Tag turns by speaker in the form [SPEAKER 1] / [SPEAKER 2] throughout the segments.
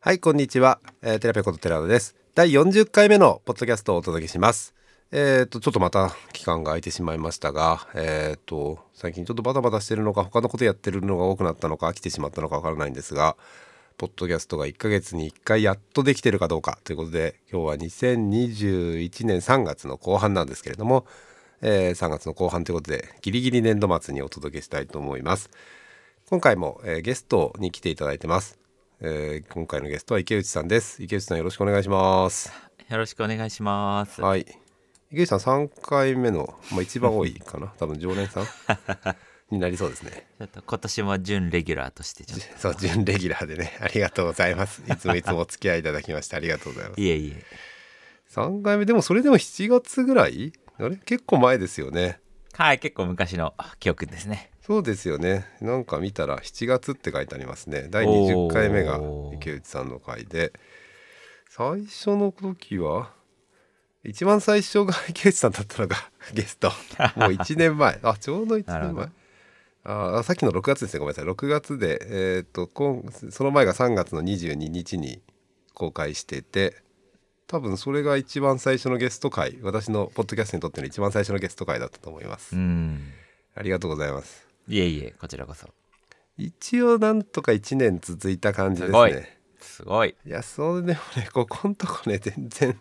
[SPEAKER 1] はいこんにちは、えー、テラペこと寺田です第40回目のポッドキャストをお届けしますえー、とちょっとまた期間が空いてしまいましたがえー、と最近ちょっとバタバタしてるのか他のことやってるのが多くなったのか飽きてしまったのかわからないんですがポッドキャストが1ヶ月に1回やっとできてるかどうかということで今日は2021年3月の後半なんですけれども、えー3月の後半ということでギリギリ年度末にお届けしたいと思います今回も、えーゲストに来ていただいてます、えー今回のゲストは池内さんです池内さんよろしくお願いします
[SPEAKER 2] よろしくお願いします。
[SPEAKER 1] はい池内さん3回目の、まあ、一番多いか な多分常連さんになりそうですね
[SPEAKER 2] ちょっと今年も準レギュラーとしてちょっ
[SPEAKER 1] そう準レギュラーでねありがとうございますいつもいつもお付き合いいただきましてありがとうございます
[SPEAKER 2] と。いえいえ。
[SPEAKER 1] 3回目でもそれでも7月ぐらいあれ結構前ですよね
[SPEAKER 2] はい、結構昔の記憶ですね。
[SPEAKER 1] そうですよねなんか見たら7月って書いてありますね第20回目が
[SPEAKER 2] おー
[SPEAKER 1] 池内さんの回で最初の時は一番最初が池内さんだったのが ゲストもう1年前あちょうど1
[SPEAKER 2] なる
[SPEAKER 1] 年
[SPEAKER 2] ほ
[SPEAKER 1] 前
[SPEAKER 2] ど
[SPEAKER 1] あーさっきの6月ですねごめんなさい6月で、えー、と今その前が3月の22日に公開してて多分それが一番最初のゲスト回私のポッドキャストにとっての一番最初のゲスト回だったと思います、
[SPEAKER 2] うん。
[SPEAKER 1] ありがとうございます
[SPEAKER 2] いえいえ、こちらこそ。
[SPEAKER 1] 一応なんとか1年続いた感じです
[SPEAKER 2] すごい
[SPEAKER 1] ね
[SPEAKER 2] すごい。
[SPEAKER 1] いやそうでもねここんとこね全然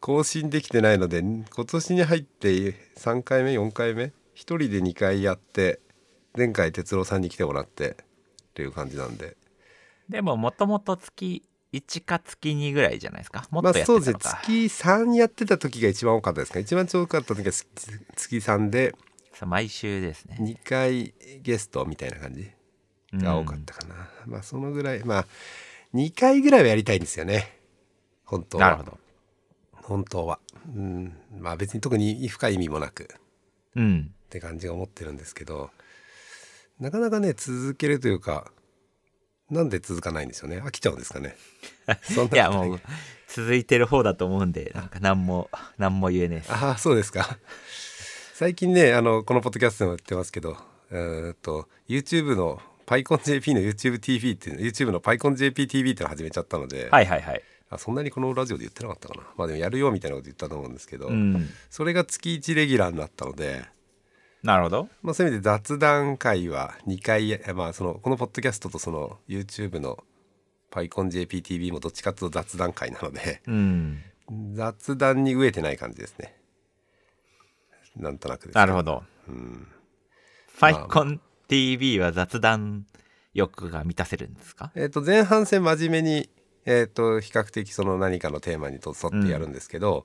[SPEAKER 1] 更新できてないので今年に入って3回目4回目一人で2回やって前回哲郎さんに来てもらってっていう感じなんで
[SPEAKER 2] でも、もともと月1か月2ぐらいじゃないですか。もっ
[SPEAKER 1] まあ
[SPEAKER 2] とやってた
[SPEAKER 1] そう
[SPEAKER 2] の
[SPEAKER 1] ですね
[SPEAKER 2] か。
[SPEAKER 1] 月3やってた時が一番多かったですか一番多かった時が月月3で
[SPEAKER 2] そう毎週ですね。
[SPEAKER 1] 2回ゲストみたいな感じが多かったかな、まあそのぐらいまあ2回ぐらいはやりたいんですよね本
[SPEAKER 2] う
[SPEAKER 1] 当
[SPEAKER 2] ん。
[SPEAKER 1] は
[SPEAKER 2] なるほど。
[SPEAKER 1] 本当はうんまあ別に特に深い意味もなくっ
[SPEAKER 2] うん。
[SPEAKER 1] て感じが思ってるんですけどなかなかね続けるというかなんで続かないんですよね飽きちゃうんですか ねそん
[SPEAKER 2] い
[SPEAKER 1] な
[SPEAKER 2] や、
[SPEAKER 1] ことな
[SPEAKER 2] もう、続いてる方だと思うんで、なんか何も、何も言えねえです。
[SPEAKER 1] ああそうですか最近ねあのこのポッドキャストでもやってますけどえーっと YouTube の PyConJP の YouTubeTV っていうの YouTube の PyConJPTV っていうのを始めちゃったので、
[SPEAKER 2] はいはいはい。
[SPEAKER 1] あそんなにこのラジオで言ってなかったかなまあでもやるよみたいなこと言ったと思うんですけど、
[SPEAKER 2] うん。
[SPEAKER 1] それが月1レギュラーになったので。
[SPEAKER 2] なるほど。
[SPEAKER 1] まあ、そういう意味で雑談会は2回え、まあ、そのこのポッドキャストとその YouTube の PyConJPTV もどっちかというと雑談会なので
[SPEAKER 2] うん。
[SPEAKER 1] 雑談に飢えてない感じですねなんとなくです
[SPEAKER 2] なるほど。ファイコン TV は雑談欲が満たせるんですか
[SPEAKER 1] えっと前半戦真面目に、えっと比較的その何かのテーマにと沿ってやるんですけど、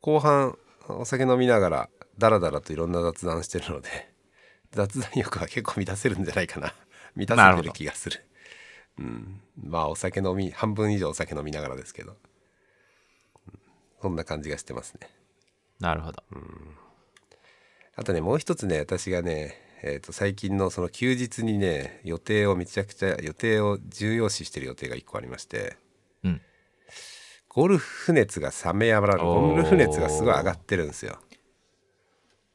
[SPEAKER 1] 後半お酒飲みながらダラダラといろんな雑談してるので 雑談欲は結構満たせるんじゃないかな 満たせてる気がするうん、まあお酒飲み半分以上お酒飲みながらですけど、うんそんな感じがしてますね
[SPEAKER 2] なるほど。
[SPEAKER 1] あとねもう一つね私がね、えー、と最近のその休日にね予定をめちゃくちゃ予定を重要視してる予定が一個ありまして、
[SPEAKER 2] うん
[SPEAKER 1] ゴルフ熱が冷めやらぬゴ
[SPEAKER 2] おー
[SPEAKER 1] ルフ熱がすごい上がってるんですよ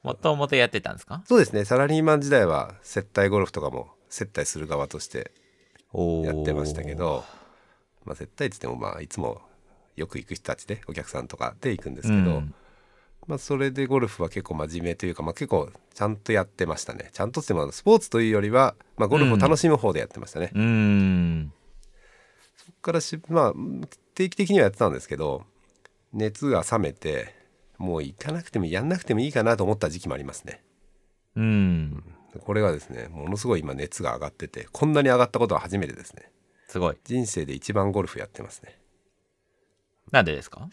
[SPEAKER 2] もともとやってたんですか
[SPEAKER 1] そうですねサラリーマン時代は接待ゴルフとかも接待する側としてやってましたけ。ど、まあ、接待っつってもまあいつもよく行く人たちでお客さんとかで行くんです
[SPEAKER 2] う
[SPEAKER 1] けど、
[SPEAKER 2] ん、
[SPEAKER 1] まあ、それでゴルフは結構真面目というか、まあ、結構ちゃんとやってましたねちゃんとってもスポーツというよりは、まあ、ゴルフを楽しむ方でやってましたね、
[SPEAKER 2] うん。
[SPEAKER 1] そこからし、まあ、定期的にはやってたんですけど熱が冷めてもう行かなくてもやんなくてもいいかなと思った時期もありますね
[SPEAKER 2] うん。
[SPEAKER 1] これがですねものすごい今熱が上がっててこんなに上がったことは初めてですね
[SPEAKER 2] すごい。
[SPEAKER 1] 人生で一番ゴルフやってますね
[SPEAKER 2] なんでですか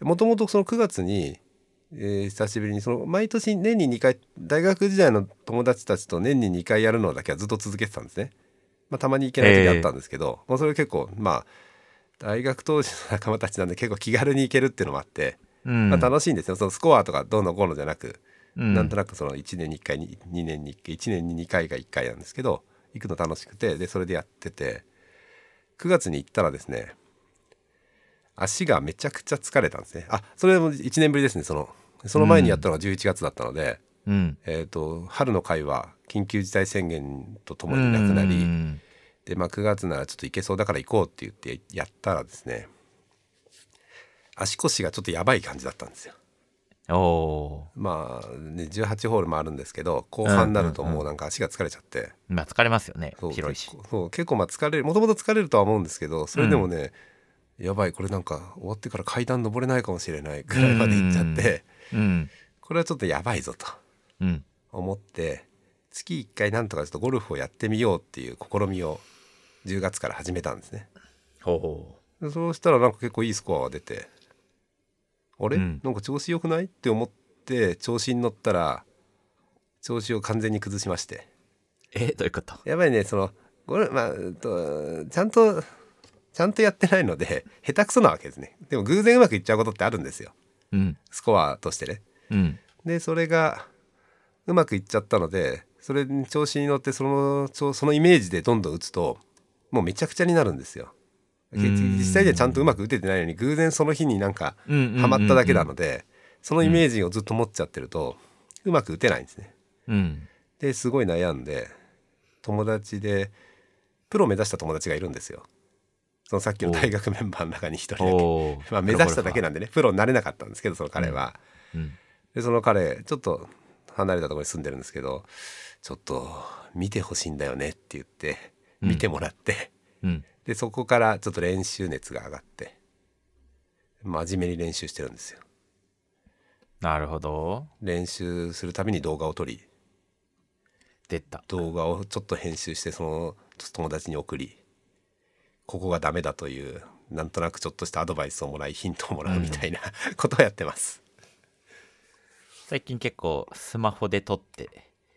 [SPEAKER 1] もともとその9月に、えー久しぶりにその毎年年に2回大学時代の友達たちと年に2回やるのだけはずっと続けてたんですね、まあ、たまに行けない時あったんですけど、まあそれ結構まあ大学当時の仲間たちなんで結構気軽に行けるっていうのもあって、
[SPEAKER 2] うん。
[SPEAKER 1] まあ、楽しいんですよそのスコアとかどうのこうのじゃなく、
[SPEAKER 2] うん
[SPEAKER 1] なんとなくその1年に1回に2年に1回1年に2回が1回なんですけど行くの楽しくてでそれでやってて9月に行ったらですね足がめちゃくちゃ疲れたんですねあそれも1年ぶりですねそのその前にやったのが11月だったので、
[SPEAKER 2] うん。
[SPEAKER 1] えー、と春の会は緊急事態宣言とともになくなり、
[SPEAKER 2] うん
[SPEAKER 1] で、まあ、9月ならちょっと行けそうだから行こうって言ってやったらですね足腰がちょっとやばい感じだったんですよ。
[SPEAKER 2] おー
[SPEAKER 1] まあ、ね、18ホールもあるんですけど後半になると
[SPEAKER 2] うんうんうん
[SPEAKER 1] もうなんか足が疲れちゃって、
[SPEAKER 2] まあ疲れますよね
[SPEAKER 1] そう
[SPEAKER 2] 広いし
[SPEAKER 1] 結構そう結構まあ疲れるもともと疲れるとは思うんですけどそれでもね、やばいこれなんか終わってから階段登れないかもしれないくらいまで行っちゃって、
[SPEAKER 2] うん
[SPEAKER 1] これはちょっとやばいぞと
[SPEAKER 2] うん
[SPEAKER 1] 思って月1回なんとかちょっとゴルフをやってみようっていう試みを10月から始めたんですね
[SPEAKER 2] ほうほ
[SPEAKER 1] でそうしたらなんか結構いいスコアが出てあれ、
[SPEAKER 2] うん
[SPEAKER 1] なんか調子良くないって思って調子に乗ったら調子を完全に崩しまして
[SPEAKER 2] うえどういうこと
[SPEAKER 1] やっぱりねそのゴルまあうんとちゃんとちゃんとやってないので下手くそなわけですねでも偶然うまくいっちゃうことってあるんですよ
[SPEAKER 2] うん
[SPEAKER 1] スコアとしてね
[SPEAKER 2] うん
[SPEAKER 1] でそれがうまくいっちゃったのでそれに調子に乗ってそのちょそのイメージでどんどん打つともうめちゃくちゃになるんですよ。
[SPEAKER 2] う
[SPEAKER 1] け
[SPEAKER 2] ん
[SPEAKER 1] 実際にはちゃんとうまく打ててないのに偶然その日になんか
[SPEAKER 2] うんうんうんうん
[SPEAKER 1] ハマっただけなのでそのイメージをずっと持っちゃってるとうまく打てないんですね。
[SPEAKER 2] うん
[SPEAKER 1] ですごい悩んで友達でプロ目指した友達がいるんですよ。そのさっきの大学メンバーの中に一人だけ。
[SPEAKER 2] お ー
[SPEAKER 1] まあ目指しただけなんでねプロになれなかったんですけどその彼は。
[SPEAKER 2] うん
[SPEAKER 1] でその彼ちょっと離れたところに住んでるんですけどちょっと見てほしいんだよねって言って
[SPEAKER 2] うん
[SPEAKER 1] 見てもらって、
[SPEAKER 2] うん
[SPEAKER 1] でそこからちょっと練習熱が上がって真面目に練習してるんですよ
[SPEAKER 2] なるほど
[SPEAKER 1] 練習するたびに動画を撮り
[SPEAKER 2] 出た
[SPEAKER 1] 動画をちょっと編集してその友達に送りここがダメだというなんとなくちょっとしたアドバイスをもらいヒントをもらうみたいな ことをやってます、
[SPEAKER 2] 最近結構スマホで撮って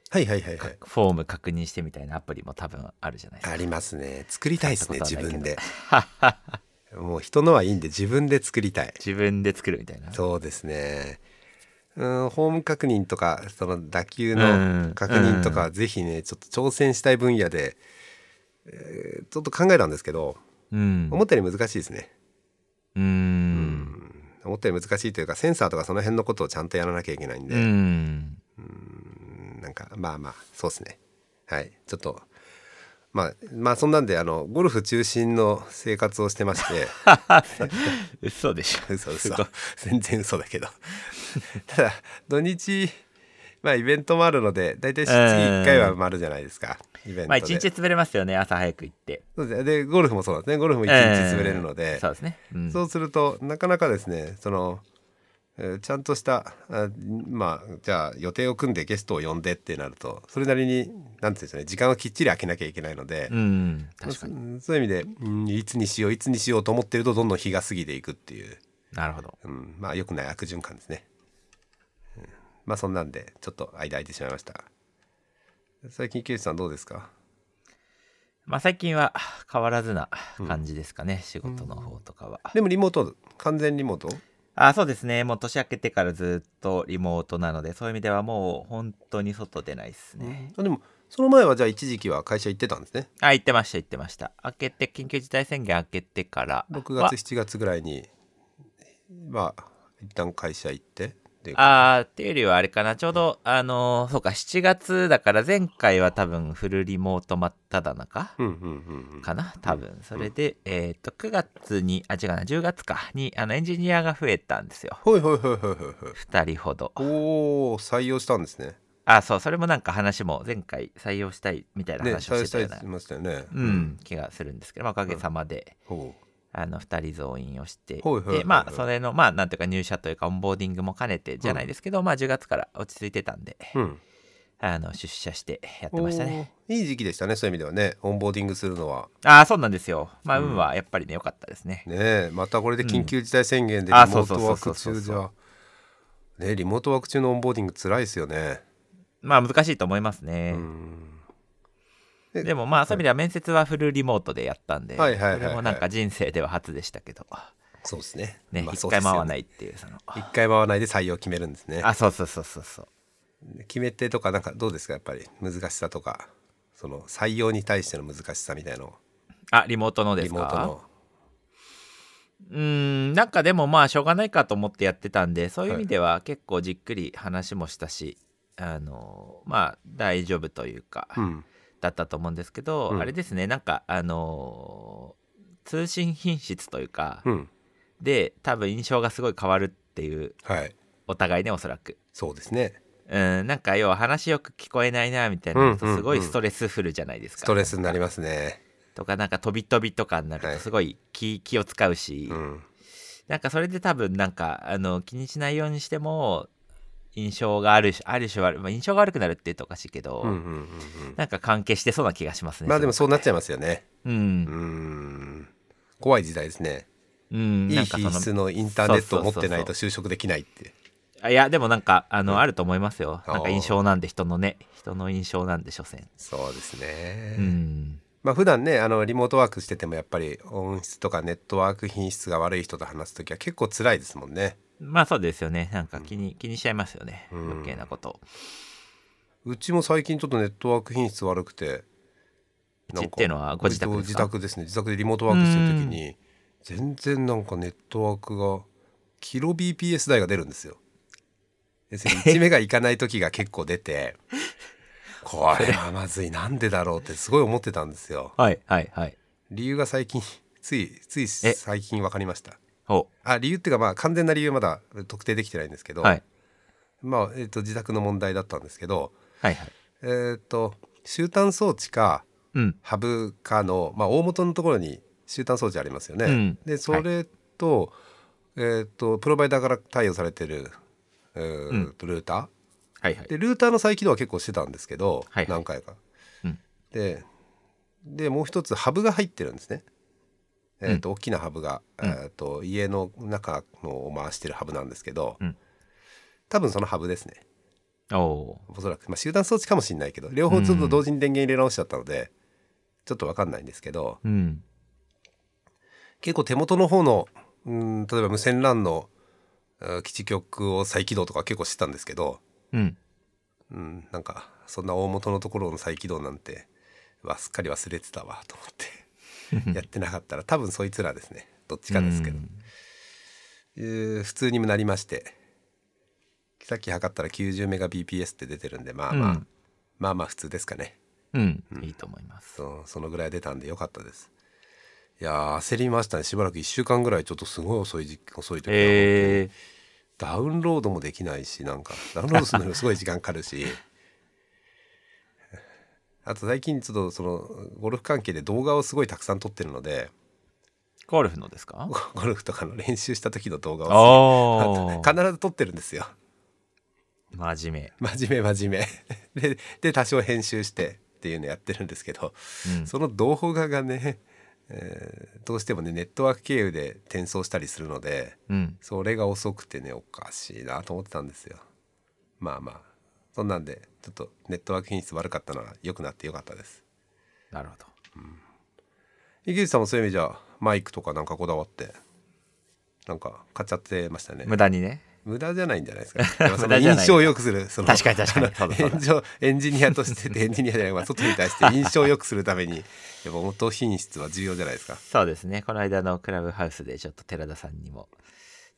[SPEAKER 1] はいはいはいはい
[SPEAKER 2] フォーム確認してみたいなアプリも多分あるじゃないですか
[SPEAKER 1] ありますね作りたいですね
[SPEAKER 2] やっ
[SPEAKER 1] 自
[SPEAKER 2] たことはないけ
[SPEAKER 1] 分
[SPEAKER 2] ど
[SPEAKER 1] で もう人のはいいんで自分で作りたい
[SPEAKER 2] 自分で作るみたいな
[SPEAKER 1] そうですねうんホーム確認とかその打球
[SPEAKER 2] う
[SPEAKER 1] の
[SPEAKER 2] ん
[SPEAKER 1] 確認とかぜひねちょっと挑戦したい分野で、えーちょっと考えたんですけど
[SPEAKER 2] うん
[SPEAKER 1] 思ったより難しいですね
[SPEAKER 2] う
[SPEAKER 1] うん思ったより難しいというかセンサーとかその辺のことをちゃんとやらなきゃいけないんで、
[SPEAKER 2] うん
[SPEAKER 1] なんかまあまあそうですねはいちょっとまあまあそんなんであのゴルフ中心の生活をしてまして
[SPEAKER 2] 嘘でしょ
[SPEAKER 1] 嘘
[SPEAKER 2] す
[SPEAKER 1] 嘘
[SPEAKER 2] ごい
[SPEAKER 1] 全然嘘だけど ただ土日まあイベントもあるので大体月1回は丸じゃないですか、イベントで,、
[SPEAKER 2] まあ一日潰れますよね朝早く行って
[SPEAKER 1] そうですねでゴルフもそうなんですねゴルフも1日潰れるの
[SPEAKER 2] え
[SPEAKER 1] で
[SPEAKER 2] ー、そうですね、うん
[SPEAKER 1] そうするとなかなかですねそのえーちゃんとしたあまあじゃあ予定を組んでゲストを呼んでってなるとそれなりに何て言うんでしょうね時間をきっちり空けなきゃいけないので、
[SPEAKER 2] うん
[SPEAKER 1] まあ
[SPEAKER 2] 確かに
[SPEAKER 1] そういう意味で、うんいつにしよういつにしようと思ってるとどんどん日が過ぎていくっていう、
[SPEAKER 2] なるほど
[SPEAKER 1] うん、まあ良くない悪循環ですね、うんまあそんなんでちょっと間空いてしまいました最近ケイジさんどうですか
[SPEAKER 2] まあ最近は変わらずな感じですかね、仕事の方とかは、
[SPEAKER 1] でもリモート完全リモート
[SPEAKER 2] あそうですねもう年明けてからずっとリモートなのでそういう意味ではもう本当に外出ないですね、
[SPEAKER 1] あでもその前はじゃあ一時期は会社行ってたんですね
[SPEAKER 2] あ言ってました言ってました明けて緊急事態宣言明けてから
[SPEAKER 1] 6
[SPEAKER 2] は
[SPEAKER 1] 月7月ぐらいにまあ一旦会社行ってで
[SPEAKER 2] あーっていうよりはあれかなちょうどあのーそうか7月だから前回は多分フルリモート真っ只中
[SPEAKER 1] うんうんうんうん
[SPEAKER 2] かな多分それで、えっと9月にあ違うな10月かにあのエンジニアが増えたんですよ
[SPEAKER 1] ほいほいほいほいほい
[SPEAKER 2] 2人ほど
[SPEAKER 1] ほいおお採用したんですね
[SPEAKER 2] あそうそれもなんか話も前回採用したいみたいな
[SPEAKER 1] ね
[SPEAKER 2] 話
[SPEAKER 1] 採
[SPEAKER 2] をし
[SPEAKER 1] 用
[SPEAKER 2] て
[SPEAKER 1] したた
[SPEAKER 2] よう
[SPEAKER 1] い
[SPEAKER 2] な、
[SPEAKER 1] って言いましたよね
[SPEAKER 2] うん、気がするんですけど、まあ、おかげさまで、
[SPEAKER 1] ほ
[SPEAKER 2] あの2人増員をしてい
[SPEAKER 1] ほいほいほい
[SPEAKER 2] てまあそれのまあなんていうか入社というかオンボーディングも兼ねてじゃないですけど、まあ10月から落ち着いてたんで
[SPEAKER 1] ううん
[SPEAKER 2] あの出社してやってましたね
[SPEAKER 1] おーいい時期でしたねそういう意味ではねオンボーディングするのは
[SPEAKER 2] ああそうなんですよまあ運はやっぱりね良かったですね、
[SPEAKER 1] ねえまたこれで緊急事態宣言で
[SPEAKER 2] うん
[SPEAKER 1] リ
[SPEAKER 2] あ
[SPEAKER 1] モー
[SPEAKER 2] そう
[SPEAKER 1] ト
[SPEAKER 2] そ
[SPEAKER 1] ワ
[SPEAKER 2] う
[SPEAKER 1] ー
[SPEAKER 2] そう
[SPEAKER 1] ク
[SPEAKER 2] そうそう
[SPEAKER 1] 中じゃねリモートワーク中のオンボーディング辛いですよね
[SPEAKER 2] まあ難しいと思いますね
[SPEAKER 1] う、んん
[SPEAKER 2] でもまあそういう意味では面接はフルリモートでやったんで、
[SPEAKER 1] はいはいはいはい
[SPEAKER 2] それもなんか人生では初でしたけど
[SPEAKER 1] そうですね
[SPEAKER 2] ね
[SPEAKER 1] まあ
[SPEAKER 2] 一、
[SPEAKER 1] そうで
[SPEAKER 2] 回
[SPEAKER 1] すよ
[SPEAKER 2] 回ら
[SPEAKER 1] ね
[SPEAKER 2] ないっていうその
[SPEAKER 1] 一回回らないで採用決めるんですね
[SPEAKER 2] あそうそうそうそうそう
[SPEAKER 1] 決め手とかなんかどうですかやっぱり難しさとかその採用に対しての難しさみたいの
[SPEAKER 2] あリモートので
[SPEAKER 1] リ
[SPEAKER 2] す
[SPEAKER 1] モート
[SPEAKER 2] か
[SPEAKER 1] の
[SPEAKER 2] うーんなんかでもまあしょうがないかと思ってやってたんでそういう意味では結構じっくり話もしたし、あのまあ大丈夫というか、
[SPEAKER 1] うん
[SPEAKER 2] だったと思うんですけど、
[SPEAKER 1] うん
[SPEAKER 2] あれですねなんかあのー通信品質というか、
[SPEAKER 1] うん
[SPEAKER 2] で多分印象がすごい変わるっていう
[SPEAKER 1] はい
[SPEAKER 2] お互いねおそらく。
[SPEAKER 1] そうですね
[SPEAKER 2] うん、なんか要は話よく聞こえないなみたいなのと
[SPEAKER 1] うんうんうん
[SPEAKER 2] すごいストレスフルじゃないです
[SPEAKER 1] ス
[SPEAKER 2] か。
[SPEAKER 1] トレスになりますね
[SPEAKER 2] とかなんか飛び飛びとかになる
[SPEAKER 1] は
[SPEAKER 2] と
[SPEAKER 1] い
[SPEAKER 2] すごい気,、気を使うし、
[SPEAKER 1] うん
[SPEAKER 2] なんかそれで多分なんかあの気にしないようにしても印象があるしある種悪い、まあ、印象が悪くなるって言うとおかしいけど、
[SPEAKER 1] うんうんうん
[SPEAKER 2] なんか関係してそうな気がします
[SPEAKER 1] う
[SPEAKER 2] ね。
[SPEAKER 1] んまあでも
[SPEAKER 2] す
[SPEAKER 1] そうなっちゃいますよね
[SPEAKER 2] ごくう、
[SPEAKER 1] うんん怖い時代ですね
[SPEAKER 2] うん、
[SPEAKER 1] いい
[SPEAKER 2] なんかそ
[SPEAKER 1] 品
[SPEAKER 2] の
[SPEAKER 1] 質のインターネットを持ってない
[SPEAKER 2] そ
[SPEAKER 1] と
[SPEAKER 2] う
[SPEAKER 1] 就職できないって
[SPEAKER 2] あいやでもなんかあの、
[SPEAKER 1] うん
[SPEAKER 2] あると思いますよ。なん
[SPEAKER 1] あ
[SPEAKER 2] か
[SPEAKER 1] ー
[SPEAKER 2] 印象なんで人のね人の印象なんで所詮。
[SPEAKER 1] そうですね、
[SPEAKER 2] うん、
[SPEAKER 1] まあ普段ねあのリモートワークしててもやっぱり音質とかネットワーク品質が悪い人と話す時は結構辛いですもんね
[SPEAKER 2] まあそうですよね。なんか気に、気にしちゃいますよね。
[SPEAKER 1] うん
[SPEAKER 2] 余計なこと。
[SPEAKER 1] うちも最近ちょっとネットワーク品質悪くて
[SPEAKER 2] うちっていうのはご自宅です
[SPEAKER 1] 自
[SPEAKER 2] か
[SPEAKER 1] 宅ですね自宅でリモートワークしてる時に全然なんかネットワークがキロ BPS 台が出るんです よ要するに1目がいかない時が結構出 てこれはまずいなんでだろうってすごい思ってたんですよ
[SPEAKER 2] はいはいはい。
[SPEAKER 1] 理由が最近ついつい最近分かりました
[SPEAKER 2] ほ
[SPEAKER 1] あ理由っていうかまあ完全な理由はまだ特定できてないんですけ
[SPEAKER 2] う。
[SPEAKER 1] ど、
[SPEAKER 2] はい。
[SPEAKER 1] まあ、えっと自宅の問題だったんですけど
[SPEAKER 2] はいはい。
[SPEAKER 1] えっと終端装置か
[SPEAKER 2] うん。
[SPEAKER 1] ハブかの、まあ、大元のところに終端装置ありますよね。
[SPEAKER 2] うん
[SPEAKER 1] でそれと,、えー、とプロバイダーから対応されてる、えー
[SPEAKER 2] うん
[SPEAKER 1] とルータ
[SPEAKER 2] はいはい
[SPEAKER 1] ー。でルーターの再起動は結構してたんですけど、
[SPEAKER 2] はいはい
[SPEAKER 1] 何回か。
[SPEAKER 2] うん
[SPEAKER 1] ででもう一つハブが入ってるんですね。えーと大きなハブが、
[SPEAKER 2] うん
[SPEAKER 1] えー、と家の中のを回してるハブなんですけど、
[SPEAKER 2] うん
[SPEAKER 1] 多分そのハブですね
[SPEAKER 2] おお
[SPEAKER 1] おそらく、まあ、集団装置かもしれないけど両方ちょっと同時に電源入れ直しちゃったので、ちょっと分かんないんですけど、
[SPEAKER 2] ー。うん。
[SPEAKER 1] 結構手元の方のうん例えば無線 LAN のうん基地局を再起動とか結構してたんですけど、
[SPEAKER 2] うん。
[SPEAKER 1] うん、なんかそんな大元のところの再起動なんてはすっかり忘れてたわと思ってやってなかったら多分そいつらですねどっちかですけど
[SPEAKER 2] う、ん
[SPEAKER 1] えー普通にもなりましてさっき測ったら 90Mbps って出てるんでまあまあ、
[SPEAKER 2] うん
[SPEAKER 1] まあまあ普通ですかね
[SPEAKER 2] うん。いいと思います。
[SPEAKER 1] そうそのぐらい出たんでよかったですいやー焦りましたねしばらく1週間ぐらいちょっとすごい遅い時期遅い時が
[SPEAKER 2] ええ
[SPEAKER 1] ダウンロードもできないしなんかダウンロードするのにもすごい時間かかるし あと最近ちょっとそのゴルフ関係で動画をすごいたくさん撮ってるので
[SPEAKER 2] ゴルフのですか
[SPEAKER 1] ゴゴルフとかの練習した時の動画を
[SPEAKER 2] おお。
[SPEAKER 1] 必ず撮ってるんですよ
[SPEAKER 2] 真面
[SPEAKER 1] 真面目真面目でで多少編集してっていうのやってるんですけど、
[SPEAKER 2] 目。うん。
[SPEAKER 1] その動画がね、えーどうしてもねネットワーク経由で転送したりするので
[SPEAKER 2] うん。
[SPEAKER 1] それが遅くてねおかしいなと思ってたんですよまあまあそんなんでちょっとネットワーク品質悪かったのは良くなって良かったです
[SPEAKER 2] なるほど。
[SPEAKER 1] 池内さんもそういう意味じゃマイクとかなんかこだわってなんか買っちゃってましたね
[SPEAKER 2] 無駄にね。
[SPEAKER 1] 無駄じゃないんじゃないです かでもその
[SPEAKER 2] 無駄じゃない
[SPEAKER 1] 印象を良くするその
[SPEAKER 2] 確かに確かにそうだそうだ
[SPEAKER 1] 炎上エンジニアと してエンジニアじゃない、まあ、外に対して印象を良くするためにやっぱ音品質は重要じゃないですか
[SPEAKER 2] そうですね。この間のクラブハウスでちょっと寺田さんにも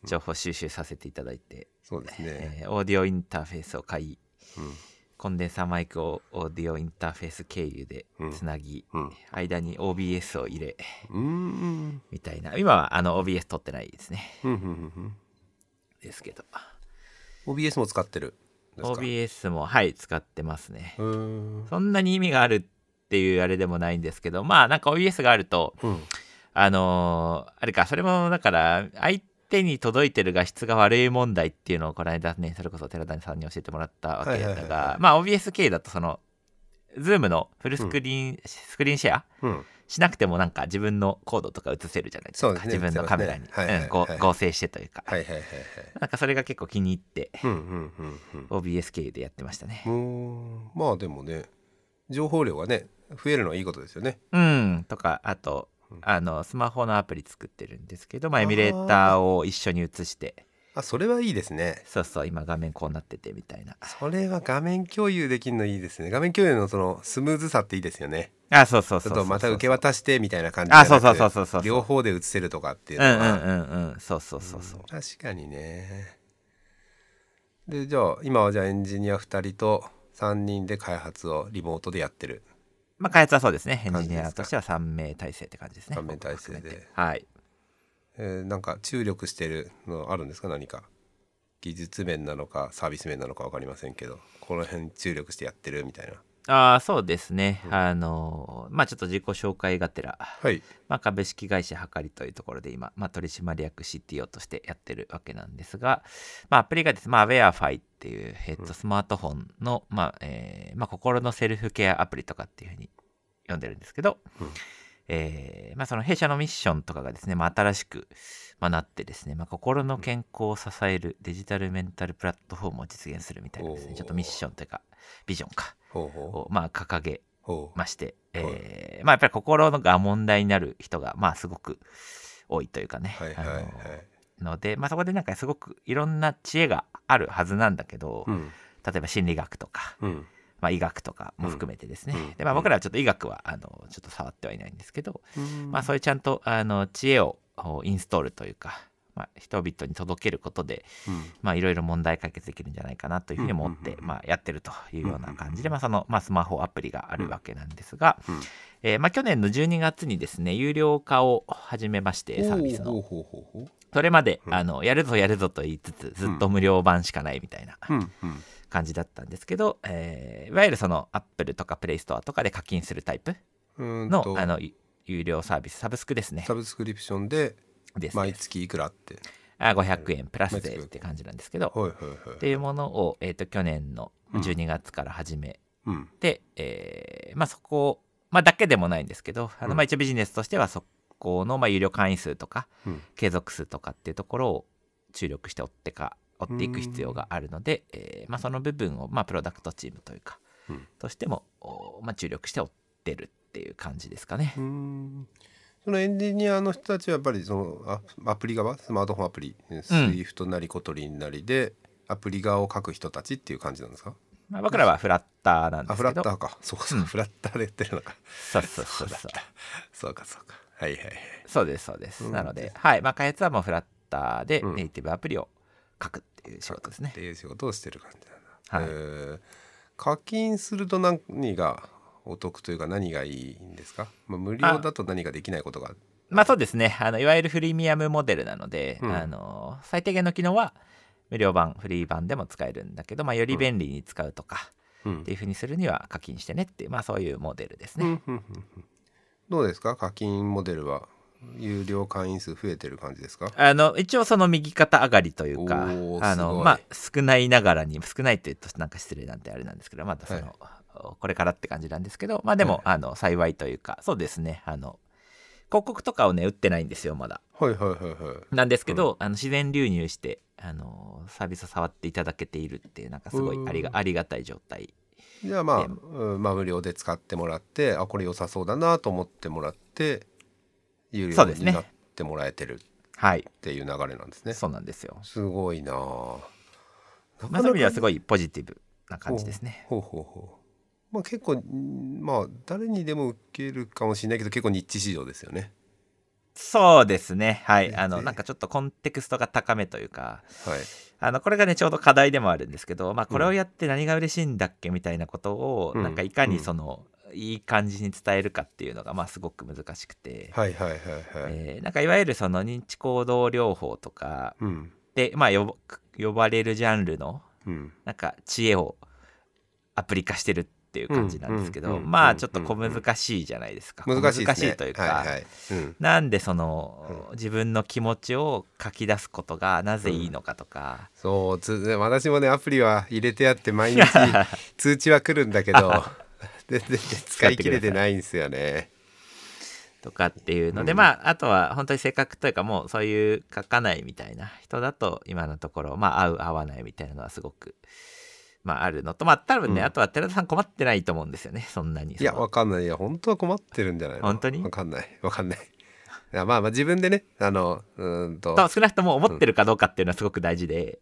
[SPEAKER 2] 情報収集させていただいて、
[SPEAKER 1] そうですね、
[SPEAKER 2] えーオーディオインターフェースを買い、
[SPEAKER 1] うん
[SPEAKER 2] コンデンサーマイクをオーディオインターフェース経由でつなぎ、
[SPEAKER 1] うん
[SPEAKER 2] 間に OBS を入れ
[SPEAKER 1] うーん
[SPEAKER 2] みたいな今はあの OBS 撮ってないですね
[SPEAKER 1] うんうんうん
[SPEAKER 2] ですけど
[SPEAKER 1] うん OBS も使ってるんですか
[SPEAKER 2] OBS もはい使ってますね
[SPEAKER 1] うーん
[SPEAKER 2] そんなに意味があるっていうあれでもないんですけどまあなんか OBS があると
[SPEAKER 1] うん
[SPEAKER 2] あのーあれかそれもだから相手に届いてる画質が悪い問題っていうのをこの間ねそれこそ寺谷さんに教えてもらったわけだ
[SPEAKER 1] は
[SPEAKER 2] が、
[SPEAKER 1] いはいはいはい
[SPEAKER 2] まあ OBS 系だとその Zoom のフルスクリーン、スクリーンシェア
[SPEAKER 1] うん
[SPEAKER 2] しなくてもなんか自分のコードとか映せるじゃないですか
[SPEAKER 1] そうですね
[SPEAKER 2] 自分のカメラに、
[SPEAKER 1] 映せますねはいはいはい
[SPEAKER 2] うんこう合成してというか、
[SPEAKER 1] はいはいはいはい
[SPEAKER 2] なんかそれが結構気に入って
[SPEAKER 1] うんうんうんうん
[SPEAKER 2] OBS 経由でやってましたね
[SPEAKER 1] うーんまあでもね情報量がね増えるのはいいことですよね
[SPEAKER 2] うんとかあと
[SPEAKER 1] うん
[SPEAKER 2] あのスマホのアプリ作ってるんですけど、まあ、
[SPEAKER 1] あー
[SPEAKER 2] エミュレーターを一緒に映して
[SPEAKER 1] あそれはいいですね
[SPEAKER 2] そうそう今画面こうなっててみたいな
[SPEAKER 1] それは画面共有できるのいいですね画面共有のそのスムーズさっていいですよね
[SPEAKER 2] あそうそう
[SPEAKER 1] ち
[SPEAKER 2] そ
[SPEAKER 1] ょ
[SPEAKER 2] う
[SPEAKER 1] っ
[SPEAKER 2] そう
[SPEAKER 1] とまた受け
[SPEAKER 2] は
[SPEAKER 1] 渡してみたいな感じ
[SPEAKER 2] あ
[SPEAKER 1] じゃなくて
[SPEAKER 2] そうそうそうそうそう
[SPEAKER 1] 両方で映せるとかっていう
[SPEAKER 2] う
[SPEAKER 1] の
[SPEAKER 2] んう
[SPEAKER 1] は、
[SPEAKER 2] んうんうんそうそうそうそう
[SPEAKER 1] 確かにねでじゃあ今はじゃあエンジニア2人と3人で開発をリモートでやってる
[SPEAKER 2] まあ、開発はそうですね。エン
[SPEAKER 1] 感
[SPEAKER 2] ジ
[SPEAKER 1] じ
[SPEAKER 2] ニ
[SPEAKER 1] ですか
[SPEAKER 2] アとしては3名体制って感じですね。
[SPEAKER 1] 三名体制で
[SPEAKER 2] 僕も含めてはい。
[SPEAKER 1] えーなんか注力してるのあるんですか何か技術面なのかサービス面なのか分かりませんけどこの辺注力してやってるみたいな
[SPEAKER 2] ああ、そうですね。あのーまあ、ちょっと自己紹介がてら、
[SPEAKER 1] はい
[SPEAKER 2] まあ、株式会社はかりというところで今、まあ、取締役 CTO としてやってるわけなんですが、まあ、アプリがですね、まあ、Awarefi っていう、えっ
[SPEAKER 1] うん
[SPEAKER 2] と、スマートフォンの、まあえーまあ、心のセルフケアアプリとかっていうふうに呼んでるんですけど、
[SPEAKER 1] うん
[SPEAKER 2] えーまあ、その弊社のミッションとかがですね、まあ、新しく、まあ、なってですね、まあ、心の健康を支えるデジタルメンタルプラットフォームを実現するみたいなです
[SPEAKER 1] お
[SPEAKER 2] ね
[SPEAKER 1] ー
[SPEAKER 2] ちょっとミッションというかビジョンか
[SPEAKER 1] ほうほ
[SPEAKER 2] を、まあ、掲げ
[SPEAKER 1] うほう
[SPEAKER 2] まして、えーまあやっぱり心が問題になる人がまあすごく多いというかね、
[SPEAKER 1] はいはい
[SPEAKER 2] あ
[SPEAKER 1] は
[SPEAKER 2] の
[SPEAKER 1] い
[SPEAKER 2] ので、まあ、そこでなんかすごくいろんな知恵があるはずなんだけど、
[SPEAKER 1] うん
[SPEAKER 2] 例えば心理学とか、
[SPEAKER 1] うん
[SPEAKER 2] まあ、医学とかも含めてですね、
[SPEAKER 1] うんうん
[SPEAKER 2] でまあ、僕らはちょっと医学はあのちょっと触ってはいないんですけど、まあ、そうういうちゃんとあの知恵をこうインストールというか、まあ、人々に届けることで
[SPEAKER 1] いう、
[SPEAKER 2] まあ、いろいろ問題解決できるんじゃないかなというふうに
[SPEAKER 1] う
[SPEAKER 2] 思っ
[SPEAKER 1] んうん
[SPEAKER 2] て
[SPEAKER 1] う、んうん
[SPEAKER 2] まあ、やってるというような感じで、
[SPEAKER 1] うんうんうん
[SPEAKER 2] まあ、その、まあ、スマホアプリがあるわけなんですが、
[SPEAKER 1] うん
[SPEAKER 2] えーまあ、去年の12月にですね、有料化を始めまして、サービス
[SPEAKER 1] ほ
[SPEAKER 2] の。
[SPEAKER 1] うほうほうほう
[SPEAKER 2] それまで、
[SPEAKER 1] うん
[SPEAKER 2] あの、やるぞやるぞと言いつつ、ずっと無料版しかないみたいな
[SPEAKER 1] うんうん
[SPEAKER 2] 感じだったんですけど、えーいわゆるその、アップルとかプレイストアとかで課金するタイプ
[SPEAKER 1] うーん
[SPEAKER 2] の、
[SPEAKER 1] と
[SPEAKER 2] あの、い有料サービス、サブスクですね
[SPEAKER 1] サ。ブスクリプションで
[SPEAKER 2] です
[SPEAKER 1] 毎月いくらって
[SPEAKER 2] あ500円プラス税
[SPEAKER 1] 毎月
[SPEAKER 2] って感じなんですけど、
[SPEAKER 1] はいはいは
[SPEAKER 2] っ
[SPEAKER 1] い
[SPEAKER 2] ていうものを、えっ、と、去年の
[SPEAKER 1] うん
[SPEAKER 2] 12月から始め
[SPEAKER 1] うん
[SPEAKER 2] で、えーまあそこ、まあだけでもないんですけど、あ
[SPEAKER 1] う
[SPEAKER 2] の
[SPEAKER 1] ん
[SPEAKER 2] まあ一応ビジネスとしてはそこのまあ有料会員数とか
[SPEAKER 1] うん
[SPEAKER 2] 継続数とかっていうところを注力して追ってか、追っていく必要があるので、えーまあその部分をまあプロダクトチームというか、
[SPEAKER 1] うん
[SPEAKER 2] としても、おまあ注力して追ってるっていう感じですかね
[SPEAKER 1] う。ーんそのエンジニアの人たちはやっぱりそのアアプリ側スマートフォンアプリ SWIFT なりコトリンなりでアプリ側を書く人たちっていう感じなんですか
[SPEAKER 2] まあ僕らはフラッターなんで
[SPEAKER 1] あ
[SPEAKER 2] す
[SPEAKER 1] フ
[SPEAKER 2] け
[SPEAKER 1] ラ
[SPEAKER 2] ど
[SPEAKER 1] ッタ、ーかそうかそう
[SPEAKER 2] う
[SPEAKER 1] か
[SPEAKER 2] ん
[SPEAKER 1] フラッターでやってるのか
[SPEAKER 2] そうそうそうそう。
[SPEAKER 1] そうかそうかはいはいはい
[SPEAKER 2] そうです、そうです。
[SPEAKER 1] うん
[SPEAKER 2] なので、はい。まあ開発はもうフラッターで
[SPEAKER 1] うん
[SPEAKER 2] ネイティブアプリを書くっていう仕事ですね
[SPEAKER 1] っ。ていう仕事をしてる感じなんだ
[SPEAKER 2] はい
[SPEAKER 1] えー課金すると何がお得というか何がいいんですか、まあ、無料だと何ができないことが
[SPEAKER 2] まあそうですね。あの、いわゆるフリーミアムモデルなので、
[SPEAKER 1] うん
[SPEAKER 2] あの、最低限の機能は無料版、フリー版でも使えるんだけど、まあより便利に使うとか、
[SPEAKER 1] うん
[SPEAKER 2] っていうふうにするには課金してねっていう、まあそういうモデルです
[SPEAKER 1] うんう
[SPEAKER 2] ね。
[SPEAKER 1] んうんうんどうですか課金モデルは有料会員数増えてる感じですか
[SPEAKER 2] あの、一応その右肩上がりというか
[SPEAKER 1] お、ー
[SPEAKER 2] あ
[SPEAKER 1] すご
[SPEAKER 2] の、
[SPEAKER 1] い
[SPEAKER 2] まあ少ないながらに、少ないというとなんか失礼なんてあれなんですけど、まだその、これからって感じなんですけど、まあでも、あの、幸いというか、そうですね、あの、広告とかをね、打ってないんですよ、まだ。
[SPEAKER 1] はいはいはいはい
[SPEAKER 2] なんですけど、あの自然流入してあのサービスを触っていただけているっていうなんかすごいありが
[SPEAKER 1] うん
[SPEAKER 2] ありがたい状態
[SPEAKER 1] じゃあまあ、
[SPEAKER 2] で
[SPEAKER 1] うんまあ無料で使ってもらってあこれ良さそうだなと思ってもらって有
[SPEAKER 2] そ
[SPEAKER 1] 料
[SPEAKER 2] うです
[SPEAKER 1] に
[SPEAKER 2] ね
[SPEAKER 1] なってもらえてるっ
[SPEAKER 2] はい
[SPEAKER 1] ていう流れなんですね。す
[SPEAKER 2] そうなんですよ、
[SPEAKER 1] ごいなあ。な
[SPEAKER 2] まあ、そういう意味ではす
[SPEAKER 1] い
[SPEAKER 2] ごいポジティブな感じですね
[SPEAKER 1] ほうほうほう。まあ結構んまあ誰にでも受けるかもしれないけど結構ニッチ市場ですよね。
[SPEAKER 2] そうですねはい
[SPEAKER 1] ね
[SPEAKER 2] あの
[SPEAKER 1] ね
[SPEAKER 2] なんかちょっとコンテクストが高めというか
[SPEAKER 1] はい。
[SPEAKER 2] あのこれがねちょうど課題でもあるんですけど、まあ、これをやって何が嬉しいんだっけみたいなことを、
[SPEAKER 1] うん
[SPEAKER 2] なんかいかにその、いい感じに伝えるかっていうのがまあすごく難しくて、
[SPEAKER 1] はいはいはいはい。
[SPEAKER 2] えーなんかいわゆるその認知行動療法とか
[SPEAKER 1] うん
[SPEAKER 2] で、まあ、呼ば呼ばれるジャンルの
[SPEAKER 1] うん。
[SPEAKER 2] なんか知恵をアプリ化してるっていう感じなんですけ
[SPEAKER 1] うん
[SPEAKER 2] ど
[SPEAKER 1] うんうん
[SPEAKER 2] ま
[SPEAKER 1] う
[SPEAKER 2] あ
[SPEAKER 1] ん
[SPEAKER 2] ちょっと小難しいじゃないですか
[SPEAKER 1] 難しいですね。
[SPEAKER 2] 小というか、
[SPEAKER 1] はいはい。うん。
[SPEAKER 2] なんでその自分の気持ちを書き出すことがなぜいいのかとか、
[SPEAKER 1] そうつ私もねアプリは入れてあって毎日 通知は来るんだけど全然使い切れてないんですよね。
[SPEAKER 2] とかっていうので、
[SPEAKER 1] うん
[SPEAKER 2] まああとは本当に性格というかもうそういう書かないみたいな人だと今のところまあ合う合わないみたいなのはすごく。まああるのとまあ多分ね、
[SPEAKER 1] うん
[SPEAKER 2] あとは寺田さん困ってないと思うんですよねそんなに
[SPEAKER 1] いや
[SPEAKER 2] その
[SPEAKER 1] わかんないいや本当は困ってるんじゃないの
[SPEAKER 2] 本当に
[SPEAKER 1] わかんないわかんない。いやまあまあ自分でねあのうーんと
[SPEAKER 2] と少なくとも思ってるかどうかっていうのはすごく大事で、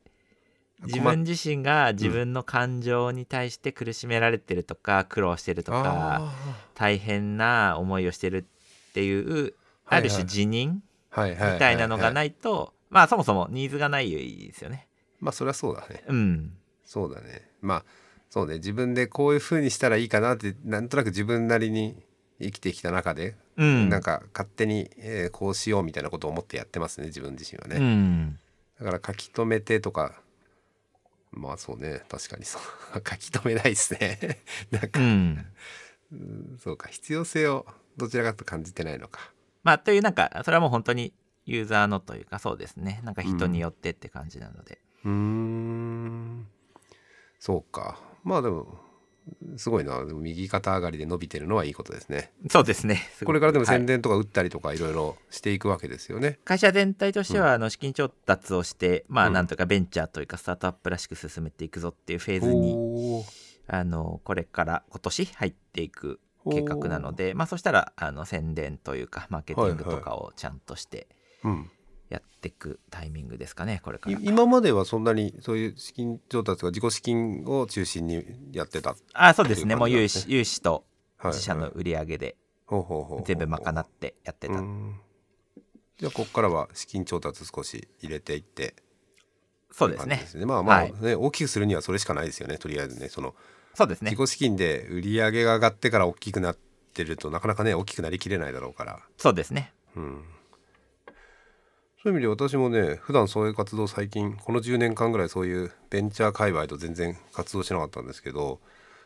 [SPEAKER 1] 困っ
[SPEAKER 2] 自分自身が自分の感情に対して苦しめられてるとか苦労してるとか
[SPEAKER 1] あ
[SPEAKER 2] 大変な思いをしてるっていう
[SPEAKER 1] はいはい
[SPEAKER 2] ある種辞任
[SPEAKER 1] ーはいはい
[SPEAKER 2] みたいなのが
[SPEAKER 1] い。
[SPEAKER 2] ないとまあそもそもニーズがないですよね。
[SPEAKER 1] まあそれはそうだね。
[SPEAKER 2] うん
[SPEAKER 1] そうだね。まあそうね自分でこういう風にしたらいいかなってなんとなく自分なりに生きてきた中で、
[SPEAKER 2] うん
[SPEAKER 1] なんか勝手に、えーこうしようみたいなことを思ってやってますね自分自身はね、
[SPEAKER 2] うん
[SPEAKER 1] だから書き留めてとかまあそうね確かにそう 書き留めないですね なん
[SPEAKER 2] う
[SPEAKER 1] か、
[SPEAKER 2] ん
[SPEAKER 1] そうか必要性をどちらかと感じてないのか
[SPEAKER 2] まあというなんかそれはもう本当にユーザーのというかそうですねなんか人によってって感じなので、
[SPEAKER 1] うーんそうかまあでもすごいなでも右肩上がりで伸びてるのはいいことですね
[SPEAKER 2] そうですねすごく
[SPEAKER 1] これからでも
[SPEAKER 2] はい
[SPEAKER 1] 宣伝とか打ったりとかいろいろしていくわけですよね、
[SPEAKER 2] 会社全体としてはあの資金調達をして、ま
[SPEAKER 1] う
[SPEAKER 2] あ
[SPEAKER 1] ん
[SPEAKER 2] なんとかベンチャーというかスタートアップらしく進めていくぞっていうフェーズに
[SPEAKER 1] おー
[SPEAKER 2] あのこれから今年入っていく計画なのでまあそしたらあの宣伝というかマーケティングとかをちゃんとして
[SPEAKER 1] うん
[SPEAKER 2] やっていくタイミングですかねこれか
[SPEAKER 1] い
[SPEAKER 2] ら。
[SPEAKER 1] 今まではそんなにそういう資金調達とか自己資金を中心にやってた、
[SPEAKER 2] あそうです
[SPEAKER 1] とい
[SPEAKER 2] ね
[SPEAKER 1] う
[SPEAKER 2] も
[SPEAKER 1] 感
[SPEAKER 2] う
[SPEAKER 1] じなん
[SPEAKER 2] 融
[SPEAKER 1] ですね
[SPEAKER 2] 資融資と
[SPEAKER 1] はい
[SPEAKER 2] 自社の売り上げで
[SPEAKER 1] ほうほうほうほう
[SPEAKER 2] 全部賄ってやってた、
[SPEAKER 1] うんじゃあここからは資金調達少し入れていって
[SPEAKER 2] そうです
[SPEAKER 1] 感
[SPEAKER 2] ね
[SPEAKER 1] じまあまあ、
[SPEAKER 2] はい
[SPEAKER 1] ね大きくするにはそれしかないですよねとりあえずねその
[SPEAKER 2] そうですね
[SPEAKER 1] 自己資金で売り上げが上がってから大きくなってるとなかなかね大きくなりきれないだろうから、
[SPEAKER 2] そうですね
[SPEAKER 1] うん、そういう意味で私もね普段そういう活動最近この10年間ぐらいそういうベンチャー界隈と全然活動してなかったんですけど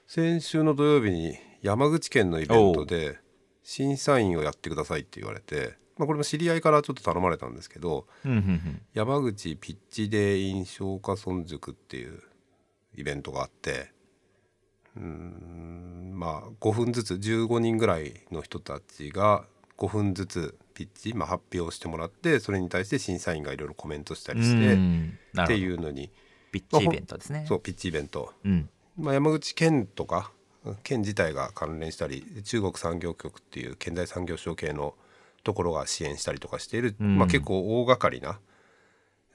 [SPEAKER 1] 先週の土曜日に山口県のイベントで審査員をやってくださいって言われて、まあ、これも知り合いからちょっと頼まれたんですけど
[SPEAKER 2] うんうんうん
[SPEAKER 1] 山口ピッチデイン消化村塾っていうイベントがあってうーんまあ5分ずつ15人ぐらいの人たちが5分ずつピッチ、まあ、発表してもらってそれに対して審査員がいろいろコメントしたりし
[SPEAKER 2] う
[SPEAKER 1] て
[SPEAKER 2] んな
[SPEAKER 1] って
[SPEAKER 2] る
[SPEAKER 1] い
[SPEAKER 2] ほ
[SPEAKER 1] うのに
[SPEAKER 2] どピッチイベントですね
[SPEAKER 1] そうピッチイベント、
[SPEAKER 2] うん
[SPEAKER 1] まあ、山口県とか県自体が関連したり中国産業局っていう県内産業省系のところが支援したりとかしている、
[SPEAKER 2] うん
[SPEAKER 1] まあ、結構大掛かりな、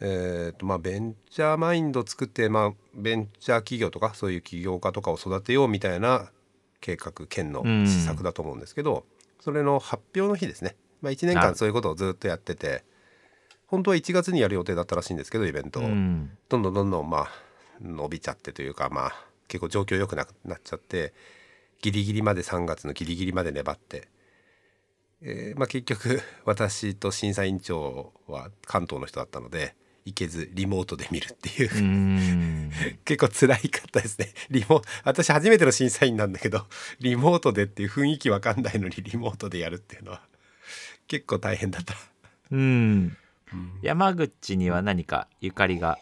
[SPEAKER 1] えーとまあ、ベンチャーマインド作って、まあ、ベンチャー企業とかそういう起業家とかを育てようみたいな計画県の
[SPEAKER 2] うん
[SPEAKER 1] 施策だと思うんですけど、それの発表の日ですね、まあ、1年
[SPEAKER 2] なる
[SPEAKER 1] 間そういうことをずっとやってて本当は1月にやる予定だったらしいんですけどイベントを。
[SPEAKER 2] うん
[SPEAKER 1] どんどんどんどんまあ伸びちゃってというかまあ結構状況良くなくなっちゃってギリギリまで3月のギリギリまで粘って、えーまあ、結局私と審査委員長は関東の人だったので行けずリモートで見るっていう、
[SPEAKER 2] うん
[SPEAKER 1] 結構辛いかったですねリモ私初めての審査員なんだけどリモートでっていう雰囲気わかんないのにリモートでやるっていうのは結構大変だった。
[SPEAKER 2] うん山口には何かゆかりが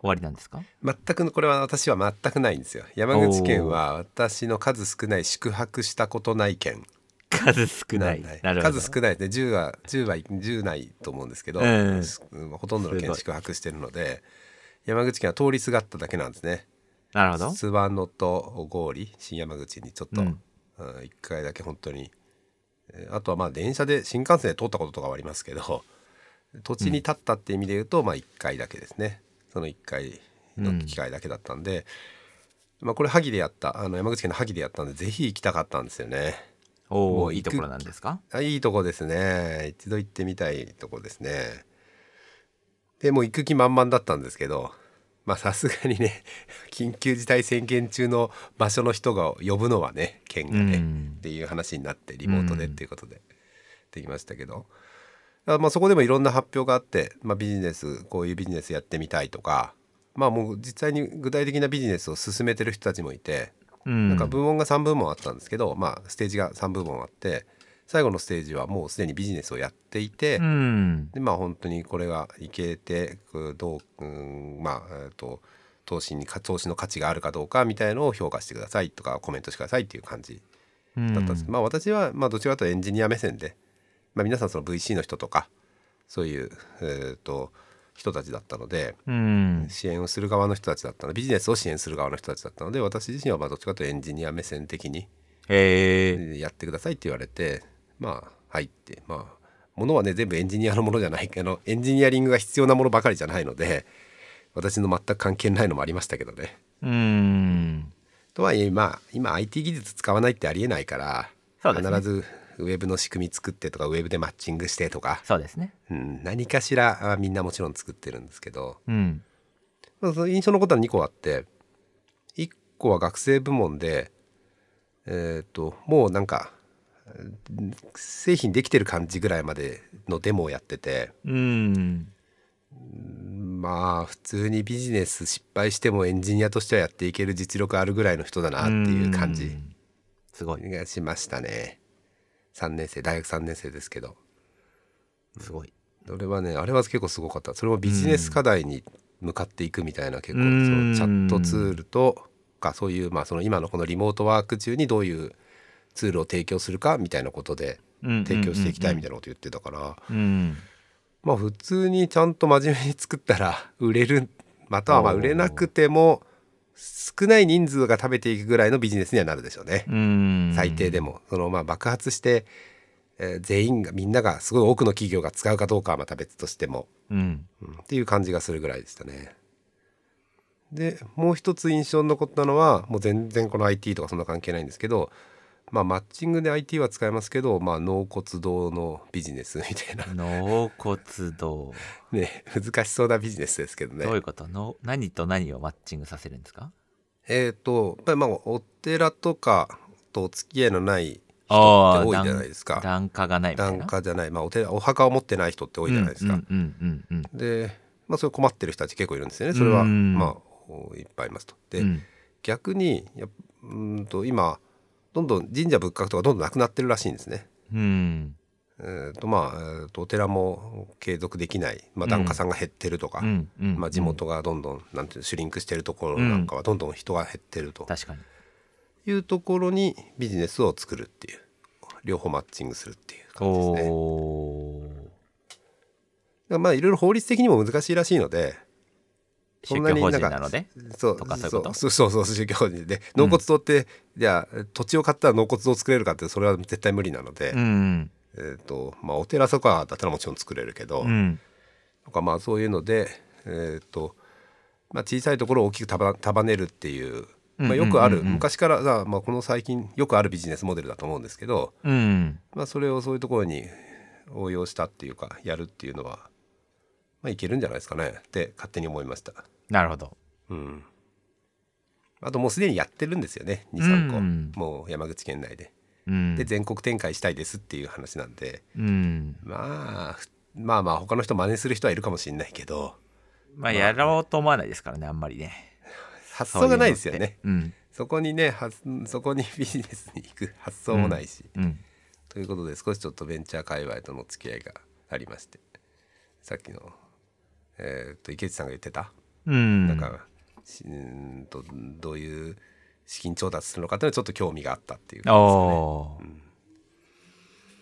[SPEAKER 2] 終わりなんですか
[SPEAKER 1] 全くこれは私は全くないんですよ山口県は私の数少ない宿泊したことない県
[SPEAKER 2] 数少ない
[SPEAKER 1] んで
[SPEAKER 2] なるほど
[SPEAKER 1] 数少ないですね10は10は10ないと思うんですけど、
[SPEAKER 2] うん
[SPEAKER 1] すほとんどの
[SPEAKER 2] す
[SPEAKER 1] 県
[SPEAKER 2] ごい
[SPEAKER 1] 宿泊してるので山口県は通りすがっただけなんですね
[SPEAKER 2] なるほど
[SPEAKER 1] 諏訪野と郡新山口にちょっと、
[SPEAKER 2] う
[SPEAKER 1] うん1回だけ本当にえーあとはまあ電車で新幹線で通ったこととかはありますけど 土地に立ったって意味で言うとまあ1回だけですねその1回の機会だけだったんで、まあ、これ萩でやったあの山口県の萩でやったんでぜひ行きたかったんですよね
[SPEAKER 2] お
[SPEAKER 1] も
[SPEAKER 2] お
[SPEAKER 1] う
[SPEAKER 2] いい
[SPEAKER 1] 行
[SPEAKER 2] と
[SPEAKER 1] く
[SPEAKER 2] ころなんですか
[SPEAKER 1] あいいとこですね一度行ってみたいとこですねでもう行く気満々だったんですけどまあさすがにね 緊急事態宣言中の場所の人が呼ぶのはね県がね、
[SPEAKER 2] うん
[SPEAKER 1] っていう話になってリモートでっていうことでできましたけど、あまあ、そこでもいろんな発表があって、まあ、ビジネスこういうビジネスやってみたいとかまあもう実際に具体的なビジネスを進めてる人たちもいて
[SPEAKER 2] うん
[SPEAKER 1] なんか部門が3部門あったんですけど、まあ、ステージが3部門あって最後のステージはもうすでにビジネスをやっていて、
[SPEAKER 2] うん
[SPEAKER 1] でまあ本当にこれがいけてこうどう、うん、まあえっと投資にか投資の価値があるかどうかみたいのを評価してくださいとかコメントしてくださいっていう感じ
[SPEAKER 2] うん
[SPEAKER 1] だったんです、まあ私はまあどちらかというとエンジニア目線で、まあ、皆さんその VC の人とかそういう、えー、と人たちだったので
[SPEAKER 2] うん
[SPEAKER 1] 支援をする側の人たちだったのでビジネスを支援する側の人たちだったので私自身はまあどっちかというとエンジニア目線的に
[SPEAKER 2] へえ
[SPEAKER 1] やってくださいって言われてまあはいってまあものはね全部エンジニアのものじゃないあのエンジニアリングが必要なものばかりじゃないので私の全く関係ないのもありましたけどね。
[SPEAKER 2] うん
[SPEAKER 1] とはいえまあ今 IT 技術使わないってありえないから、
[SPEAKER 2] そうですね
[SPEAKER 1] 必ずウェブの仕組み作ってとかウェブでマッチングしてとか、
[SPEAKER 2] そうですね
[SPEAKER 1] うん、何かしらあみんなもちろん作ってるんですけど、
[SPEAKER 2] うん
[SPEAKER 1] まあ、その印象のことは2個あって1個は学生部門でえっ、ともうなんかうん製品できてる感じぐらいまでのデモをやってて
[SPEAKER 2] うん。
[SPEAKER 1] まあ普通にビジネス失敗してもエンジニアとしてはやっていける実力あるぐらいの人だなっていう感じ
[SPEAKER 2] ん。すごい。
[SPEAKER 1] がしましたね3年生大学3年生ですけど
[SPEAKER 2] すごい。
[SPEAKER 1] それはねあれは結構すごかったそれもビジネス課題に向かっていくみたいな結構そ
[SPEAKER 2] うん
[SPEAKER 1] のチャットツールとかそういうまあその今のこのリモートワーク中にどういうツールを提供するかみたいなことで提
[SPEAKER 2] 提
[SPEAKER 1] 供していきたいみた
[SPEAKER 2] た
[SPEAKER 1] いなこと言ってたから
[SPEAKER 2] いな。うん。
[SPEAKER 1] まあ普通にちゃんと真面目に作ったら売れるまたはまあ
[SPEAKER 2] おー
[SPEAKER 1] 売れなくても少ない人数が食べていくぐらいのビジネスにはなるでしょうね。
[SPEAKER 2] うん
[SPEAKER 1] 最低でもそのまあ爆発して、えー全員がみんながすごい多くの企業が使うかどうかはまた別としても、
[SPEAKER 2] うん。
[SPEAKER 1] うんっていう感じがするぐらいでしたね。でもう一つ印象に残ったのはもう全然この IT とかそんな関係ないんですけど、まあ、マッチングで IT は使えますけど、まあ、納骨堂のビジネスみ たいな
[SPEAKER 2] 納骨堂。
[SPEAKER 1] ね難しそうなビジネスですけどね
[SPEAKER 2] どういうことの何と何をマッチングさせるんですか
[SPEAKER 1] えっ、とやっぱりまあお寺とかとお付き合いのない人
[SPEAKER 2] あ
[SPEAKER 1] っ
[SPEAKER 2] あ
[SPEAKER 1] て多いじゃないですか
[SPEAKER 2] 段下がないみたいな。
[SPEAKER 1] 檀家じゃない、まあ、お寺お墓を持ってない人って多いじゃないですか、
[SPEAKER 2] うんうんうんうん
[SPEAKER 1] で、まあ、それ困ってる人たち結構いるんですよねそれは
[SPEAKER 2] うん
[SPEAKER 1] まあおいっぱいいますと。で、
[SPEAKER 2] うん。うん
[SPEAKER 1] 逆にやっうーんと今どんどん神社仏閣とかどんどんなくなってるらしいんですね。
[SPEAKER 2] うん。
[SPEAKER 1] えーとまあえーとお寺も継続できない、まあ、
[SPEAKER 2] うん
[SPEAKER 1] 檀家さんが減ってるとか、
[SPEAKER 2] うんうん
[SPEAKER 1] まあ、地元がどんどんなんていうのシュリンクしてるところなんかはどんどん人が減ってると
[SPEAKER 2] 確かに。
[SPEAKER 1] いうところにビジネスを作るっていう両方マッチングするっていう感じですね。
[SPEAKER 2] おー
[SPEAKER 1] だからまあいろいろ法律的にも難しいらしいのでそ
[SPEAKER 2] 宗
[SPEAKER 1] んな
[SPEAKER 2] 教
[SPEAKER 1] に
[SPEAKER 2] 法
[SPEAKER 1] な
[SPEAKER 2] 人
[SPEAKER 1] んか
[SPEAKER 2] なので。
[SPEAKER 1] そう
[SPEAKER 2] とかそういうこと
[SPEAKER 1] そうそうそうそう宗教法人で納骨堂って、じゃあ土地を買ったら納骨堂作れるかってそれは絶対無理なので、
[SPEAKER 2] うん
[SPEAKER 1] えーとまあ、お寺とかだったらもちろん作れるけど、
[SPEAKER 2] うん。
[SPEAKER 1] とかまあそういうので、えーとまあ、小さいところを大きく束束ねるっていう、まあ、よくある、
[SPEAKER 2] うんうんうんうん
[SPEAKER 1] 昔からさ、まあ、この最近よくあるビジネスモデルだと思うんですけど、
[SPEAKER 2] うん。
[SPEAKER 1] まあ、それをそういうところに応用したっていうかやるっていうのは、まあ、いけるんじゃないですかねって勝手に思いました。
[SPEAKER 2] なるほど。
[SPEAKER 1] うん、あともうすでにやってるんですよね23個、
[SPEAKER 2] うん
[SPEAKER 1] もう山口県内で
[SPEAKER 2] うん。
[SPEAKER 1] で全国展開したいですっていう話なんで、
[SPEAKER 2] うん。
[SPEAKER 1] まあふまあまあ他の人真似する人はいるかもしれないけど
[SPEAKER 2] まあ、やろうと思わないですからね、あんまりね。
[SPEAKER 1] 発想がないですよ
[SPEAKER 2] そういうのっ
[SPEAKER 1] ね
[SPEAKER 2] てうん。
[SPEAKER 1] そこにねはそこにビジネスに行く発想もないし、
[SPEAKER 2] うん。
[SPEAKER 1] ということで少しちょっとベンチャー界隈との付き合いがありましてさっきの、えー、と池内さんが言ってた
[SPEAKER 2] うん。
[SPEAKER 1] なんか、しうーんとどういう資金調達するのかっていうのはちょっと興味があったっていう
[SPEAKER 2] お
[SPEAKER 1] 感じですね
[SPEAKER 2] ー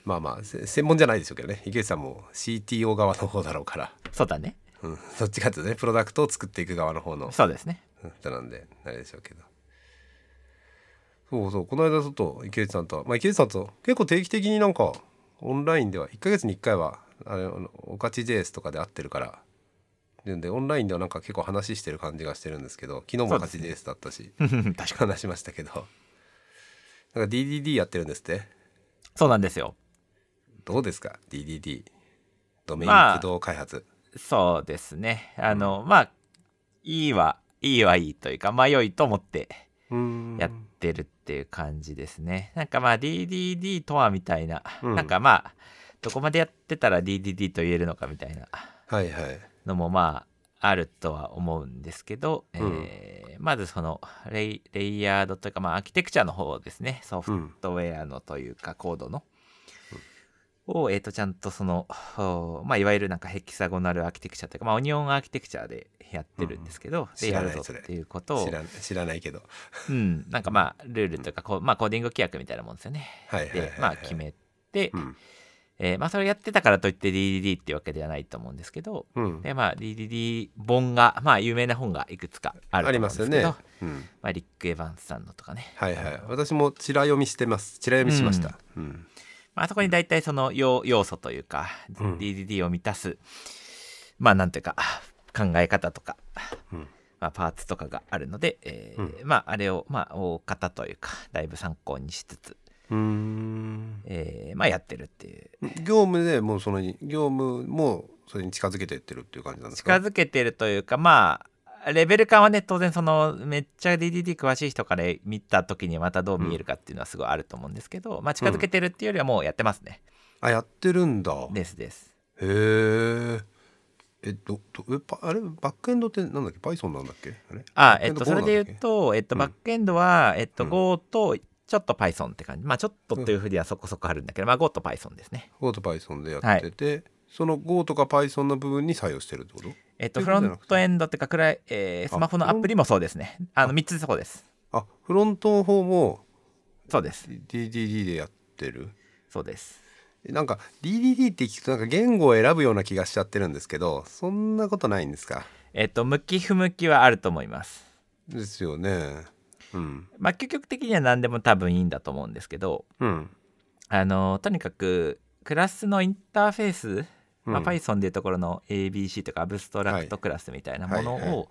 [SPEAKER 1] まあまあせ専門じゃないでしょうけどね池内さんも CTO 側の方だろうから、
[SPEAKER 2] そうだね。
[SPEAKER 1] うん、どっちかっていうとねプロダクトを作っていく側の方の
[SPEAKER 2] そうですね。
[SPEAKER 1] うん人なんであれでしょうけどそうそうこの間ちょっと池内さんとはまあ池内さんと結構定期的になんかオンラインでは1ヶ月に1回はあれあのおかち JS とかで会ってるからででオンラインではなんか結構話してる感じがしてるんですけど昨日もおかち JS だったし、
[SPEAKER 2] 確かに。
[SPEAKER 1] 話しましたけどなんか DDD やってるんですって
[SPEAKER 2] そうなんですよ。
[SPEAKER 1] どうですか DDD ドメイン
[SPEAKER 2] まあ
[SPEAKER 1] 駆動開発、
[SPEAKER 2] そうですね。あの、まあ、いいは、いいはいいというか、まあ、良いと思って
[SPEAKER 1] うん
[SPEAKER 2] やってるっていう感じですね。なんかまあ、DDD とはみたいな、
[SPEAKER 1] うん
[SPEAKER 2] なんかまあ、どこまでやってたら DDD と言えるのかみたいな
[SPEAKER 1] はいはい
[SPEAKER 2] のもまあ、あるとは思うんですけど、
[SPEAKER 1] うん
[SPEAKER 2] えーまずそのレイ、レイヤードというか、まあ、アーキテクチャの方ですね。ソフ
[SPEAKER 1] うん
[SPEAKER 2] ソフトウェアのというかコードの、を、えっ、と、ちゃんとその、おまあ、いわゆるなんかヘキサゴナルアーキテクチャというか、まあ、オニオンアーキテクチャでやってるんですけど、で
[SPEAKER 1] 知
[SPEAKER 2] や
[SPEAKER 1] らない
[SPEAKER 2] るぞ
[SPEAKER 1] それ
[SPEAKER 2] っていうことを
[SPEAKER 1] 知、ら知らないけど
[SPEAKER 2] うん、なんかまあ、ルールというか、こうまあ、コーディング規約みたいなもんですよね。
[SPEAKER 1] はいはいはい、
[SPEAKER 2] で
[SPEAKER 1] はい、
[SPEAKER 2] まあ、決めて、
[SPEAKER 1] うん
[SPEAKER 2] えーまあ、それをやってたからといって DDD っていうわけではないと思うんですけど、
[SPEAKER 1] うん
[SPEAKER 2] で、まあ、DDD 本が、まあ、有名な本がいくつかあ
[SPEAKER 1] あ
[SPEAKER 2] ると
[SPEAKER 1] り
[SPEAKER 2] 思う
[SPEAKER 1] ま
[SPEAKER 2] んです
[SPEAKER 1] よ
[SPEAKER 2] すけど、
[SPEAKER 1] ね
[SPEAKER 2] ま、
[SPEAKER 1] うん、
[SPEAKER 2] あ、リック・エヴァンスさんのとかね、
[SPEAKER 1] はいはい私もチラ読みしてますチラ読みしました、うん
[SPEAKER 2] まあ、そこに大体その要要素というか、
[SPEAKER 1] うん
[SPEAKER 2] DDD を満たすまあなんていうか考え方とか、
[SPEAKER 1] うん
[SPEAKER 2] まあ、パーツとかがあるので、えー
[SPEAKER 1] う
[SPEAKER 2] まああれをまあ大方というかだいぶ参考にしつつ、
[SPEAKER 1] うーん
[SPEAKER 2] えーまあやってるっていう
[SPEAKER 1] 業務でもうその業務もそれに近づけてってるっていう感じなんです
[SPEAKER 2] 近
[SPEAKER 1] か
[SPEAKER 2] づけてるというかまあレベル感はね当然そのめっちゃ DDD 詳しい人から見た時にまたどう見えるかっていうのはすごいあると思うんですけど、まあ近づけてるっていうよりはもうやってますね、
[SPEAKER 1] あやってるんだへ
[SPEAKER 2] ですです
[SPEAKER 1] ええどどえパあれバックエンドってなんだっけ Python なんだっけあれ
[SPEAKER 2] あえっ
[SPEAKER 1] バッ
[SPEAKER 2] と
[SPEAKER 1] クエン
[SPEAKER 2] そ
[SPEAKER 1] ド
[SPEAKER 2] れで言うと、えっと
[SPEAKER 1] うん
[SPEAKER 2] バックエンドは、えっと
[SPEAKER 1] うん
[SPEAKER 2] Go とちょっと Python って感じまあちょっとというふうにはそこそこあるんだけど、まあ Go と Python ですね
[SPEAKER 1] Go と Python でやってて、その Go とか Python の部分に採用してるってこと
[SPEAKER 2] えっと
[SPEAKER 1] という
[SPEAKER 2] フ
[SPEAKER 1] こと
[SPEAKER 2] ロ
[SPEAKER 1] じゃな
[SPEAKER 2] ン
[SPEAKER 1] くて
[SPEAKER 2] トエンドってかくらい、えースマホのアプリもそうですねあの3つそこです
[SPEAKER 1] あフロントの方も
[SPEAKER 2] そうです
[SPEAKER 1] DDD でやってる
[SPEAKER 2] そうです
[SPEAKER 1] なんか DDD って聞くとなんか言語を選ぶような気がしちゃってるんですけどそんなことないんですか
[SPEAKER 2] えっと向き不向きはあると思います
[SPEAKER 1] ですよねうん
[SPEAKER 2] まあ究極的には何でも多分いいんだと思うんですけど
[SPEAKER 1] うん
[SPEAKER 2] あのとにかくクラスのインターフェース、まあ、
[SPEAKER 1] うん
[SPEAKER 2] Python でいうところの ABC とかアブストラクトクラスみたいなものを、
[SPEAKER 1] はいはいは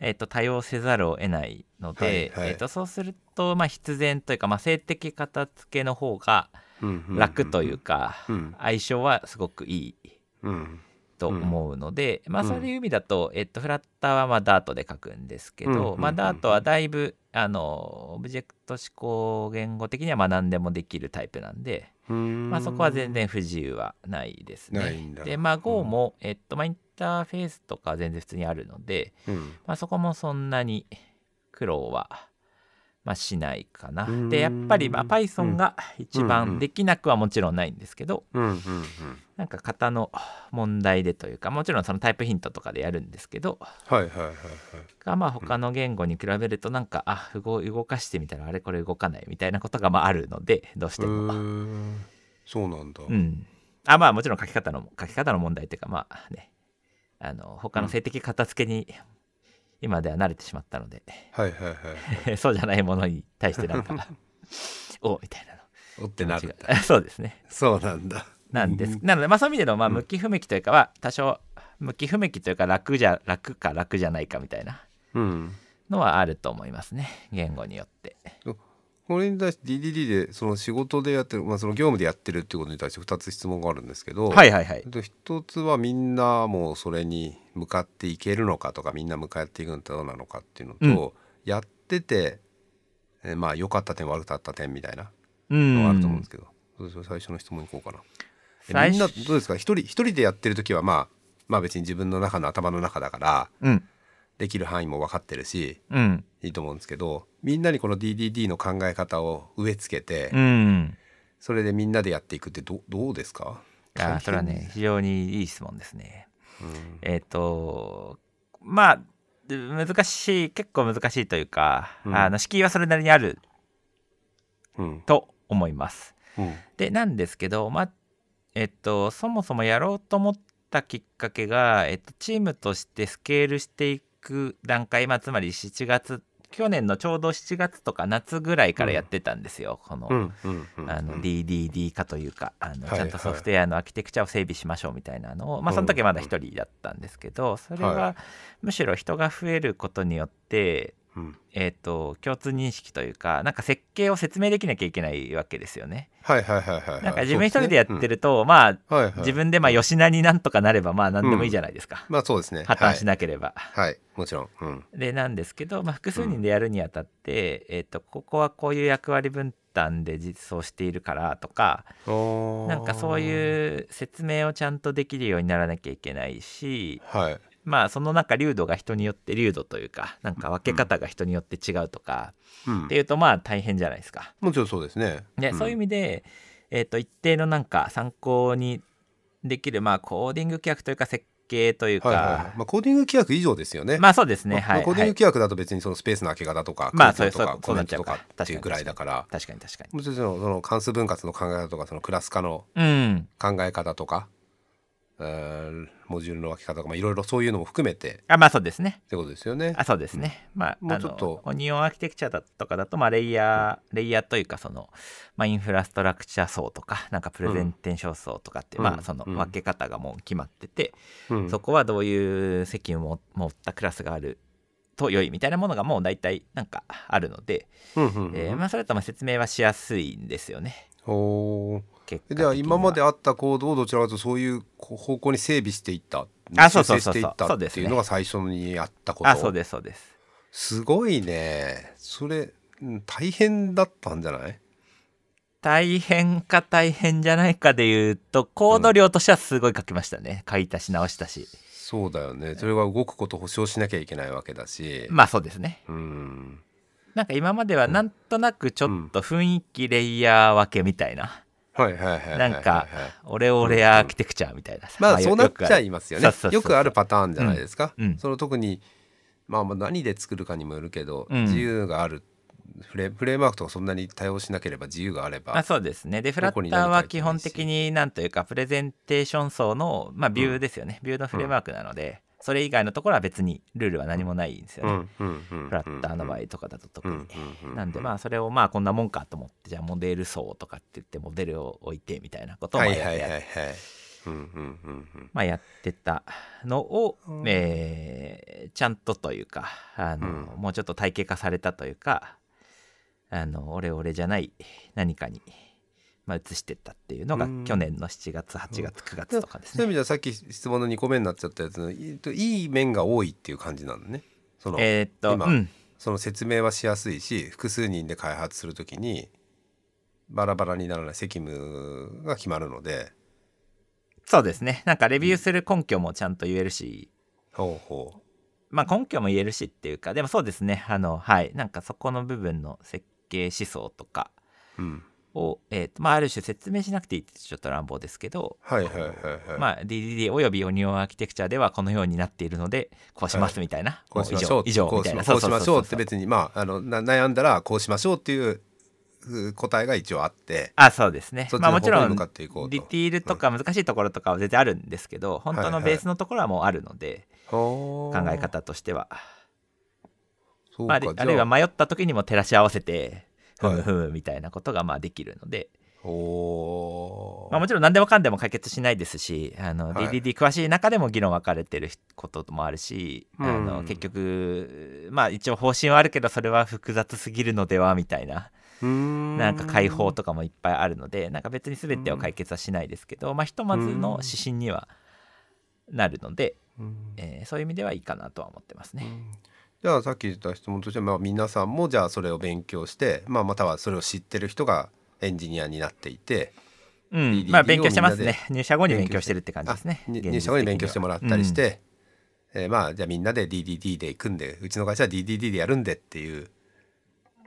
[SPEAKER 2] えっと多用せざるを得ないので、
[SPEAKER 1] はいはい
[SPEAKER 2] えっとそうすると、まあ、必然というか、まあ、性的片付けの方が
[SPEAKER 1] うんうん
[SPEAKER 2] 楽というか、
[SPEAKER 1] うん
[SPEAKER 2] 相性はすごくいい
[SPEAKER 1] うん
[SPEAKER 2] と思うので、まあ
[SPEAKER 1] うん
[SPEAKER 2] そういう意味だと、えっと、フラッターはまあダートで書くんですけ
[SPEAKER 1] うんうん
[SPEAKER 2] ど、
[SPEAKER 1] うん
[SPEAKER 2] まあダートはだいぶあのオブジェクト思考言語的には学んでもできるタイプなんで、
[SPEAKER 1] うん
[SPEAKER 2] まあ、そこは全然不自由はないですね。
[SPEAKER 1] ないんだ
[SPEAKER 2] でまあ Go も、えっとまあ、インターフェースとかは全然普通にあるので、
[SPEAKER 1] うん
[SPEAKER 2] まあ、そこもそんなに苦労は、まあ、しないかな
[SPEAKER 1] うー。ん
[SPEAKER 2] でやっぱり、まあ、Python が一
[SPEAKER 1] うんうん
[SPEAKER 2] 番できなくはもちろんないんですけど、
[SPEAKER 1] うんうんうん
[SPEAKER 2] なんか型の問題でというかもちろんそのタイプヒントとかでやるんですけど
[SPEAKER 1] はいはいはいはい
[SPEAKER 2] がまあ他の言語に比べるとなんか、あ不合動かしてみたらあれこれ動かないみたいなことがまああるのでどうして
[SPEAKER 1] へ
[SPEAKER 2] も。
[SPEAKER 1] ーそうなんだ、
[SPEAKER 2] うん、あまあもちろん書き方の書き方の問題っていうかまあねあの他の性的片付けに今では慣れてしまったので、
[SPEAKER 1] はいはいはい
[SPEAKER 2] そうじゃないものに対してな んかおみたいなの
[SPEAKER 1] おってなるんだ
[SPEAKER 2] 違う そうですね
[SPEAKER 1] そうなんだ
[SPEAKER 2] なんですなのでまあそういう意味での、まあ、
[SPEAKER 1] うん
[SPEAKER 2] 向き不向きというかは多少向き不向きというか楽じゃ楽か楽じゃないかみたいな
[SPEAKER 1] うん
[SPEAKER 2] のはあると思いますね言語によって
[SPEAKER 1] これに対して DDD でその仕事でやってる、まあ、その業務でやってるってことに対して2つ質問があるんですけど、
[SPEAKER 2] はいはいはい
[SPEAKER 1] えっと一つはみんなもうそれに向かっていけるのかとかみんな向かっていくのはどうなのかっていうのと、やってて、えーまあ良かった点悪かった点みたいな
[SPEAKER 2] う
[SPEAKER 1] の
[SPEAKER 2] ん
[SPEAKER 1] があると思うんですけど、そうですよ最初の質問いこうかな。え
[SPEAKER 2] 最
[SPEAKER 1] みんなど
[SPEAKER 2] 初
[SPEAKER 1] うですか一人一人でやってる時は、まあ、まあ別に自分の中の頭の中だから
[SPEAKER 2] うん
[SPEAKER 1] できる範囲も分かってるし
[SPEAKER 2] うん
[SPEAKER 1] いいと思うんですけどみんなにこの DDD の考え方を植え付けて、
[SPEAKER 2] うん
[SPEAKER 1] それでみんなでやっていくってどどうですか
[SPEAKER 2] あ
[SPEAKER 1] 大変
[SPEAKER 2] ーそれはね非常にいい質問ですね
[SPEAKER 1] うん
[SPEAKER 2] えっ、とまあで難しい結構難しいというか、
[SPEAKER 1] うん
[SPEAKER 2] あの敷居はそれなりにある
[SPEAKER 1] うん
[SPEAKER 2] と思います。
[SPEAKER 1] うん
[SPEAKER 2] でなんですけどまあえっ、とそもそもやろうと思ったきっかけが、えっとチームとしてスケールしていく段階、まあ、つまり7月去年のちょうど7月とか夏ぐらいからやってたんですよ、この、
[SPEAKER 1] うんうんうん
[SPEAKER 2] あの DDD 化というかあの
[SPEAKER 1] はい
[SPEAKER 2] ちゃんとソフトウェアのアーキテクチャを整備しましょうみたいなのを、まあ、その時まだ一人だったんですけどそれ
[SPEAKER 1] はい
[SPEAKER 2] はむしろ人が増えることによって、
[SPEAKER 1] うん
[SPEAKER 2] えー、と共通認識というかなんか設計を説明できなきゃいけないわけですよね。
[SPEAKER 1] はいはいはいはいはい。
[SPEAKER 2] なんか自分一人でやって
[SPEAKER 1] る。
[SPEAKER 2] ると、まあ
[SPEAKER 1] はいはい
[SPEAKER 2] 自分でまあ吉なになんとかなればまあ何でもいいじゃないですか、
[SPEAKER 1] まあそうですね。
[SPEAKER 2] 破綻し
[SPEAKER 1] ない。
[SPEAKER 2] なければ。
[SPEAKER 1] はい、もちろん。うん。
[SPEAKER 2] でなんですけど、まあ、複数人でやるにあたって、えー、とここはこういう役割分担で実装しているからとか、なんかそ
[SPEAKER 1] う。
[SPEAKER 2] ういう説明をちゃんとできるようにならなきゃいけないし
[SPEAKER 1] はい。
[SPEAKER 2] まあその中流度が人によって流度というかなんか分け方が人によって違うとか、
[SPEAKER 1] うん
[SPEAKER 2] っていうとまあ大変じゃないですか。
[SPEAKER 1] もちろんそうですね。
[SPEAKER 2] で、
[SPEAKER 1] ん
[SPEAKER 2] そういう意味で、えー、と一定のなんか参考にできるまあコーディング規約というか設計というか、
[SPEAKER 1] はいはいはい。まあコーディング規約以上ですよね。
[SPEAKER 2] まあそうですね、
[SPEAKER 1] まあ
[SPEAKER 2] はい、
[SPEAKER 1] コーディング
[SPEAKER 2] はい、
[SPEAKER 1] 規約だと別にそのスペースの空け方とか、
[SPEAKER 2] まあ
[SPEAKER 1] 空間
[SPEAKER 2] そ
[SPEAKER 1] と
[SPEAKER 2] うそ
[SPEAKER 1] か
[SPEAKER 2] う、
[SPEAKER 1] コ
[SPEAKER 2] そう
[SPEAKER 1] メ
[SPEAKER 2] な
[SPEAKER 1] ン
[SPEAKER 2] っ
[SPEAKER 1] ト
[SPEAKER 2] ちゃ
[SPEAKER 1] と
[SPEAKER 2] うか
[SPEAKER 1] かっていうぐらいだから、
[SPEAKER 2] 確かに確かに。
[SPEAKER 1] もちろんその関数分割の考え方とか、そのクラス化の
[SPEAKER 2] うん
[SPEAKER 1] 考え方とか、えーモジュールの分け方とか、まあいろいろそういうのも含めて
[SPEAKER 2] あまあそうですね。
[SPEAKER 1] ってことですよね
[SPEAKER 2] あ。そうですね、まあ
[SPEAKER 1] もう
[SPEAKER 2] あ
[SPEAKER 1] ちょっと
[SPEAKER 2] のオニオンアーキテクチャだとかだと、まあ、レイヤーレイヤーというかその、まあ、インフラストラクチャ層とかなんかプレゼンテーション層とかって、
[SPEAKER 1] うん
[SPEAKER 2] まあ、その
[SPEAKER 1] うん
[SPEAKER 2] 分け方がもう決まってて、
[SPEAKER 1] うん
[SPEAKER 2] そこはどういう責務を持ったクラスがあると良いみたいなものがもう大体なんかあるので、
[SPEAKER 1] うんうんうん
[SPEAKER 2] えーまあ、それとも説明はしやすいんですよね
[SPEAKER 1] ほー
[SPEAKER 2] 結果的
[SPEAKER 1] え
[SPEAKER 2] に
[SPEAKER 1] では今まであった行動をどちらかというとそういうこう方向に整備していったっ
[SPEAKER 2] あそ
[SPEAKER 1] 修
[SPEAKER 2] うそ
[SPEAKER 1] 正
[SPEAKER 2] うそ
[SPEAKER 1] し
[SPEAKER 2] う
[SPEAKER 1] ていった
[SPEAKER 2] そう
[SPEAKER 1] っ
[SPEAKER 2] で
[SPEAKER 1] て
[SPEAKER 2] す
[SPEAKER 1] い
[SPEAKER 2] ね
[SPEAKER 1] うのが最初にやったこと
[SPEAKER 2] あそうですそうです
[SPEAKER 1] すごいねそれうん大変だったんじゃない
[SPEAKER 2] 大変か大変じゃないかで言うとコード量としてはすごい書きましたね、書いたし直したし
[SPEAKER 1] そうだよねそれが動くことを保証しなきゃいけないわけだし、
[SPEAKER 2] まあそうですね
[SPEAKER 1] うん
[SPEAKER 2] なんか今まではなんとなくちょっと雰囲気レイヤー分けみたいな、
[SPEAKER 1] はいはいはいはいはいはい
[SPEAKER 2] なんかオレオレアーキテクチャみたいなさ、
[SPEAKER 1] まあそうなっちゃい
[SPEAKER 2] よ
[SPEAKER 1] ますよね
[SPEAKER 2] そうそうそうそう
[SPEAKER 1] よくあるパターンじゃないですか、
[SPEAKER 2] うんうん
[SPEAKER 1] その特にまあまあ何で作るかにもよるけど、
[SPEAKER 2] うん
[SPEAKER 1] 自由があるフレフレームワークとかそんなに対応しなければ自由があれ
[SPEAKER 2] くあ
[SPEAKER 1] ば
[SPEAKER 2] そうですねでフ
[SPEAKER 1] ど
[SPEAKER 2] ラ
[SPEAKER 1] こに
[SPEAKER 2] ッ
[SPEAKER 1] 何
[SPEAKER 2] タ
[SPEAKER 1] 書
[SPEAKER 2] ー
[SPEAKER 1] い
[SPEAKER 2] は
[SPEAKER 1] て
[SPEAKER 2] 基
[SPEAKER 1] もいいし
[SPEAKER 2] 本的になんというかプレゼンテーション層の、まあ、ビューですよね、ビューのフレームワークなので、それ以外のところは別にルールは何もないんですよね、
[SPEAKER 1] フ
[SPEAKER 2] フラッターの場合とかだと特に、なんで
[SPEAKER 1] あ
[SPEAKER 2] まあそれをまあこんなもんかと思ってじゃあモデル層とかって言ってモデルを置いてみたいなことをま
[SPEAKER 1] は
[SPEAKER 2] あ
[SPEAKER 1] い
[SPEAKER 2] や
[SPEAKER 1] は
[SPEAKER 2] っ
[SPEAKER 1] い
[SPEAKER 2] て,、
[SPEAKER 1] はいはいうんうんうんうん
[SPEAKER 2] まあ、やってたのを、
[SPEAKER 1] うん
[SPEAKER 2] えーちゃんとというかあの、
[SPEAKER 1] うん
[SPEAKER 2] もうちょっと体系化されたというかあの俺俺じゃない何かに、まあ、移してったっていうのが
[SPEAKER 1] うん
[SPEAKER 2] 去年の7月8月9月とかです
[SPEAKER 1] そういう意
[SPEAKER 2] ね。
[SPEAKER 1] 味ではさっき質問の2個目になっちゃったやつのいいといい面が多いっていう感じなのねその,、
[SPEAKER 2] えーっと、
[SPEAKER 1] 今
[SPEAKER 2] うん、
[SPEAKER 1] その説明はしやすいし複数人で開発するときにバラバラにならない責務が決まるので
[SPEAKER 2] そうですねなんかレビューする根拠もちゃんと言えるし、
[SPEAKER 1] ほうほ
[SPEAKER 2] まあ根拠も言えるしっていうかでもそうですねあのはいなんかそこの部分の設計思想とか
[SPEAKER 1] う、うん、
[SPEAKER 2] を、えーとまあ、ある種説明しなくていいってちょっと乱暴ですけど、
[SPEAKER 1] はいはいはいはい、
[SPEAKER 2] まあ、DDD およびオニオンアーキテクチャではこのようになっているのでこうしますみたいな、
[SPEAKER 1] こうしましょう
[SPEAKER 2] 以上以上
[SPEAKER 1] こ
[SPEAKER 2] み
[SPEAKER 1] う
[SPEAKER 2] た
[SPEAKER 1] し
[SPEAKER 2] い
[SPEAKER 1] ま
[SPEAKER 2] な
[SPEAKER 1] こうしましょうって
[SPEAKER 2] そそそそ
[SPEAKER 1] 別にまああのな悩んだらこうしましょうっていうう答えが一応あって
[SPEAKER 2] あそうですね
[SPEAKER 1] そっち
[SPEAKER 2] まあ
[SPEAKER 1] の
[SPEAKER 2] も
[SPEAKER 1] 方
[SPEAKER 2] ち
[SPEAKER 1] 向
[SPEAKER 2] ろ
[SPEAKER 1] に向
[SPEAKER 2] ん
[SPEAKER 1] かっていこうと
[SPEAKER 2] ディティールとか難しいところとかは全然あるんですけど、本当のベースのところはもうあるので、
[SPEAKER 1] 考
[SPEAKER 2] 考え方としては、
[SPEAKER 1] そう
[SPEAKER 2] まあ、
[SPEAKER 1] か
[SPEAKER 2] ある
[SPEAKER 1] じゃ
[SPEAKER 2] あるいは迷った時にも照らし合わせてふ
[SPEAKER 1] はい
[SPEAKER 2] むふむみたいなことがまあできるので、
[SPEAKER 1] おー
[SPEAKER 2] まあ、もちろん何でもかんでも解決しないですしあの、
[SPEAKER 1] はい
[SPEAKER 2] DDD 詳しい中でも議論分かれてることもあるし、
[SPEAKER 1] うん
[SPEAKER 2] あの結局まあ一応方針はあるけどそれは複雑すぎるのではみたいな
[SPEAKER 1] うーん
[SPEAKER 2] なんか解放とかもいっぱいあるのでなんか別に全てを解決はしないですけど、まあ、ひとまずの指針にはなるので、
[SPEAKER 1] うん
[SPEAKER 2] えーそういう意味ではいいかなとは思ってますね。
[SPEAKER 1] じゃあさっき言った質問としては、まあ、皆さんもじゃあそれを勉強して、まあ、またはそれを知ってる人がエンジニアになっていて
[SPEAKER 2] うん
[SPEAKER 1] DDD
[SPEAKER 2] まあ、勉強してます
[SPEAKER 1] をみんな
[SPEAKER 2] ね入社後に勉強してるって感じですね。
[SPEAKER 1] あに
[SPEAKER 2] 現実的
[SPEAKER 1] 入
[SPEAKER 2] に
[SPEAKER 1] 社後に勉強してもらったりし
[SPEAKER 2] うん
[SPEAKER 1] て、えーまあじゃあみんなで DDD で組んでうちの会社は DDD でやるんでっていう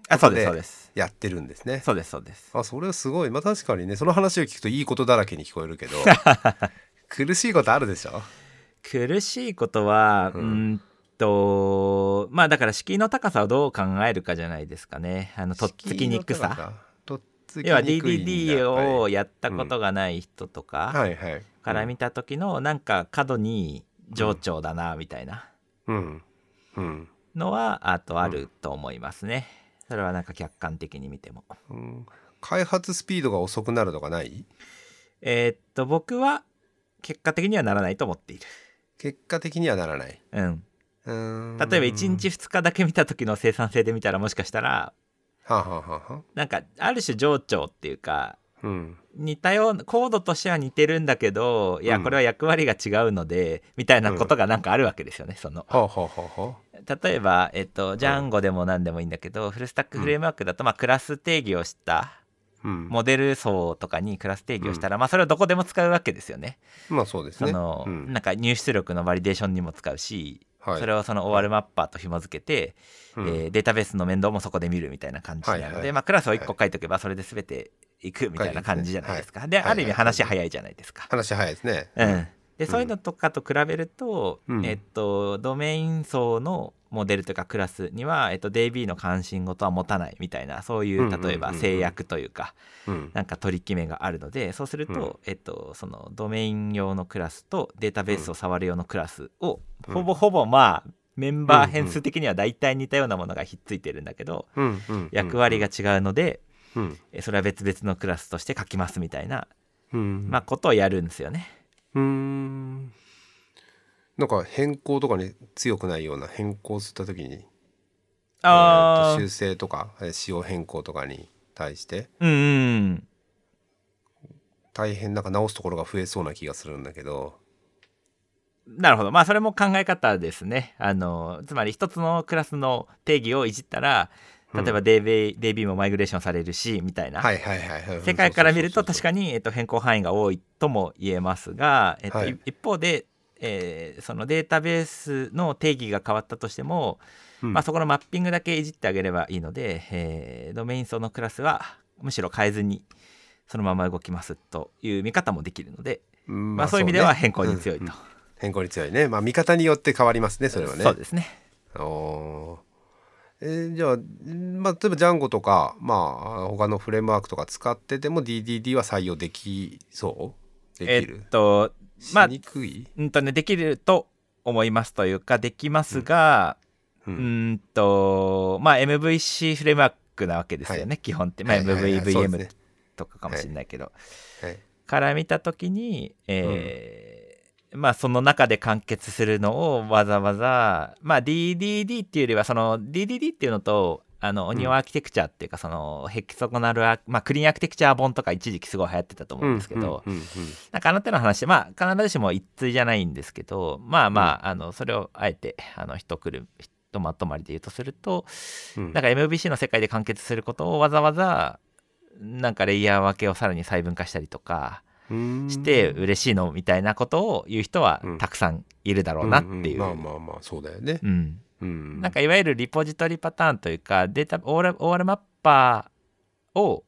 [SPEAKER 2] あそうですそうです
[SPEAKER 1] やってるんですね。
[SPEAKER 2] そうですそうです
[SPEAKER 1] あそれはすごいまあ確かにねその話を聞くといいことだらけに聞こえるけ ど苦しいことあるでしょ
[SPEAKER 2] 苦しいことは、
[SPEAKER 1] う
[SPEAKER 2] うんん、とまあだから敷居の高さをどう考えるかじゃないですかねあのとっつきにくさ
[SPEAKER 1] とっつき
[SPEAKER 2] 要は
[SPEAKER 1] にくいんだや
[SPEAKER 2] DDD
[SPEAKER 1] っぱり
[SPEAKER 2] をやったことがない人とか
[SPEAKER 1] はいはい
[SPEAKER 2] から見た時のなんか過度に情緒だなみたいな
[SPEAKER 1] うんうん、
[SPEAKER 2] のはあとあると思いますね、それはなんか客観的に見ても
[SPEAKER 1] うん、開発スピードが遅くなるとかない
[SPEAKER 2] えーっと僕は結果的にはならないと思っている
[SPEAKER 1] 結果的にはならない
[SPEAKER 2] うん
[SPEAKER 1] うーん
[SPEAKER 2] 例えば1日2日だけ見た時の生産性で見たらもしかしたら
[SPEAKER 1] はあはあはあはあ
[SPEAKER 2] なんかある種情緒っていうか
[SPEAKER 1] うん
[SPEAKER 2] 似たようなコードとしては似てるんだけどいや
[SPEAKER 1] うん
[SPEAKER 2] これは役割が違うので、みたいなことがなんかあるわけですよねその
[SPEAKER 1] はあはあはあは
[SPEAKER 2] 例えば、えっと、ジャンゴでも何でもいいんだけど、フルスタックフレームワークだと、まあ、クラス定義をした
[SPEAKER 1] あうん
[SPEAKER 2] モデル層とかにクラス定義をしたら、まあ、それをどこでも使うわけですよね。
[SPEAKER 1] まあそうです
[SPEAKER 2] そ
[SPEAKER 1] ね
[SPEAKER 2] の
[SPEAKER 1] うん
[SPEAKER 2] なんか入出力のバリデーションにも使うし、
[SPEAKER 1] はい
[SPEAKER 2] それをその OR マッパーと紐付けて、
[SPEAKER 1] うん
[SPEAKER 2] えーデータベースの面倒もそこで見るみたいな感じなので、
[SPEAKER 1] はいはい
[SPEAKER 2] まあ、クラスを1個書いとけばそれで全ていくみたいな感じじゃないですか。で
[SPEAKER 1] はい
[SPEAKER 2] ある意
[SPEAKER 1] はい
[SPEAKER 2] 味
[SPEAKER 1] はい
[SPEAKER 2] 話早いじゃないですか。
[SPEAKER 1] 話早いですね
[SPEAKER 2] うん、でそういうのとかと比べると、
[SPEAKER 1] うん
[SPEAKER 2] えっと、ドメイン層のモデルとかクラスには、えっと、DB の関心事は持たないみたいなそうい
[SPEAKER 1] うんうんうん
[SPEAKER 2] う
[SPEAKER 1] うん
[SPEAKER 2] 例えば制約というか
[SPEAKER 1] うん
[SPEAKER 2] なんか取り決めがあるのでそうすると、えっと、そのドメイン用のクラスとデータベースを触る用のクラスを、
[SPEAKER 1] うん
[SPEAKER 2] ほぼほぼまあメンバー変数的には大体似たようなものがひっついてるんだけど、
[SPEAKER 1] うんうん
[SPEAKER 2] 役割が違うので、
[SPEAKER 1] うん
[SPEAKER 2] えそれは別々のクラスとして書きますみたいな、
[SPEAKER 1] うん
[SPEAKER 2] まあ、ことをやるんですよね。
[SPEAKER 1] うーんなんか変更とかに強くないような変更した時に、えー
[SPEAKER 2] あ
[SPEAKER 1] と
[SPEAKER 2] ー
[SPEAKER 1] 修正とかえー仕様変更とかに対して
[SPEAKER 2] うんうん
[SPEAKER 1] 大変なんか直すところが増えそうな気がするんだけど
[SPEAKER 2] なるほど。まあ、それも考え方ですね。あの、つまり一つのクラスの定義をいじったら、例えば DB、DB もマイグレーションされるし、みたいな。
[SPEAKER 1] はいはいはい。
[SPEAKER 2] 世界から見ると確
[SPEAKER 1] に。
[SPEAKER 2] かに、えっと、変更範囲が多いとも言えますが、えっと
[SPEAKER 1] はい
[SPEAKER 2] い一方で、えーそのデータベースの定義が変わったとしても、
[SPEAKER 1] うん
[SPEAKER 2] まあ、そこのマッピングだけいじってあげればいいので、えードメイン層のクラスはむしろ変えずにそのまま動きますという見方もできるので、
[SPEAKER 1] うん
[SPEAKER 2] まあ、そういう意味では変更に
[SPEAKER 1] い
[SPEAKER 2] 強いと、
[SPEAKER 1] 変更に強いね。まあ見方によって変わりますね、それはね。
[SPEAKER 2] そうですね。
[SPEAKER 1] おーえーじゃあ、んまあ、例えばジャンゴとか、まあ、他のフレームワークとか使ってても DDD は採用できそうでき
[SPEAKER 2] え
[SPEAKER 1] る
[SPEAKER 2] っ、とまあ
[SPEAKER 1] しにくい、
[SPEAKER 2] うんとねできると思いますというかできますが、
[SPEAKER 1] う
[SPEAKER 2] うんーんとまあ MVC フレームワークなわけですよね、
[SPEAKER 1] は
[SPEAKER 2] 基本って、まあ、
[SPEAKER 1] はいはいはいそうです
[SPEAKER 2] MVVM
[SPEAKER 1] ね
[SPEAKER 2] とかかもしれないけど、
[SPEAKER 1] はい
[SPEAKER 2] から見た時に、えーまあその中で完結するのをわざわざまあ DDD っていうよりはその DDD っていうのとあのオニオンアーキテクチャっていうかそのヘキソコナルアーまあクリーンアーキテクチャ本とか一時期すごい流行ってたと思うんですけど、
[SPEAKER 1] うんうんうん
[SPEAKER 2] なんかあなたの話まあ必ずしも一対じゃないんですけどまあまあ,、あのそれをあえてあの一くるひとまとまりで言うとすると、
[SPEAKER 1] うん
[SPEAKER 2] なんか MBC の世界で完結することをわざわざなんかレイヤー分けをさらに細分化したりとか
[SPEAKER 1] うん
[SPEAKER 2] して嬉しいのみたいなことを言う人は
[SPEAKER 1] うん
[SPEAKER 2] たくさんいるだろうなって
[SPEAKER 1] ん
[SPEAKER 2] いう。
[SPEAKER 1] んまあまあまあそうだよね、
[SPEAKER 2] うん
[SPEAKER 1] うん、
[SPEAKER 2] なんかいわゆるリポジトリパターンというかデータ OR, OR マッパーを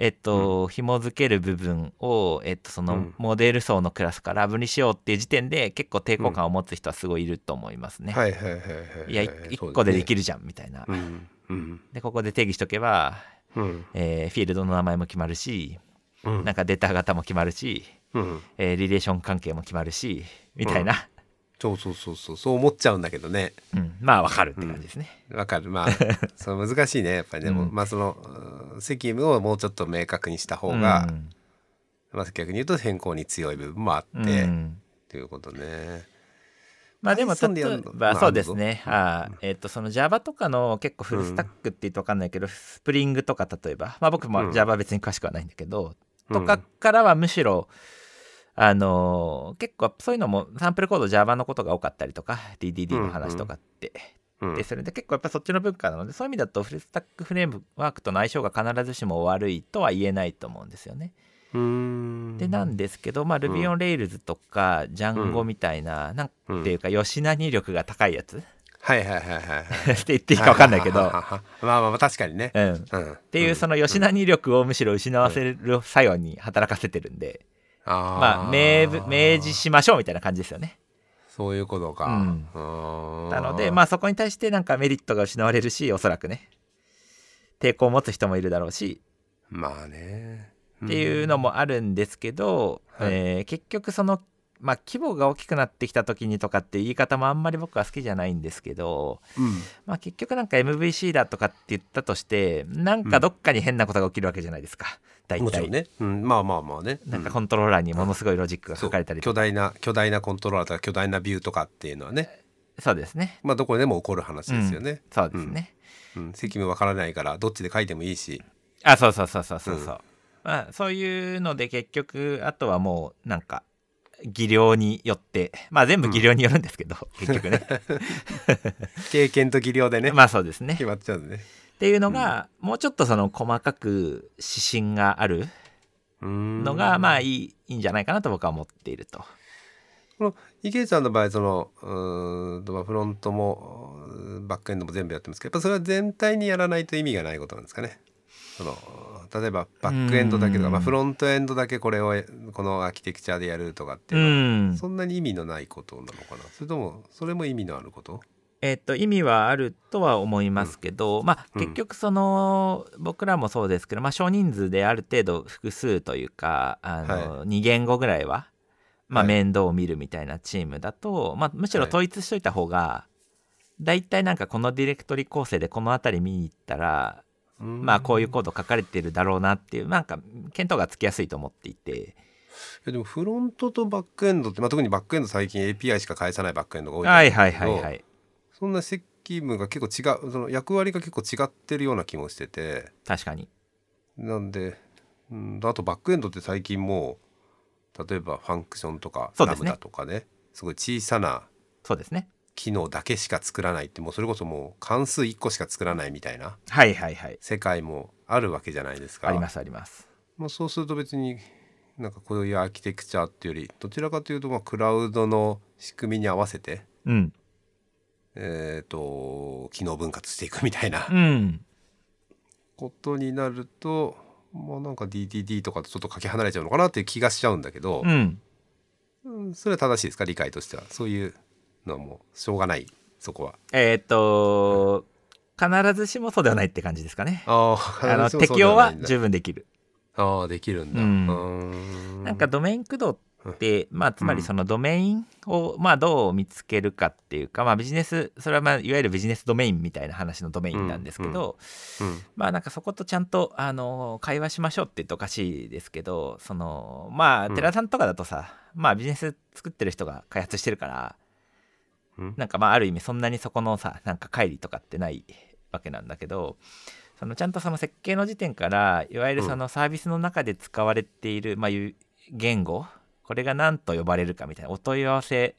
[SPEAKER 2] えっと、紐付ける部分を、えっと、そうの
[SPEAKER 1] ん
[SPEAKER 2] モデル層のクラスから分離しようっていう時点で結構抵抗感を持つ人はすごいいると思いますね。
[SPEAKER 1] はいはいはいはいはい
[SPEAKER 2] いや1個ででき
[SPEAKER 1] る
[SPEAKER 2] るじゃんみたいな。
[SPEAKER 1] うんうん
[SPEAKER 2] でここで定義しとけば、
[SPEAKER 1] うん
[SPEAKER 2] えーフィールドの名前も決まるし
[SPEAKER 1] うん
[SPEAKER 2] なんかデータ型も決まるし、
[SPEAKER 1] うん
[SPEAKER 2] えーリレーション関係も決まるしみたいな、
[SPEAKER 1] そうそうそうそうそう思っちゃうんだけどね
[SPEAKER 2] うん、まあわかるって感じですね。
[SPEAKER 1] わか るまあその難しいねやっぱりでも、
[SPEAKER 2] うん
[SPEAKER 1] まあそのうん責務をもうちょっと明確にした方が、
[SPEAKER 2] うん
[SPEAKER 1] まあ、逆に言うと変更に強い部分もあって、
[SPEAKER 2] う
[SPEAKER 1] っ
[SPEAKER 2] ん
[SPEAKER 1] ていうことね。
[SPEAKER 2] まあでも
[SPEAKER 1] Python で
[SPEAKER 2] 例
[SPEAKER 1] やる
[SPEAKER 2] え
[SPEAKER 1] のまあ
[SPEAKER 2] ばそうですね、
[SPEAKER 1] あるぞ
[SPEAKER 2] あーえっ、とその Java とかの結構フルスタックって言うと分かんないけど、スプリングとか例えばまあ僕
[SPEAKER 1] う
[SPEAKER 2] も
[SPEAKER 1] ん
[SPEAKER 2] Java 別に詳しくはないんだけど、
[SPEAKER 1] うん
[SPEAKER 2] とかからはむしろあのー結構そういうのもサンプルコード Java のことが多かったりとか DDD の話とかって、
[SPEAKER 1] うん
[SPEAKER 2] でそれで結構やっぱそっちの文化なのでそういう意味だとフルスタックフレームワークとの相性が必ずしも悪いとは言えないと思うんですよね。
[SPEAKER 1] うん
[SPEAKER 2] でなんですけど、まあ、Ruby on Rails とか Django みたいな、なんていうか吉な入力が高いやつ っ
[SPEAKER 1] はいはいはいはいはい。
[SPEAKER 2] て言っていいか分かんないけ
[SPEAKER 1] は
[SPEAKER 2] ど
[SPEAKER 1] は、ははまあまあまあ確かにね。
[SPEAKER 2] うん、っ
[SPEAKER 1] うん、って
[SPEAKER 2] いうその吉な入力をむしろ失わせる作用に働かせてるんで、まあ、明文明示しましょうみたいな感じですよね。
[SPEAKER 1] そういうことか。
[SPEAKER 2] うん
[SPEAKER 1] うん
[SPEAKER 2] なので、まあ、そこに対してなんかメリットが失われるしおそらくね抵抗を持つ人もいるだろうし
[SPEAKER 1] まあね。
[SPEAKER 2] っていうのもあるんですけど、
[SPEAKER 1] はい
[SPEAKER 2] えー結局その、まあ、規模が大きくなってきた時にとかっていう言い方もあんまり僕は好きじゃないんですけど、
[SPEAKER 1] うん。
[SPEAKER 2] まあ、結局なんか MVC だとかって言ったとしてなんかどっかに変なことが起きるわけじゃないですか大
[SPEAKER 1] うん、もちろ
[SPEAKER 2] 体、
[SPEAKER 1] んね。うん、まあまあまあね。
[SPEAKER 2] なんか
[SPEAKER 1] う
[SPEAKER 2] コントローラーにものすごいロジックが書かれたり
[SPEAKER 1] そ
[SPEAKER 2] と
[SPEAKER 1] う巨大な巨大なコントローラーとか巨大なビューとかっていうのはね、
[SPEAKER 2] そうですね
[SPEAKER 1] まあどこでも起こる話ですよね。
[SPEAKER 2] そうですね、
[SPEAKER 1] うん、責務わからないからどっちで書いてもいいし。
[SPEAKER 2] あそうそうそうそうそうそうう、まあ、そういうので結局あとはもうなんか技量によってまあ全部技量によるんですけ ど、結局ね
[SPEAKER 1] 経験と技量でね、
[SPEAKER 2] まあそうですね
[SPEAKER 1] 決まっちゃうんでね。
[SPEAKER 2] っていうのが、もうちょっとその細かく指針があるの
[SPEAKER 1] の
[SPEAKER 2] が、まあいいいいんじゃないかなと僕は思っていると。
[SPEAKER 1] この池内さんの場合そのうーんとまあフロントもうーんバックエンドも全部やってますけどやっぱそれは全体にやらないと意味がないことなんですかね。その例えばバックエンドだけと
[SPEAKER 2] う
[SPEAKER 1] か、
[SPEAKER 2] ん
[SPEAKER 1] まあ、フロントエンドだけこれをこのアーキテクチャでやるとかって
[SPEAKER 2] う
[SPEAKER 1] いうのは、
[SPEAKER 2] ん、
[SPEAKER 1] そんなに意味のないことなのかなそれともそれも意味のあること
[SPEAKER 2] えっと意味はあるとは思いますけど、ま
[SPEAKER 1] う
[SPEAKER 2] あ
[SPEAKER 1] ん
[SPEAKER 2] 結局その、僕らもそうですけど、まあ、少人数である程度複数というかあの、2言語ぐらいは、まあ、
[SPEAKER 1] はい
[SPEAKER 2] 面倒を見るみたいなチームだと、まあ、むしろ
[SPEAKER 1] はい
[SPEAKER 2] 統一しといた方が、だいたいなんかこのディレクトリ構成でこの辺り見に行ったらまあこういうコード書かれてるだろうなっていうなんか見当がつきやすいと思っていて
[SPEAKER 1] いやでもフロントとバックエンドって、まあ、特にバックエンド最近 API しか返さないバックエンドが多いと思
[SPEAKER 2] は
[SPEAKER 1] うん
[SPEAKER 2] い
[SPEAKER 1] ですけど
[SPEAKER 2] はいはいはい
[SPEAKER 1] そんな責務が結構違うその役割が結構違ってるような気もしてて。
[SPEAKER 2] 確かに
[SPEAKER 1] なんで、うん、あとバックエンドって最近もう例えばファンクションとか
[SPEAKER 2] そう
[SPEAKER 1] ラ
[SPEAKER 2] で
[SPEAKER 1] ム
[SPEAKER 2] すね
[SPEAKER 1] ダとかねそうすごい小さな
[SPEAKER 2] そうですね
[SPEAKER 1] 機能だけしか作らないってもうそれこそもう関数1個しか作らないみたいな
[SPEAKER 2] はいはいはい
[SPEAKER 1] 世界もあるわけじゃないですか。
[SPEAKER 2] ありますあります
[SPEAKER 1] まあ、そうすると別になんかこういうアーキテクチャっていうよりどちらかというとまあクラウドの仕組みに合わせて、
[SPEAKER 2] うん
[SPEAKER 1] えー、と機能分割していくみたいな
[SPEAKER 2] うん
[SPEAKER 1] ことになると、まあ、なんか DDD とかとちょっとかけ離れちゃうのかなっていう気がしちゃうんだけど
[SPEAKER 2] う、ん
[SPEAKER 1] うんそれは正しいですか理解としてはそういうのはもうしょうがないそこは。
[SPEAKER 2] えーっと必ずしもそうではないって感じですかね
[SPEAKER 1] あ
[SPEAKER 2] あの適用は十分できる
[SPEAKER 1] ああできるんだ。
[SPEAKER 2] うん
[SPEAKER 1] うーん
[SPEAKER 2] なんかドメイン駆動って、まあ、つまりそのドメインを、まあ、どう見つけるかっていうか、まあ、ビジネスそれは、まあ、いわゆるビジネスドメインみたいな話のドメインなんですけど、
[SPEAKER 1] うんうん
[SPEAKER 2] まあなんかそことちゃんとあの会話しましょうって言うとおかしいですけどそのまあ
[SPEAKER 1] うん
[SPEAKER 2] 寺田さんとかだとさ、まあビジネス作ってる人が開発してるから
[SPEAKER 1] うん
[SPEAKER 2] なんかまあある意味そんなにそこのさなんか乖離とかってないわけなんだけどそのちゃんとその設計の時点からいわゆるそのサービスの中で使われている、まあいう言語これが何と呼ばれるかみたいなお問い合わせ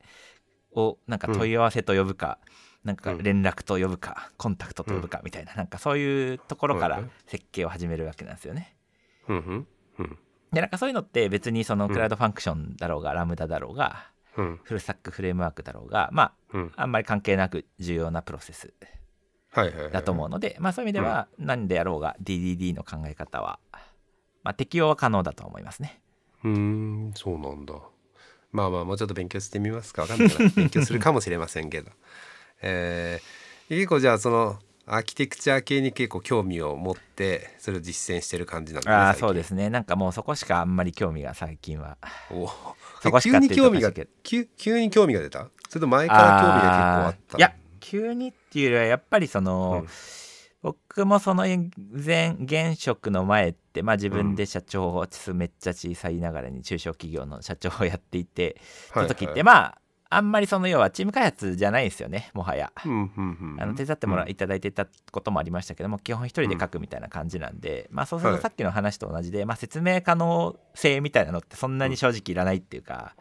[SPEAKER 2] をなんか
[SPEAKER 1] うん
[SPEAKER 2] 問い合わせと呼ぶか、なんか
[SPEAKER 1] うん
[SPEAKER 2] 連絡と呼ぶかコンタクトと呼ぶかみたいな、なんかそういうところか
[SPEAKER 1] そう
[SPEAKER 2] ら
[SPEAKER 1] だね
[SPEAKER 2] 設計を始めるわけなんですよね。
[SPEAKER 1] うんうんうん
[SPEAKER 2] でなんかそういうのって別にその
[SPEAKER 1] うん
[SPEAKER 2] クラウドファンクションだろうが、ラムダだろうが
[SPEAKER 1] うん
[SPEAKER 2] フルスタックフレームワークだろうがま
[SPEAKER 1] うん
[SPEAKER 2] ああんまり関係なく重要なプロセス
[SPEAKER 1] はいはいはい
[SPEAKER 2] だと思うので、まあそういう意味では何でやろうが DDD の考え方は、まあ、適用は可能だと思いますね。
[SPEAKER 1] うーんそうなんだまあまあもうちょっと勉強してみますかわかんないな勉強するかもしれませんけど えー、結構じゃあそのアーキテクチャ系に結構興味を持ってそれを実践してる感じなんです
[SPEAKER 2] ああそうですねなんかもうそこしかあんまり興味が最近は。
[SPEAKER 1] お
[SPEAKER 2] そこしか
[SPEAKER 1] 急
[SPEAKER 2] っ
[SPEAKER 1] に
[SPEAKER 2] て言
[SPEAKER 1] 興
[SPEAKER 2] うとお
[SPEAKER 1] 味
[SPEAKER 2] かしい
[SPEAKER 1] が
[SPEAKER 2] けど
[SPEAKER 1] 急急に興味が出たそれと前から興味が結構あった
[SPEAKER 2] ーいや急にっていうよりはやっぱりその、
[SPEAKER 1] うん
[SPEAKER 2] 僕もその前現職の前って、まあ、自分で社長を、めっちゃ小さいながらに中小企業の社長をやっていてそ
[SPEAKER 1] はい
[SPEAKER 2] の
[SPEAKER 1] はい
[SPEAKER 2] 時って、まああんまりその要はチーム開発じゃないですよねもはや。
[SPEAKER 1] うんうんうん
[SPEAKER 2] あの手伝ってもら
[SPEAKER 1] うん
[SPEAKER 2] いただいてたこともありましたけども、基本一人で書くみたいな感じなんで、まあそうする
[SPEAKER 1] は
[SPEAKER 2] と
[SPEAKER 1] い
[SPEAKER 2] さっきの話と同じで、まあ説明可能性みたいなのってそんなに正直いらないっていうか、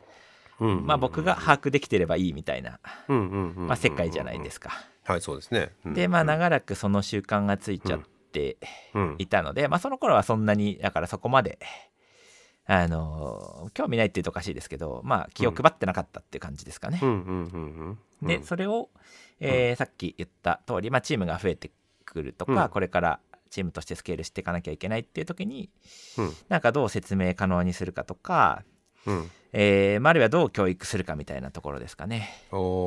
[SPEAKER 1] うんうんうん
[SPEAKER 2] まあ僕が把握できてればいいみたいな、
[SPEAKER 1] うんうんうんうん
[SPEAKER 2] まあ、世界じゃないですすか。
[SPEAKER 1] はいそうですねうん
[SPEAKER 2] でまあ
[SPEAKER 1] うん
[SPEAKER 2] 長らくその習慣がついちゃって
[SPEAKER 1] うん
[SPEAKER 2] いたので、まあその頃はそんなにだからそこまで。あの興味ないって言うとおかしいですけどまあ気を配ってなかったっていう感じですかね。
[SPEAKER 1] うんうんうんうん
[SPEAKER 2] でそれを、えーさっき言った通り、まあ、チームが増えてくるとか、
[SPEAKER 1] うん
[SPEAKER 2] これからチームとしてスケールしていかなきゃいけないっていう時に
[SPEAKER 1] うん
[SPEAKER 2] なんかどう説明可能にするかとか、
[SPEAKER 1] うん
[SPEAKER 2] えーまあ、あるいはどう教育するかみたいなところですかね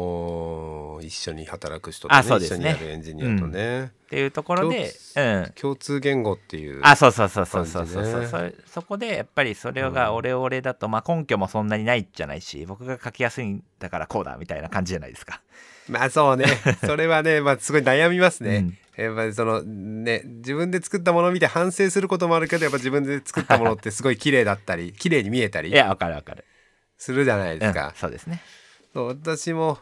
[SPEAKER 1] おー一緒に働く人と、ね
[SPEAKER 2] あそうですね
[SPEAKER 1] 一緒にやるエンジニアとね、
[SPEAKER 2] っていうところで、う
[SPEAKER 1] 教
[SPEAKER 2] ん、
[SPEAKER 1] 共通言語っていう
[SPEAKER 2] あそうそうそうそうそうそう
[SPEAKER 1] 感じ
[SPEAKER 2] そう
[SPEAKER 1] ね
[SPEAKER 2] それそこでやっぱりそれ
[SPEAKER 1] う
[SPEAKER 2] が
[SPEAKER 1] ん
[SPEAKER 2] オレオレだと、まあ、根拠もそんなにないじゃないし僕が書きやすいんだからこうだみたいな感じじゃないですか。
[SPEAKER 1] まあそう ねそれはね、まあ、すごい悩みますね、
[SPEAKER 2] うん
[SPEAKER 1] やっぱりそのね自分で作ったものを見て反省することもあるけどやっぱ自分で作ったものってすごい綺麗だったり綺麗に見えたり
[SPEAKER 2] いやわかるわかる、
[SPEAKER 1] するじゃない
[SPEAKER 2] うん
[SPEAKER 1] ですか、
[SPEAKER 2] そうですね。
[SPEAKER 1] そう私も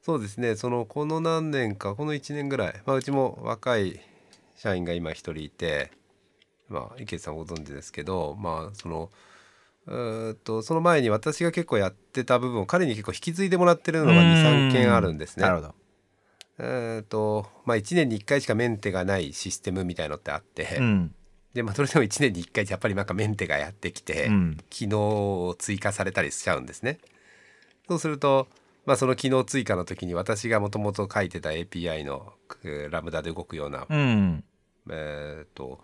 [SPEAKER 1] そうですねそのこの何年かこの1年ぐらい、まあ、うちも若い社員が今一人いて、まあ、池内さんご存知ですけど、まあ、そのうーっとその前に私が結構やってた部分を彼に結構引き継いでもらってるのが
[SPEAKER 2] うん
[SPEAKER 1] 23件あるんですね。
[SPEAKER 2] なるほど。
[SPEAKER 1] うーっとまあ、1年に1回しかメンテがないシステムみたいのってあって、
[SPEAKER 2] うん
[SPEAKER 1] でまあ、それでも1年に1回やっぱりなんかメンテがやってきて、
[SPEAKER 2] うん
[SPEAKER 1] 機能を追加されたりしちゃうんですね。そうすると、まあ、その機能追加の時に私がもともと書いてた API のえーラムダで動くような、
[SPEAKER 2] うん
[SPEAKER 1] えーっと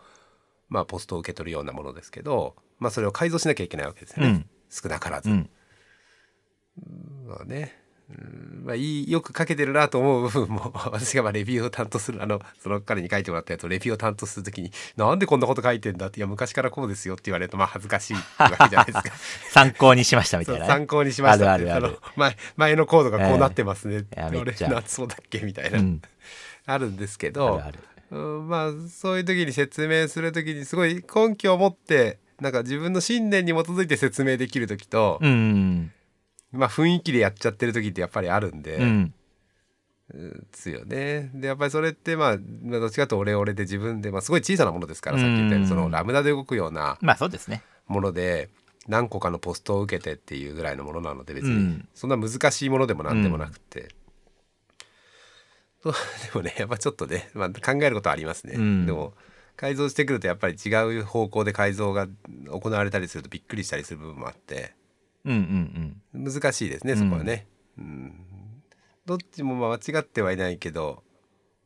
[SPEAKER 1] まあ、ポストを受け取るようなものですけど、まあ、それを改造しなきゃいけないわけですよね、
[SPEAKER 2] うん
[SPEAKER 1] 少なからず。
[SPEAKER 2] うん
[SPEAKER 1] まあね、うんまあ、いいよく書けてるなと思う部分も 私がまあレビューを担当するあのその彼に書いてもらったやつをレビューを担当するときに「なんでこんなこと書いてんだ」って「いや昔からこうですよ」って言われるとまあ恥ずかしいわけじゃないですか。
[SPEAKER 2] 参考にしましたみ
[SPEAKER 1] そ
[SPEAKER 2] た
[SPEAKER 1] う
[SPEAKER 2] いなね、
[SPEAKER 1] 参考にしました
[SPEAKER 2] あるあるある
[SPEAKER 1] の前前のコードがこうなってますね、
[SPEAKER 2] ええいやめ
[SPEAKER 1] 俺
[SPEAKER 2] っちゃ
[SPEAKER 1] なそうだっけみたいな、
[SPEAKER 2] うん
[SPEAKER 1] あるんですけ
[SPEAKER 2] あ
[SPEAKER 1] ど
[SPEAKER 2] るある
[SPEAKER 1] うんまあそういう時に説明する時にすごい根拠を持ってなんか自分の信念に基づいて説明できる時と、
[SPEAKER 2] うん、
[SPEAKER 1] まあ雰囲気でやっちゃってる時ってやっぱりあるんで。
[SPEAKER 2] うん、
[SPEAKER 1] ですよね。でやっぱりそれってまあまあどっちかというとオレオレで自分で、まあ、すごい小さなものですから
[SPEAKER 2] うん
[SPEAKER 1] さっき言ったようにそのラムダで動くような
[SPEAKER 2] まあそうですね
[SPEAKER 1] もので何個かのポストを受けてっていうぐらいのものなので別
[SPEAKER 2] う
[SPEAKER 1] に、
[SPEAKER 2] ん、
[SPEAKER 1] そんな難しいものでも何でもなくて、 そうでもねやっぱちょっとね、まあ、考えることはありますね、
[SPEAKER 2] うん
[SPEAKER 1] でも改造してくるとやっぱり違う方向で改造が行われたりするとびっくりしたりする部分もあって
[SPEAKER 2] うんうんうん
[SPEAKER 1] 難しいですねそこはね、うんどっちもまあ間違ってはいないけど、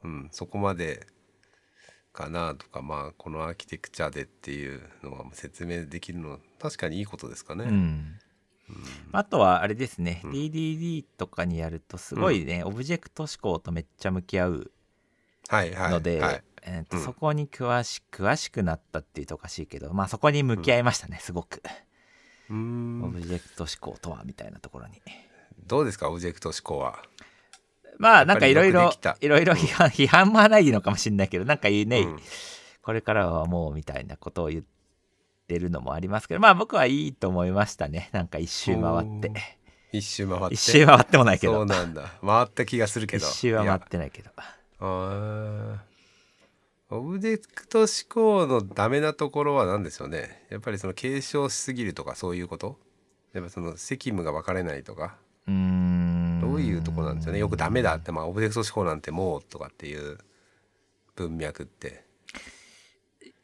[SPEAKER 1] うん、そこまでかなとかまあこのアーキテクチャでっていうのは説明できるのは確かにいいことですかね。
[SPEAKER 2] うんあとはあれですね、DDD とかにやるとすごいね、オブジェクト思考とめっちゃ向き合う
[SPEAKER 1] はいはい、
[SPEAKER 2] ので、
[SPEAKER 1] はい
[SPEAKER 2] えーと
[SPEAKER 1] うん
[SPEAKER 2] そこに詳し詳しくなったっていうとおかしいけど、まあ、そこに向き合いましたね、すごく、
[SPEAKER 1] うーん
[SPEAKER 2] オブジェクト思考とはみたいなところに
[SPEAKER 1] どうですかオブジェクト思考は。
[SPEAKER 2] まあ
[SPEAKER 1] や
[SPEAKER 2] な
[SPEAKER 1] っ
[SPEAKER 2] ん
[SPEAKER 1] ぱ
[SPEAKER 2] かい
[SPEAKER 1] り
[SPEAKER 2] ろい
[SPEAKER 1] よ
[SPEAKER 2] ろ
[SPEAKER 1] くできた
[SPEAKER 2] いろいろ批判批 判もないのかもしれないけどなんかいいね、
[SPEAKER 1] うん
[SPEAKER 2] これからはもうみたいなことを言ってるのもありますけどまあ僕はいいと思いましたねなんか一周回って
[SPEAKER 1] おー一周回って。
[SPEAKER 2] 一周回ってもないけ
[SPEAKER 1] そう
[SPEAKER 2] ど
[SPEAKER 1] なんだ。回った気がするけ
[SPEAKER 2] 一
[SPEAKER 1] ど。
[SPEAKER 2] 周は回ってないけど
[SPEAKER 1] いやあーオブジェクト思考のダメなところは何でしょうね。やっぱりその継承しすぎるとかそういうこと。やっぱその責務が分かれないとか。
[SPEAKER 2] うーん
[SPEAKER 1] どういうとこなんですよね。よくダメだってまあオブジェクト思考なんてもうとかっていう文脈って。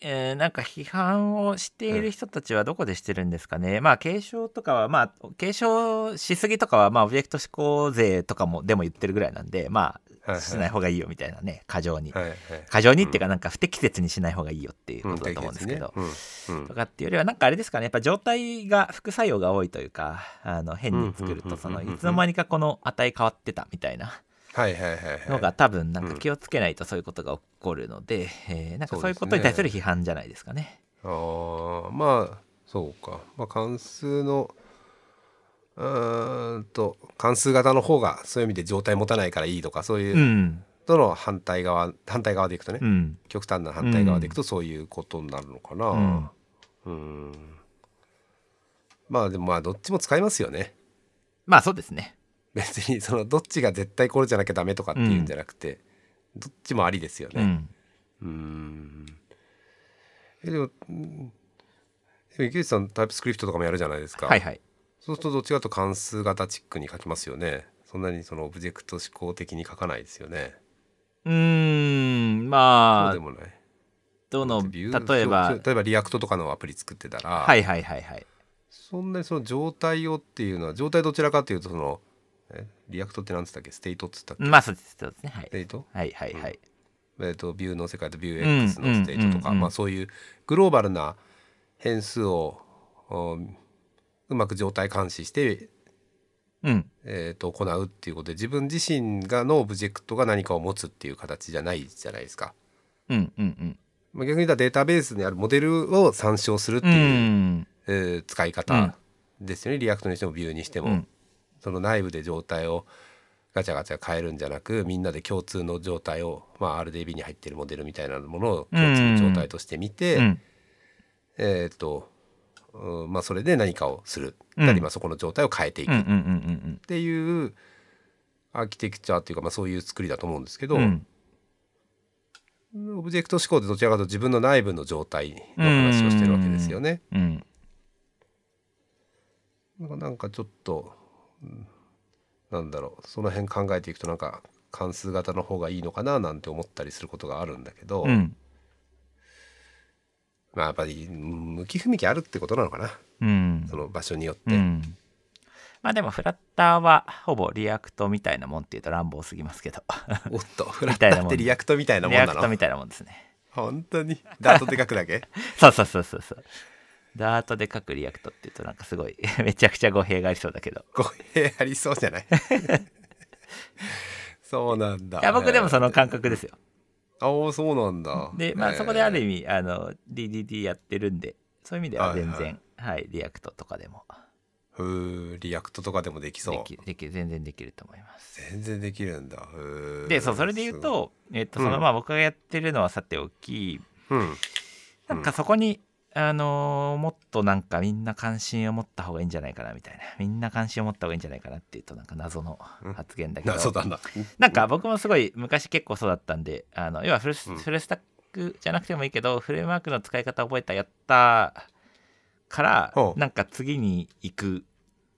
[SPEAKER 2] えーなんか批判をしている人たちはどこでしてるんですかね、まあ継承とかはまあ継承しすぎとかはまあオブジェクト思考税とかもでも言ってるぐらいなんでま
[SPEAKER 1] はいは
[SPEAKER 2] あ
[SPEAKER 1] い
[SPEAKER 2] しない方がいいよみたいなね過剰に
[SPEAKER 1] はいはい。
[SPEAKER 2] 過剰にっていうかなんか不適切にしない方がいいよっていうことだと思うんですけど、
[SPEAKER 1] うんですねうんうん
[SPEAKER 2] とかっていうよりはなんかあれですかねやっぱ状態が副作用が多いというかあの変に作る
[SPEAKER 1] うんうんうんうんうん
[SPEAKER 2] とそのいつの間にかこの値変わってたみたいな
[SPEAKER 1] はいはいはいはい。
[SPEAKER 2] のが多分なんか
[SPEAKER 1] うん
[SPEAKER 2] 気をつけないとそういうことが起こるので、えーなんか
[SPEAKER 1] そ
[SPEAKER 2] そうう
[SPEAKER 1] ですね
[SPEAKER 2] いうことに対する批判じゃないですかね。、
[SPEAKER 1] あーまあそうか、まあ、関数のうーんと関数型の方がそういう意味で状態持たないからいいとかそういううんどの反対側反対側でいくとね、
[SPEAKER 2] うん
[SPEAKER 1] 極端な反対側でいくとそういうことになるのかなうんまあでもまあどっちも使いますよね
[SPEAKER 2] まあそうですね。
[SPEAKER 1] 別にそのどっちが絶対これじゃなきゃダメとかっていうんじゃなくて、どっちもありですよね。
[SPEAKER 2] うん、
[SPEAKER 1] うーんえでもうんでも池内さんタイプスクリプトとかもやるじゃないですか、
[SPEAKER 2] はいはい。
[SPEAKER 1] そうするとどっちかというと関数型チックに書きますよねそんなにそのオブジェクト思考的に書かないですよね
[SPEAKER 2] うーん
[SPEAKER 1] そう
[SPEAKER 2] ま
[SPEAKER 1] で
[SPEAKER 2] あ
[SPEAKER 1] もない
[SPEAKER 2] どの
[SPEAKER 1] ビュー
[SPEAKER 2] 例えば
[SPEAKER 1] そう例えばリアクトとかのアプリ作ってたら、
[SPEAKER 2] はいはいはいはい。
[SPEAKER 1] そんなにその状態をっていうのは状態どちらかというとそのえリアクトって何つったっけステートっつったっけ、
[SPEAKER 2] まあそうですそうですね。は
[SPEAKER 1] ステ
[SPEAKER 2] い、
[SPEAKER 1] ート
[SPEAKER 2] はいはいはい。
[SPEAKER 1] えー、とビューの世界とビュ
[SPEAKER 2] う
[SPEAKER 1] ー
[SPEAKER 2] ん
[SPEAKER 1] X のステートとか、
[SPEAKER 2] うんうん
[SPEAKER 1] まあ、そういうグローバルな変数をうんうまく状態監視して、
[SPEAKER 2] うん
[SPEAKER 1] えー、と行うっていうことで自分自身がのオブジェクトが何かを持つっていう形じゃないじゃないですか。
[SPEAKER 2] うんうん
[SPEAKER 1] まあ、逆に言ったらデータベースにあるモデルを参照するって
[SPEAKER 2] うん。う
[SPEAKER 1] いう、
[SPEAKER 2] ん
[SPEAKER 1] えー使い方ですよね、リアクトにしてもビューにしても、
[SPEAKER 2] うん
[SPEAKER 1] その内部で状態をガチャガチャ変えるんじゃなくみんなで共通の状態を、まあ、RDB に入ってるモデルみたいなものを共通の状態として見て、
[SPEAKER 2] うん
[SPEAKER 1] えーっと、うんまあ、それで何かをする、
[SPEAKER 2] うん
[SPEAKER 1] なりまあそこの状態を変えていく
[SPEAKER 2] うんう
[SPEAKER 1] っ
[SPEAKER 2] んうん
[SPEAKER 1] ていうアーキテクチャっていうか、まあ、そういう作りだと思うんですけ
[SPEAKER 2] う
[SPEAKER 1] ど、
[SPEAKER 2] んうん
[SPEAKER 1] オブジェクト思考ってどちらかというと自分の内部の状態の話をしてるわけですよね。
[SPEAKER 2] うん
[SPEAKER 1] なんかなんかちょっと、うんなんだろうその辺考えていくとなんか関数型の方がいいのかななんて思ったりすることがあるんだけど、
[SPEAKER 2] うん
[SPEAKER 1] まあやっぱりうん向き不向きあるってことなのかな
[SPEAKER 2] うん
[SPEAKER 1] その場所によって。
[SPEAKER 2] うんまあでもフラッターはほぼリアクトみたいなもんっていうと乱暴すぎますけど
[SPEAKER 1] おっとフラッ
[SPEAKER 2] た
[SPEAKER 1] タ
[SPEAKER 2] いなもん
[SPEAKER 1] ーってリアクトみたいなも
[SPEAKER 2] リ
[SPEAKER 1] ん
[SPEAKER 2] ア
[SPEAKER 1] な
[SPEAKER 2] クト
[SPEAKER 1] の
[SPEAKER 2] みたいなもんですね
[SPEAKER 1] 本当にダートで書くだけ
[SPEAKER 2] そうそうそうそうそうダートで書くリアクトっていうとなんかすごい めちゃくちゃ語弊がありそうだけど
[SPEAKER 1] 語弊ありそうじゃない そうなんだ
[SPEAKER 2] いや僕でもその感覚ですよ
[SPEAKER 1] ああそうなんだ
[SPEAKER 2] でまあそこである意味あの DDD やってるんでそういう意味では全
[SPEAKER 1] はい
[SPEAKER 2] 然はいリアクトとかでも
[SPEAKER 1] えーふうリアクトとかでもできそう
[SPEAKER 2] できでき全然できると思います
[SPEAKER 1] 全然できるんだふ
[SPEAKER 2] でそうそれで言うとえっとそのまあ僕がやってるのはさておき
[SPEAKER 1] うん
[SPEAKER 2] なんかそこに、あのーもっとなんかみんな関心を持った方がいいんじゃないかなみたいなみんな関心を持った方がいいんじゃないかなっていうとなんか謎の発言だけど、
[SPEAKER 1] 謎だな
[SPEAKER 2] なんか僕もすごい昔結構そうだったんであの要はフルス、
[SPEAKER 1] うん
[SPEAKER 2] フルスタックじゃなくてもいいけどフレームワークの使い方覚えたやったーから、
[SPEAKER 1] ほう
[SPEAKER 2] なんか次に行く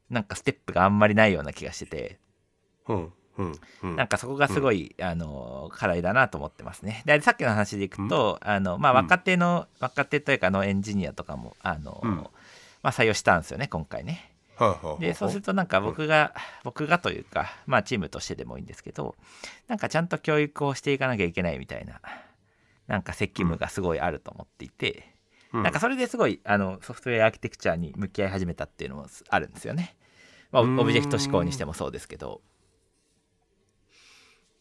[SPEAKER 2] なんかステップがあんまりないような気がしてて
[SPEAKER 1] うんうんうん
[SPEAKER 2] なんかそこがすごい、あの課題だなと思ってますね。でさっきの話でいくと、あのまあ、
[SPEAKER 1] うん
[SPEAKER 2] 若手の、若手というかあのエンジニアとかもあの、
[SPEAKER 1] うん
[SPEAKER 2] まあ、採用したんですよね今回ね。
[SPEAKER 1] はいはいはい
[SPEAKER 2] でそうするとなんか僕が、僕がというか、まあ、チームとしてでもいいんですけどなんかちゃんと教育をしていかなきゃいけないみたいななんか責務がすごいあると思っていて、
[SPEAKER 1] うん
[SPEAKER 2] なんかそれですごいあのソフトウェアアーキテクチャに向き合い始めたっていうのもあるんですよね。まあ、
[SPEAKER 1] うーん
[SPEAKER 2] オブジェクト思考にしてもそうですけど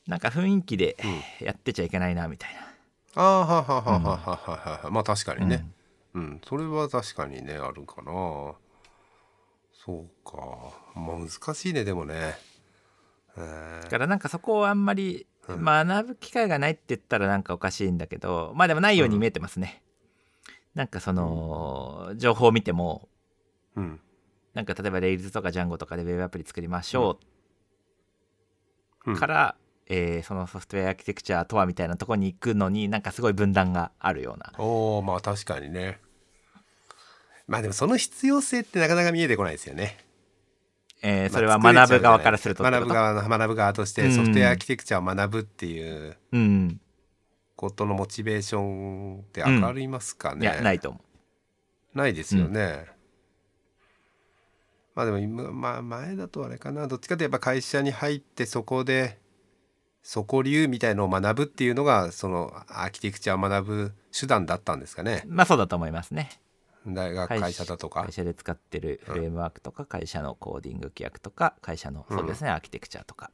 [SPEAKER 2] なんか雰囲気でやってちゃいけないなみたい
[SPEAKER 1] ああはははははははまあ確か
[SPEAKER 2] な。
[SPEAKER 1] にねうん、それは確かにねあるかなそうかまあ難しいねでもねえ
[SPEAKER 2] だ
[SPEAKER 1] ー
[SPEAKER 2] からなんかそこをあんまり
[SPEAKER 1] うん
[SPEAKER 2] 学ぶ機会がないって言ったらなんかおかしいんだけどまあでもないように見えてますね。なんかその情報を見ても
[SPEAKER 1] うん
[SPEAKER 2] なんか例えば Rails とか Django とかでウェブアプリ作りましょ
[SPEAKER 1] う
[SPEAKER 2] うんから、えーそのソフトウェアアーキテクチャとはみたいなとこに行くのになんかすごい分断があるような。
[SPEAKER 1] おおまあ確かにねまあでもその必要性ってなかなか見えてこないですよね
[SPEAKER 2] えーそれは学ぶ側からするとってこ
[SPEAKER 1] 学
[SPEAKER 2] と
[SPEAKER 1] ぶ側の学ぶ側としてソフトウェアアーキテクチャを学ぶっていう
[SPEAKER 2] うん、
[SPEAKER 1] ことのモチベーションって上がりますかね、
[SPEAKER 2] いやないと思
[SPEAKER 1] ないですよね、まあでも今、まあ、前だとあれかなどっちかといえば会社に入ってそこでそこ流みたいのを学ぶっていうのがそのアーキテクチャを学ぶ手段だったんですかね
[SPEAKER 2] うまあそうだと思いますね
[SPEAKER 1] 大学
[SPEAKER 2] 会社
[SPEAKER 1] 会社だとか
[SPEAKER 2] 会社で使ってるフレームワークとか、会社のコーディング規約とか会社の
[SPEAKER 1] うん
[SPEAKER 2] そうですね、アーキテクチャとか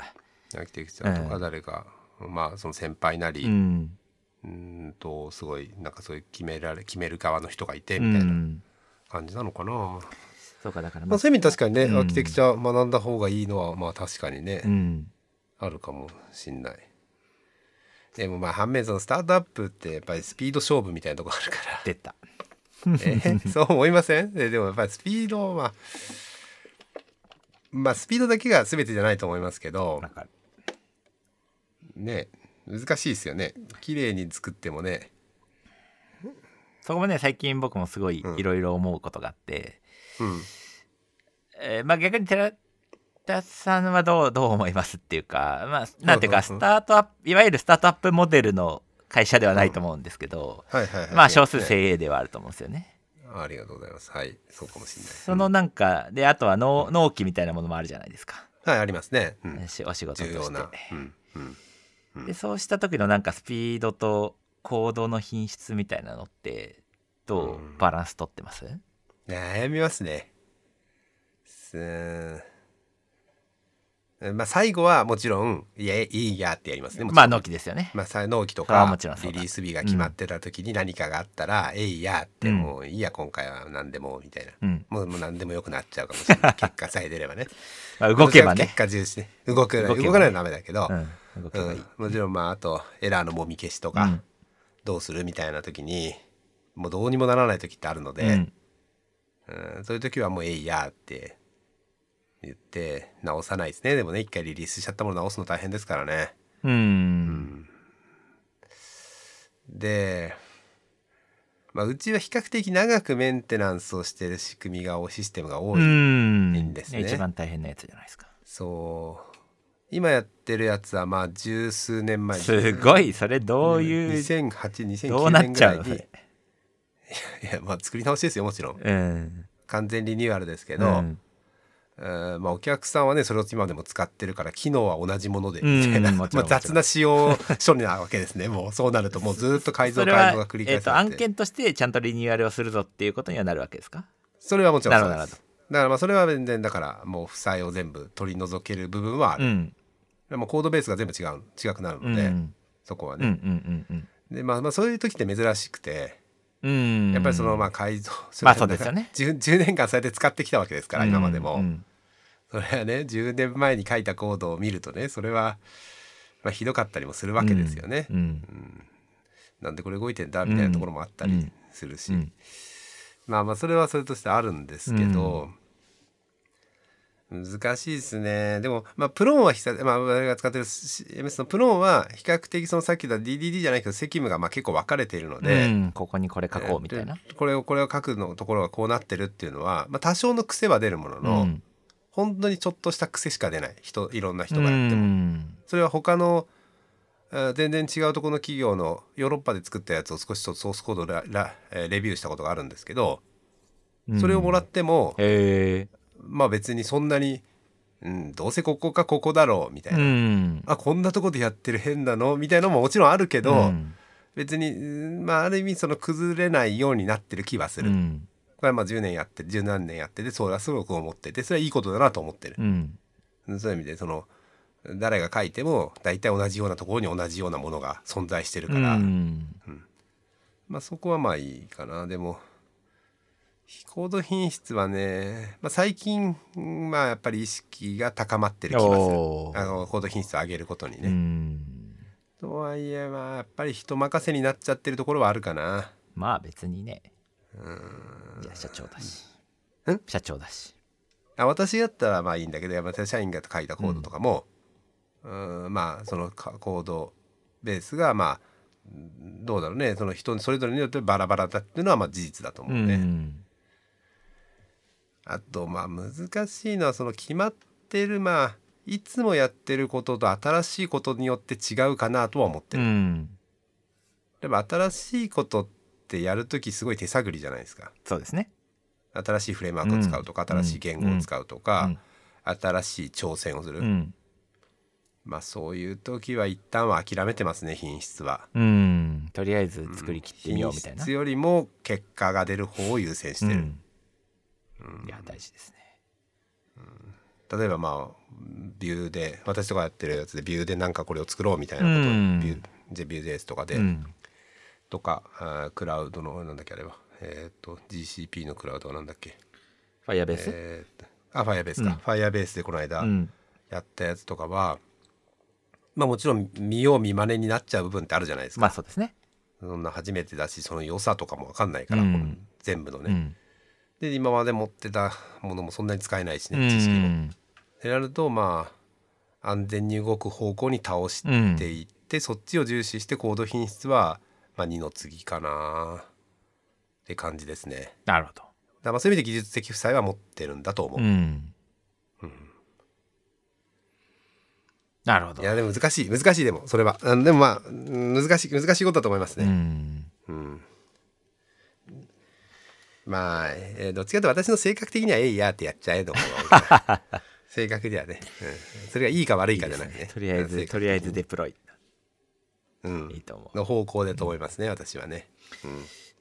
[SPEAKER 1] アーキテクチャと
[SPEAKER 2] う
[SPEAKER 1] か
[SPEAKER 2] ん
[SPEAKER 1] 誰か、まあその先輩な
[SPEAKER 2] う
[SPEAKER 1] り、
[SPEAKER 2] ん
[SPEAKER 1] うーんとすごいなんかそういう決められ決める側の人がいて
[SPEAKER 2] う
[SPEAKER 1] みたいなん感じなのかな、
[SPEAKER 2] そうかだから
[SPEAKER 1] まあ、そういう意味で確かにね、
[SPEAKER 2] うん
[SPEAKER 1] アーキテクチャ学んだ方がいいのはまあ確かにね、
[SPEAKER 2] うん
[SPEAKER 1] あるかもしんないでもまあ反面そのスタートアップってやっぱりスピード勝負みたいなとこあるから
[SPEAKER 2] 出た
[SPEAKER 1] え ーそう思いませんででもやっぱりスピードはまあスピードだけが全てじゃないと思いますけど
[SPEAKER 2] なんか
[SPEAKER 1] ね難しいですよね綺麗に作ってもね
[SPEAKER 2] そこもね最近僕もすごい
[SPEAKER 1] うん
[SPEAKER 2] いろいろ思うことがあって、
[SPEAKER 1] うん
[SPEAKER 2] えーまあ逆に寺田さんはどうどう思いますっていうかまあなんていうか
[SPEAKER 1] うんうんう
[SPEAKER 2] ス
[SPEAKER 1] ん
[SPEAKER 2] タートアップいわゆるスタートアップモデルの会社ではないと思うんですけど、
[SPEAKER 1] はいはい、はい、
[SPEAKER 2] まあ少数
[SPEAKER 1] ね
[SPEAKER 2] 精鋭ではあると思うんですよね。
[SPEAKER 1] ありがとうございますはいそうかもしんない
[SPEAKER 2] そのなんかであとは納納期みたいなものもあるじゃないですか、
[SPEAKER 1] はいありますね、うん、
[SPEAKER 2] しお仕事と
[SPEAKER 1] 重要
[SPEAKER 2] して
[SPEAKER 1] な、うんうん、うん
[SPEAKER 2] でそうした時のなんかスピードと行動の品質みたいなのってど
[SPEAKER 1] う
[SPEAKER 2] う
[SPEAKER 1] ん
[SPEAKER 2] バランス取ってます、
[SPEAKER 1] 悩みますね。すーんまあ最後はもちろん「いやいいや」ってやりますね。もちろん
[SPEAKER 2] まあ納期ですよね
[SPEAKER 1] まあさ納期と
[SPEAKER 2] それはも
[SPEAKER 1] か
[SPEAKER 2] ちろんそう
[SPEAKER 1] リ
[SPEAKER 2] だ
[SPEAKER 1] リース日が決まってた時に何かがあったら「えいや」ってもう「いいや今回は何でも」みたいな。
[SPEAKER 2] うん、
[SPEAKER 1] もうもう何でもよくなっちゃうかもしれ ない結果さえ出ればね
[SPEAKER 2] まあ、動けば
[SPEAKER 1] 結
[SPEAKER 2] ね、
[SPEAKER 1] 果重視ね動く
[SPEAKER 2] 動けばね
[SPEAKER 1] 動かないとダメだけど、
[SPEAKER 2] うん、動けばいい、
[SPEAKER 1] うんもちろんまああとエラーのもみ消しと
[SPEAKER 2] う
[SPEAKER 1] か、
[SPEAKER 2] ん
[SPEAKER 1] どうするみたいな時にもうどうにもならない時ってあるので、
[SPEAKER 2] うん
[SPEAKER 1] うんそういう時はもう「えいや」って言って直さないですねでもね一回リリースしちゃったもの直すの大変ですからね
[SPEAKER 2] うん
[SPEAKER 1] で、まあ、うちは比較的長くメンテナンスをしてる仕組みがシステムが多
[SPEAKER 2] う
[SPEAKER 1] い、
[SPEAKER 2] ん
[SPEAKER 1] いいんですね
[SPEAKER 2] 一番大変なやつじゃないですか
[SPEAKER 1] そう今やってるやつはまあ十数年前に
[SPEAKER 2] すごいそれどういう、
[SPEAKER 1] 20082009
[SPEAKER 2] どうなっ
[SPEAKER 1] 年ぐ
[SPEAKER 2] ちゃ
[SPEAKER 1] ら
[SPEAKER 2] う
[SPEAKER 1] い
[SPEAKER 2] の
[SPEAKER 1] に
[SPEAKER 2] それ
[SPEAKER 1] いやまあ作り直しですよもちろん
[SPEAKER 2] うん
[SPEAKER 1] 完全リニューアルですけ
[SPEAKER 2] け
[SPEAKER 1] ど、えーまあ、お客さんはねそれを今でも使ってるから機能は同じもので
[SPEAKER 2] うん
[SPEAKER 1] みたいな、
[SPEAKER 2] うん
[SPEAKER 1] ま
[SPEAKER 2] もちろ
[SPEAKER 1] あ、
[SPEAKER 2] ん
[SPEAKER 1] 雑な使用処理なわけですねもうそうなるともうずっと改造
[SPEAKER 2] それ
[SPEAKER 1] 改
[SPEAKER 2] は
[SPEAKER 1] 造が繰り
[SPEAKER 2] え
[SPEAKER 1] 返
[SPEAKER 2] っ
[SPEAKER 1] さ
[SPEAKER 2] と
[SPEAKER 1] れ
[SPEAKER 2] 案
[SPEAKER 1] て
[SPEAKER 2] 件としてちゃんとリニューアルをするぞっていうことにはなるわけですか
[SPEAKER 1] それはもちろんそう
[SPEAKER 2] なる
[SPEAKER 1] で
[SPEAKER 2] ほどなる
[SPEAKER 1] すだからまあそれは全然だからもう負債を全部取り除ける部分はあ
[SPEAKER 2] う
[SPEAKER 1] る、
[SPEAKER 2] ん
[SPEAKER 1] でもコードベースが全部違う違くなる
[SPEAKER 2] う
[SPEAKER 1] の
[SPEAKER 2] ん
[SPEAKER 1] で、そこは
[SPEAKER 2] うんう
[SPEAKER 1] ね、
[SPEAKER 2] んうん
[SPEAKER 1] で、まあ、まあそういう時って珍しくて
[SPEAKER 2] うん
[SPEAKER 1] やっぱりそのまあ改造、
[SPEAKER 2] まあそうです よね
[SPEAKER 1] 10, 10年間そうやって使ってきたわけですから今までも、
[SPEAKER 2] うん
[SPEAKER 1] それはね10年前に書いたコードを見るとねそれは、まあ、ひどかったりもするわけですよね、
[SPEAKER 2] うん
[SPEAKER 1] なんでこれ動いてんだみたいなところもあったりするし、
[SPEAKER 2] うん
[SPEAKER 1] まあまあそれはそれとしてあるんですけど、難しいですね。でも、まあ、プロンは久々、まあ、我々が使ってる CMS のプロンは、比較的、そのさっき言った DDD じゃないけど、責務がまあ結構分かれているので、
[SPEAKER 2] うん、ここにこれ書こうみたいな。
[SPEAKER 1] でこれを、これを書くのところがこうなってるっていうのは、まあ、多少の癖は出るもの
[SPEAKER 2] う
[SPEAKER 1] の、
[SPEAKER 2] ん
[SPEAKER 1] 本当にちょっとした癖しか出ない。人、いろんな
[SPEAKER 2] う
[SPEAKER 1] 人がやっても。
[SPEAKER 2] ん
[SPEAKER 1] それは他の、えー全然違うところの企業のヨーロッパで作ったやつを少しソースコードをララえーレビューしたことがあるんですけど、それをもら
[SPEAKER 2] っ
[SPEAKER 1] っても、
[SPEAKER 2] へ
[SPEAKER 1] まあ別にそんなに、うん、どうせここかここだろうみたい
[SPEAKER 2] えう
[SPEAKER 1] な、
[SPEAKER 2] ん
[SPEAKER 1] あこんなとこでやってる変なのみたいのももちろんあるけど、
[SPEAKER 2] うん
[SPEAKER 1] 別に、うんまあ、ある意味その崩れないようになってる気はする、
[SPEAKER 2] うん
[SPEAKER 1] これはまあ10年やって十何年やっててそれはすごく思っててそれはいいことだなと思ってる、
[SPEAKER 2] うん
[SPEAKER 1] そういう意味でその誰が書いても大体同じようなところに同じようなものが存在してる
[SPEAKER 2] う
[SPEAKER 1] から、
[SPEAKER 2] ん
[SPEAKER 1] まあそこはまあいいかなでも非コード品質はね、まあ、最近まあやっぱり意識が高まってる気がする
[SPEAKER 2] おー
[SPEAKER 1] あのコード品質を上げることに
[SPEAKER 2] う
[SPEAKER 1] ね、
[SPEAKER 2] ん
[SPEAKER 1] とはいえまあやっぱり人任せになっちゃってるところはあるかな
[SPEAKER 2] まあ別にね
[SPEAKER 1] うん
[SPEAKER 2] いや社長だし
[SPEAKER 1] ん
[SPEAKER 2] 社長だし
[SPEAKER 1] あ私だったらまあいいんだけどやっぱ社員が書いたコードとかも、うん、まあそのかコードベースがまあうんどうだろうねその人それぞれによってバラバラだっていうのはまあ事実だと
[SPEAKER 2] う
[SPEAKER 1] 思うね、
[SPEAKER 2] ん
[SPEAKER 1] あとまあ難しいのはその決まってるまあいつもやってることと新しいことによって違うかなとは思って
[SPEAKER 2] う
[SPEAKER 1] る、
[SPEAKER 2] ん
[SPEAKER 1] でも新しいことってやるときすごい手探りじゃないですか
[SPEAKER 2] そうですね
[SPEAKER 1] 新しいフレームワークを使うとか、
[SPEAKER 2] うん
[SPEAKER 1] 新しい言語を使うとか、
[SPEAKER 2] うん
[SPEAKER 1] 新しい挑戦をする、
[SPEAKER 2] うん
[SPEAKER 1] まあそういう時は一旦は諦めてますね品質は。
[SPEAKER 2] うんとりあえず作り切ってみようみたい
[SPEAKER 1] 品
[SPEAKER 2] な
[SPEAKER 1] 質よりも結果が出る方を優先してる、
[SPEAKER 2] うんいや大事ですね
[SPEAKER 1] 例えばまあビューで私とかやってるやつでビューでなんかこれを作ろうみたいなことを、
[SPEAKER 2] うん
[SPEAKER 1] ビューじゃあビューデースとかで、
[SPEAKER 2] うん
[SPEAKER 1] とかあークラウドのなんだっけあれはえっ、と GCP のクラウドはなんだっけ
[SPEAKER 2] ファイアベース
[SPEAKER 1] えーとあファイアベースか、ファイアベースでこの間
[SPEAKER 2] うん
[SPEAKER 1] やったやつとかは、まあもちろん見よう見まねになっちゃう部分ってあるじゃないですか、
[SPEAKER 2] まあそうですね
[SPEAKER 1] そんな初めてだしその良さとかも分かんないから、
[SPEAKER 2] うん
[SPEAKER 1] この全部のね、
[SPEAKER 2] うん
[SPEAKER 1] で今まで持ってたものもそんなに使えないし
[SPEAKER 2] う
[SPEAKER 1] ね知識も。っ
[SPEAKER 2] ん
[SPEAKER 1] てなるとまあ安全に動く方向に倒し
[SPEAKER 2] うん
[SPEAKER 1] ていって、そっちを重視して高度品質は、まあ、2の次かなって感じですね。だか
[SPEAKER 2] なるほど
[SPEAKER 1] らまあそういう意味で技術的負債は持ってるんだと思う。
[SPEAKER 2] うんなるほど
[SPEAKER 1] いやでも難しい難しいでもそれはあのでもまあうん難しい難しいことだと思います
[SPEAKER 2] う
[SPEAKER 1] ね。
[SPEAKER 2] ん
[SPEAKER 1] うんまあ、えーどっちかというと私の性格的には「えいや」ってやっちゃえの方が多いな性格ではね、うんそれがいいか悪いかじゃなくてね
[SPEAKER 2] とりあえずとりあえず、デプロイ
[SPEAKER 1] うん性格的
[SPEAKER 2] い
[SPEAKER 1] に
[SPEAKER 2] いと思
[SPEAKER 1] うん、
[SPEAKER 2] う
[SPEAKER 1] の方向でと思いますね、私はね。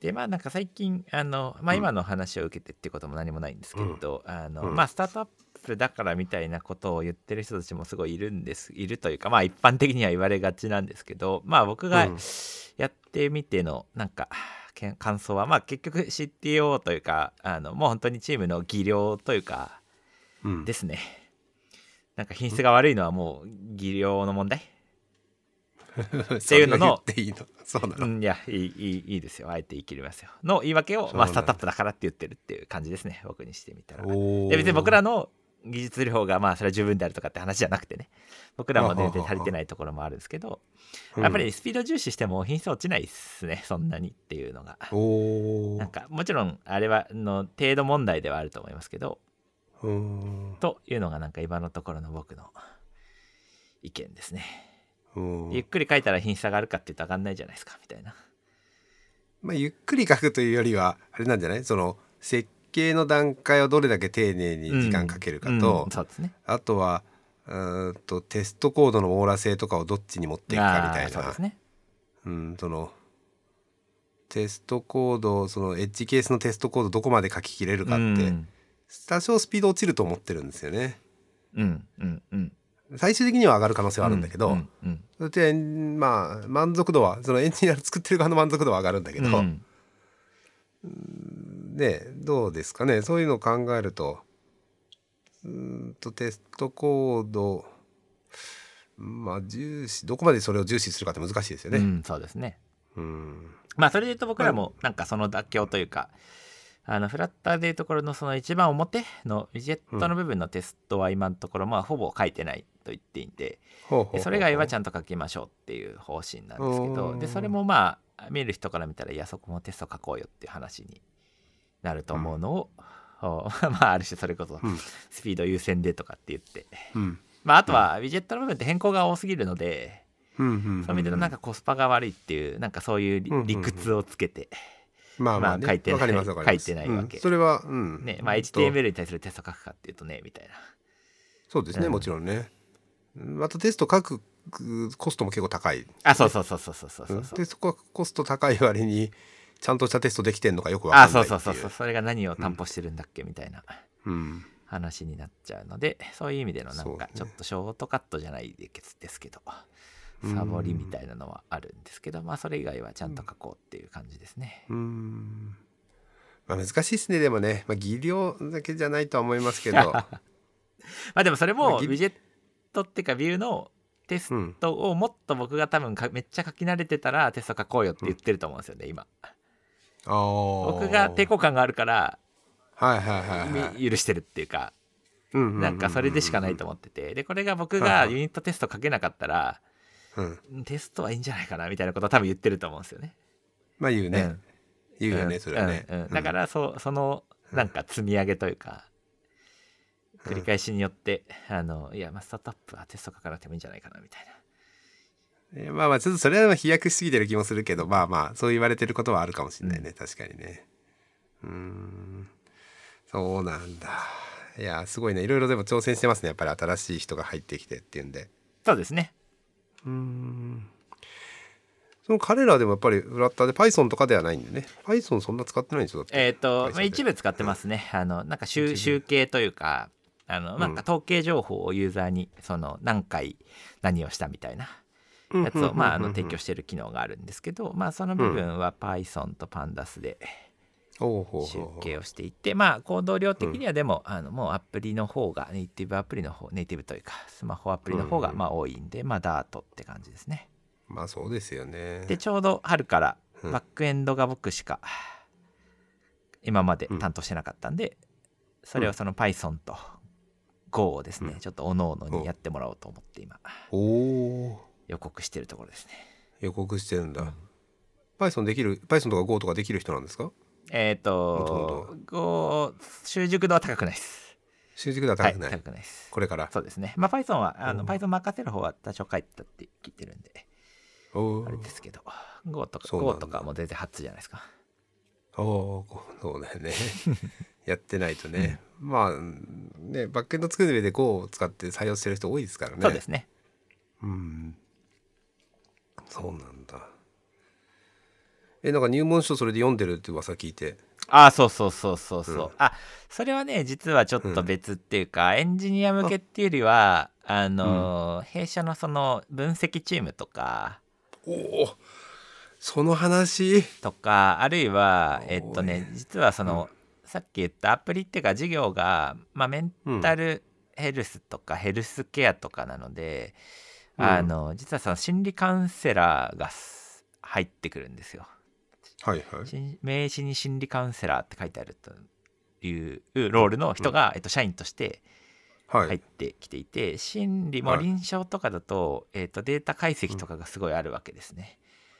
[SPEAKER 2] でまあなんか最近あの、まあ、今の話を受けてってことも何もないんですけど、あのまあ、スタートアップだからみたいなことを言ってる人たちもすごいいるんですいるというかまあ一般的には言われがちなんですけどまあ僕が
[SPEAKER 1] うん
[SPEAKER 2] やってみてのなんかけん感想はまあ結局 CTO というかあのもう本当にチームの技量というか
[SPEAKER 1] うん
[SPEAKER 2] ですねなんか品質が悪いのはもう技量の問題
[SPEAKER 1] そ
[SPEAKER 2] い
[SPEAKER 1] れ
[SPEAKER 2] うの
[SPEAKER 1] を
[SPEAKER 2] の
[SPEAKER 1] 言っていいのそうな
[SPEAKER 2] う
[SPEAKER 1] の、
[SPEAKER 2] んいやいいいいいいですよあえて言い切りますよの言い訳を、
[SPEAKER 1] そう
[SPEAKER 2] ま
[SPEAKER 1] な
[SPEAKER 2] あ、
[SPEAKER 1] んだ
[SPEAKER 2] スタートアップだからって言ってるっていう感じですね僕にしてみたら
[SPEAKER 1] おー
[SPEAKER 2] で別に僕らの技術量がまあそれは十分であるとかって話じゃなくてね僕らも全然足りてないところもあるんですけど
[SPEAKER 1] うん
[SPEAKER 2] やっぱりスピード重視しても品質落ちないっすねそんなにっていうのが
[SPEAKER 1] お
[SPEAKER 2] なん
[SPEAKER 1] ー
[SPEAKER 2] かもちろんあれはの程度問題ではあると思いますけど
[SPEAKER 1] うん
[SPEAKER 2] というのがなんか今のところの僕の意見ですね
[SPEAKER 1] うん
[SPEAKER 2] ゆっくり書いたら品質上がるかって言うと上がんないじゃないですかみたいな
[SPEAKER 1] まあ、ゆっくり書くというよりはあれなんじゃないその設計の段階をどれだけ丁寧に時間かけるかと、
[SPEAKER 2] うんそうですね
[SPEAKER 1] あとはうーんとテストコードの網羅性とかをどっちに持っていくかみた
[SPEAKER 2] あー
[SPEAKER 1] い
[SPEAKER 2] そう
[SPEAKER 1] な
[SPEAKER 2] ですね
[SPEAKER 1] うん、そのテストコードそのエッジケースのテストコードどこまで書ききれるかって、
[SPEAKER 2] うん
[SPEAKER 1] 多少スピード落ちると思ってるんですよね
[SPEAKER 2] うんうんうん
[SPEAKER 1] 最終的には上がる可能性はあるんだけど、
[SPEAKER 2] うんうん
[SPEAKER 1] それでまあ満足度はそのエンジニアの作ってる側の満足度は上がるんだけ
[SPEAKER 2] う
[SPEAKER 1] ど、
[SPEAKER 2] んうん
[SPEAKER 1] ねどうですかねそういうのを考えるとうーんとテストコードまあ重視どこまでそれを重視するかって難しいですよ
[SPEAKER 2] う
[SPEAKER 1] ね。
[SPEAKER 2] んそうですね
[SPEAKER 1] うん
[SPEAKER 2] まあそれで言うと僕らもなんかその妥協というか、あのフラッターでいうところのその一番表のウィジェットの部分のテストは今のところまあほぼ書いてないと言っていて
[SPEAKER 1] ほうほうほうほ
[SPEAKER 2] で
[SPEAKER 1] う
[SPEAKER 2] それ以外はちゃんと書きましょうっていう方針なんですけ
[SPEAKER 1] う
[SPEAKER 2] ど
[SPEAKER 1] ん
[SPEAKER 2] でそれもまあ見る人から見たらいやそこもテスト書こうよっていう話になると思うのを、おまあある種それこそ
[SPEAKER 1] うん
[SPEAKER 2] スピード優先でとかって言って、
[SPEAKER 1] うん
[SPEAKER 2] まあ、あとはウィジェットの部分って変更が多すぎるので、
[SPEAKER 1] うんうん
[SPEAKER 2] それ見てるとなんかコスパが悪いっていうなんかそういう理
[SPEAKER 1] うんうんうん
[SPEAKER 2] 理屈をつけて、
[SPEAKER 1] まあまあ、ね、
[SPEAKER 2] まあ書いてない
[SPEAKER 1] わかりますわかります
[SPEAKER 2] 書いてないわけ
[SPEAKER 1] うんそれは、うん、
[SPEAKER 2] ねまあ、
[SPEAKER 1] うんと
[SPEAKER 2] HTML に対するテスト書くかっていうとねみたいな。
[SPEAKER 1] そうですね、
[SPEAKER 2] うん
[SPEAKER 1] もちろんねまたテスト書くコストも結構高い
[SPEAKER 2] あそうそうそうそうそうそうそう
[SPEAKER 1] でそこはコスト高い割にちゃんとしたテストできてんのかよくわか
[SPEAKER 2] あ
[SPEAKER 1] んな
[SPEAKER 2] そ
[SPEAKER 1] いうってい
[SPEAKER 2] そううそうそうそれが何を担保してるんだっけみたいな
[SPEAKER 1] うん
[SPEAKER 2] 話になっちゃうのでそういう意味でのな
[SPEAKER 1] そう
[SPEAKER 2] ん
[SPEAKER 1] ね
[SPEAKER 2] かちょっとショートカットじゃないですけど
[SPEAKER 1] うん
[SPEAKER 2] サボりみたいなのはあるんですけどまあそれ以外はちゃんと書こうっていう感じですね。
[SPEAKER 1] うんまあ難しいですねでもね、まあ、技量だけじゃないとは思いますけ ど
[SPEAKER 2] まあでもそれ
[SPEAKER 1] ま
[SPEAKER 2] も
[SPEAKER 1] あ
[SPEAKER 2] ウ
[SPEAKER 1] ぎ
[SPEAKER 2] ィジェットっていうかビューのテス
[SPEAKER 1] うん
[SPEAKER 2] トをもっと僕が多分かめっちゃ書き慣れてたらテスト書こうよって言ってると思うんですよね今。
[SPEAKER 1] あー
[SPEAKER 2] 僕が抵抗感があるから
[SPEAKER 1] はいはいはい、はい
[SPEAKER 2] み許してるっていうか
[SPEAKER 1] うううう
[SPEAKER 2] なんかそれでしかないと思っててでこれが僕がユニットテスト書けなかったら
[SPEAKER 1] うん
[SPEAKER 2] うんテストはいいんじゃないかなみたいなことを多分言ってると思うんですよね。
[SPEAKER 1] まあ言うね、
[SPEAKER 2] うん
[SPEAKER 1] 言うよね、それはね、
[SPEAKER 2] うんうんだかららそそのなんか積み上げというか、
[SPEAKER 1] うん
[SPEAKER 2] 繰り返しによってあのいやまあスタートアップはテスト書かなくてもいいんじゃないかなみたいな
[SPEAKER 1] まあまあちょっとそれは飛躍しすぎてる気もするけどまあまあそう言われてることはあるかもしれないね、確かにねうーんそうなんだいやすごいねいろいろでも挑戦してますねやっぱり新しい人が入ってきてっていうんで
[SPEAKER 2] そうですね
[SPEAKER 1] うーんその彼らでもやっぱりフラッターで Python とかではないんでね Python そんな使ってないんですよだって
[SPEAKER 2] えっ、
[SPEAKER 1] は
[SPEAKER 2] と
[SPEAKER 1] い、
[SPEAKER 2] まあ、一部使ってますね、あのなんか集
[SPEAKER 1] 一部
[SPEAKER 2] 集計というかあのなんか統計情報をユーザーにその何回何をしたみたいなやつを、まあ、あの提供
[SPEAKER 1] し
[SPEAKER 2] してる機能があるんですけど、まあ、その部分は Python と Pandas で
[SPEAKER 1] おうほう
[SPEAKER 2] 集
[SPEAKER 1] ほう
[SPEAKER 2] 計をしていってまあ行動量的にはでも、あのもうアプリの方がネイティブアプリの方ネイティブというかスマホアプリの方
[SPEAKER 1] うん
[SPEAKER 2] が
[SPEAKER 1] うん
[SPEAKER 2] まあ多いんで、まあ DART って感じですね
[SPEAKER 1] まあそうですよね
[SPEAKER 2] でちょうど春から
[SPEAKER 1] うん
[SPEAKER 2] バックエンドが僕しか今まで担当してなかったんで、それをその Python と Go をですね、
[SPEAKER 1] うん
[SPEAKER 2] ちょっとおのおの
[SPEAKER 1] うん
[SPEAKER 2] にやってもらおうと思って今
[SPEAKER 1] おおー
[SPEAKER 2] 予告してるところですね
[SPEAKER 1] 予告してるんだ、Python できる Python とか Go とかできる人なんですか
[SPEAKER 2] えっ、と Go 習熟度は高くないです
[SPEAKER 1] 習熟度は高くない、
[SPEAKER 2] はい、高くないです
[SPEAKER 1] これから
[SPEAKER 2] そうですね。まあ Python はあの
[SPEAKER 1] おー
[SPEAKER 2] Python 任せる方は多少書いてたって聞いてるんで、
[SPEAKER 1] おー
[SPEAKER 2] あれですけど、Go とか
[SPEAKER 1] そうなん
[SPEAKER 2] Go
[SPEAKER 1] だ
[SPEAKER 2] とかも全然初じゃないですか。
[SPEAKER 1] おーそうだよねやってないとね、まあねバックエンド作る上で Go を使って採用してる人多いですからね
[SPEAKER 2] そうですね。
[SPEAKER 1] うんそうなんだえなんか入門書それで読んでるって噂聞いて
[SPEAKER 2] ああ、そうそうそうそうそう。
[SPEAKER 1] うん
[SPEAKER 2] あ、それはね、実はちょっと別っていうか、エンジニア向けっていうよりは、あのー、弊社のその分析チームとか、
[SPEAKER 1] おおその話
[SPEAKER 2] とか、あるいは、えっと
[SPEAKER 1] お
[SPEAKER 2] ね、実はその、さっき言ったアプリっていうか事業が、まあ、メンタルヘルスとかヘルスケアとかなので、
[SPEAKER 1] うん
[SPEAKER 2] あの実はその心理カウンセラーがす入ってくるんですよ。
[SPEAKER 1] はいはい
[SPEAKER 2] 心名刺に心理カウンセラーって書いてあるというロールの人が、えっと、社員として
[SPEAKER 1] はい、
[SPEAKER 2] 入ってきていて、心理も
[SPEAKER 1] はい
[SPEAKER 2] 臨床とかだと,、えっとデータ解析とかがすごいあるわけですね。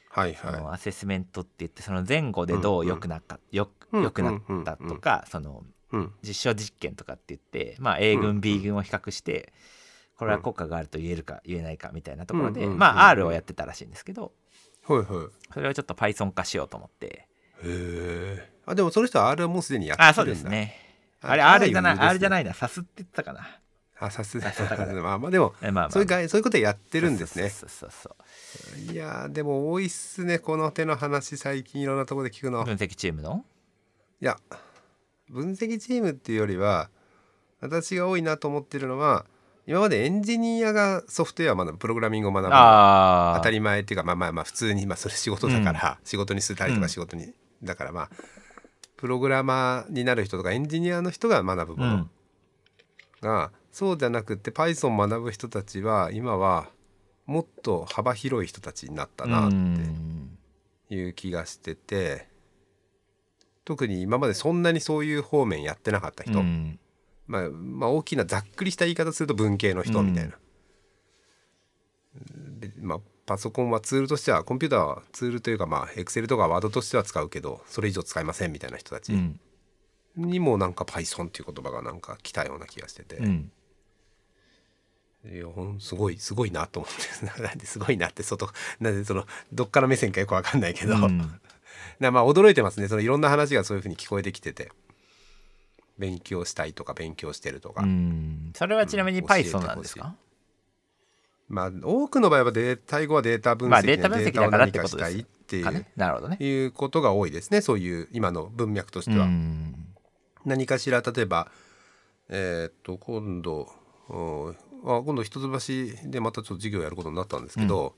[SPEAKER 1] はい
[SPEAKER 2] そ
[SPEAKER 1] はい
[SPEAKER 2] のアセスメントって言ってその前後でど
[SPEAKER 1] う
[SPEAKER 2] うん良くなった、よ
[SPEAKER 1] う
[SPEAKER 2] く
[SPEAKER 1] ん
[SPEAKER 2] 良くなったとか、その
[SPEAKER 1] うん
[SPEAKER 2] 実証実験とかって言って、まあ、A
[SPEAKER 1] うん
[SPEAKER 2] 群 B 群を比較してこれは効果があると言えるか言えないかみたいなところ
[SPEAKER 1] うん
[SPEAKER 2] で、
[SPEAKER 1] うん
[SPEAKER 2] まあ、
[SPEAKER 1] うん
[SPEAKER 2] R をやってたらしいんですけど
[SPEAKER 1] はいはい
[SPEAKER 2] それをちょっと Python 化しようと思って
[SPEAKER 1] へえあでもその人は R はもうすでにやってるんだ
[SPEAKER 2] あそうですねあれ
[SPEAKER 1] あ
[SPEAKER 2] R じゃない
[SPEAKER 1] いいですね
[SPEAKER 2] R じゃないなサスって言ってたかな
[SPEAKER 1] あさすが
[SPEAKER 2] さすがだ
[SPEAKER 1] まあまあでも
[SPEAKER 2] えまあまあ
[SPEAKER 1] そういうがそういうことやってるんですね
[SPEAKER 2] そうそうそうそう
[SPEAKER 1] いやーでも多いっすねこの手の話最近いろんなところで聞くの、
[SPEAKER 2] 分
[SPEAKER 1] い
[SPEAKER 2] 析チームの
[SPEAKER 1] や分析チームっていうよりは私が多いなと思ってるのは今までエンジニアがソフトウェアを学ぶプログラミングを学ぶのが
[SPEAKER 2] ああ
[SPEAKER 1] 当たり前っていうかまあまあまあ普通にまあそれ仕事だから、仕事にするたりと
[SPEAKER 2] う
[SPEAKER 1] か
[SPEAKER 2] ん
[SPEAKER 1] 仕事に、だからまあプログラマーになる人とかエンジニアの人が学ぶ
[SPEAKER 2] う
[SPEAKER 1] もの、
[SPEAKER 2] ん
[SPEAKER 1] がそうじゃなくて Python を学ぶ人たちは今はもっと幅広い人たちになったな
[SPEAKER 2] う
[SPEAKER 1] っ
[SPEAKER 2] ん
[SPEAKER 1] ていう気がしてて、特に今までそんなにそういう方面やってなかった人、
[SPEAKER 2] うん
[SPEAKER 1] まあ、まあ大きなざっくりした言い方すると文系の人みたいな、でまあパソコンはツールとしてはコンピューターはツールというかまあエクセルとかワードとしては使うけどそれ以上使いませんみたいな人たち
[SPEAKER 2] うん
[SPEAKER 1] にもなんか Python っていう言葉がなんか来たような気がしてて、
[SPEAKER 2] うん
[SPEAKER 1] いやほんすごいすごいなと思って なんですごいなって外なんでそのどっから目線かよくわかんないけど、
[SPEAKER 2] うん
[SPEAKER 1] なまあ驚いてますねそのいろんな話がそういうふうに聞こえてきてて勉強したいとか勉強してるとか、
[SPEAKER 2] うんそれはちなみに
[SPEAKER 1] うん教えて
[SPEAKER 2] Python なんです
[SPEAKER 1] ほ
[SPEAKER 2] か
[SPEAKER 1] まあ多くの場合はデータ英語はデータ分析
[SPEAKER 2] まあ
[SPEAKER 1] で
[SPEAKER 2] データ分析だからってこと
[SPEAKER 1] データを何かしたいってい
[SPEAKER 2] か
[SPEAKER 1] う
[SPEAKER 2] ねなるほどね。
[SPEAKER 1] いうことが多いですねそういう今の文脈としては。
[SPEAKER 2] うん
[SPEAKER 1] 何かしら例えばえーっと今度うんあ今度一橋でまたちょっと授業やることになったんですけど、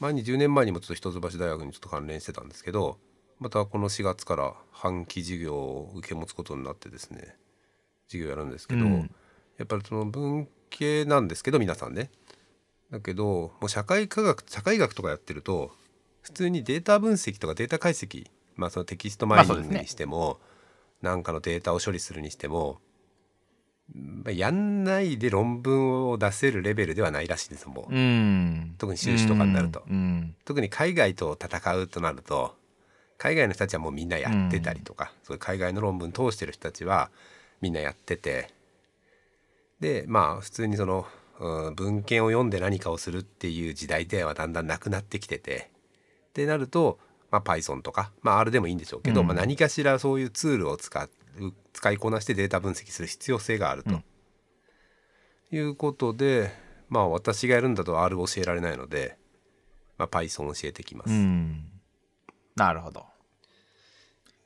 [SPEAKER 1] 前に10年前にもちょっと一橋大学にちょっと関連してたんですけどまたこの4月から半期授業を受け持つことになってですね授業やるんですけど、
[SPEAKER 2] うん
[SPEAKER 1] やっぱりその文系なんですけど皆さんねだけどもう社会科学社会学とかやってると普通にデータ分析とかデータ解析まあそのテキストマイニ
[SPEAKER 2] まあそうで
[SPEAKER 1] ン
[SPEAKER 2] す
[SPEAKER 1] グ
[SPEAKER 2] ね
[SPEAKER 1] にしても、なんかのデータを処理するにしても、まあ、やんないで論文を出せるレベルではないらしいですもう、
[SPEAKER 2] うん
[SPEAKER 1] 特に修士とかになると
[SPEAKER 2] うん
[SPEAKER 1] 特に海外と戦うとなると海外の人たちはもうみんなやってたりとか、そういう海外の論文通してる人たちはみんなやっててでまあ普通にその、うん文献を読んで何かをするっていう時代ではだんだんなくなってきててってなると、まあ、Python とか、まあ、R でもいいんでしょうけど、
[SPEAKER 2] うん
[SPEAKER 1] まあ、何かしらそういうツールを使う使いこなしてデータ分析する必要性があると。
[SPEAKER 2] うん
[SPEAKER 1] いうことでまあ私がやるんだと R 教えられないので、まあ、Python 教えてきます。
[SPEAKER 2] うんなるほど。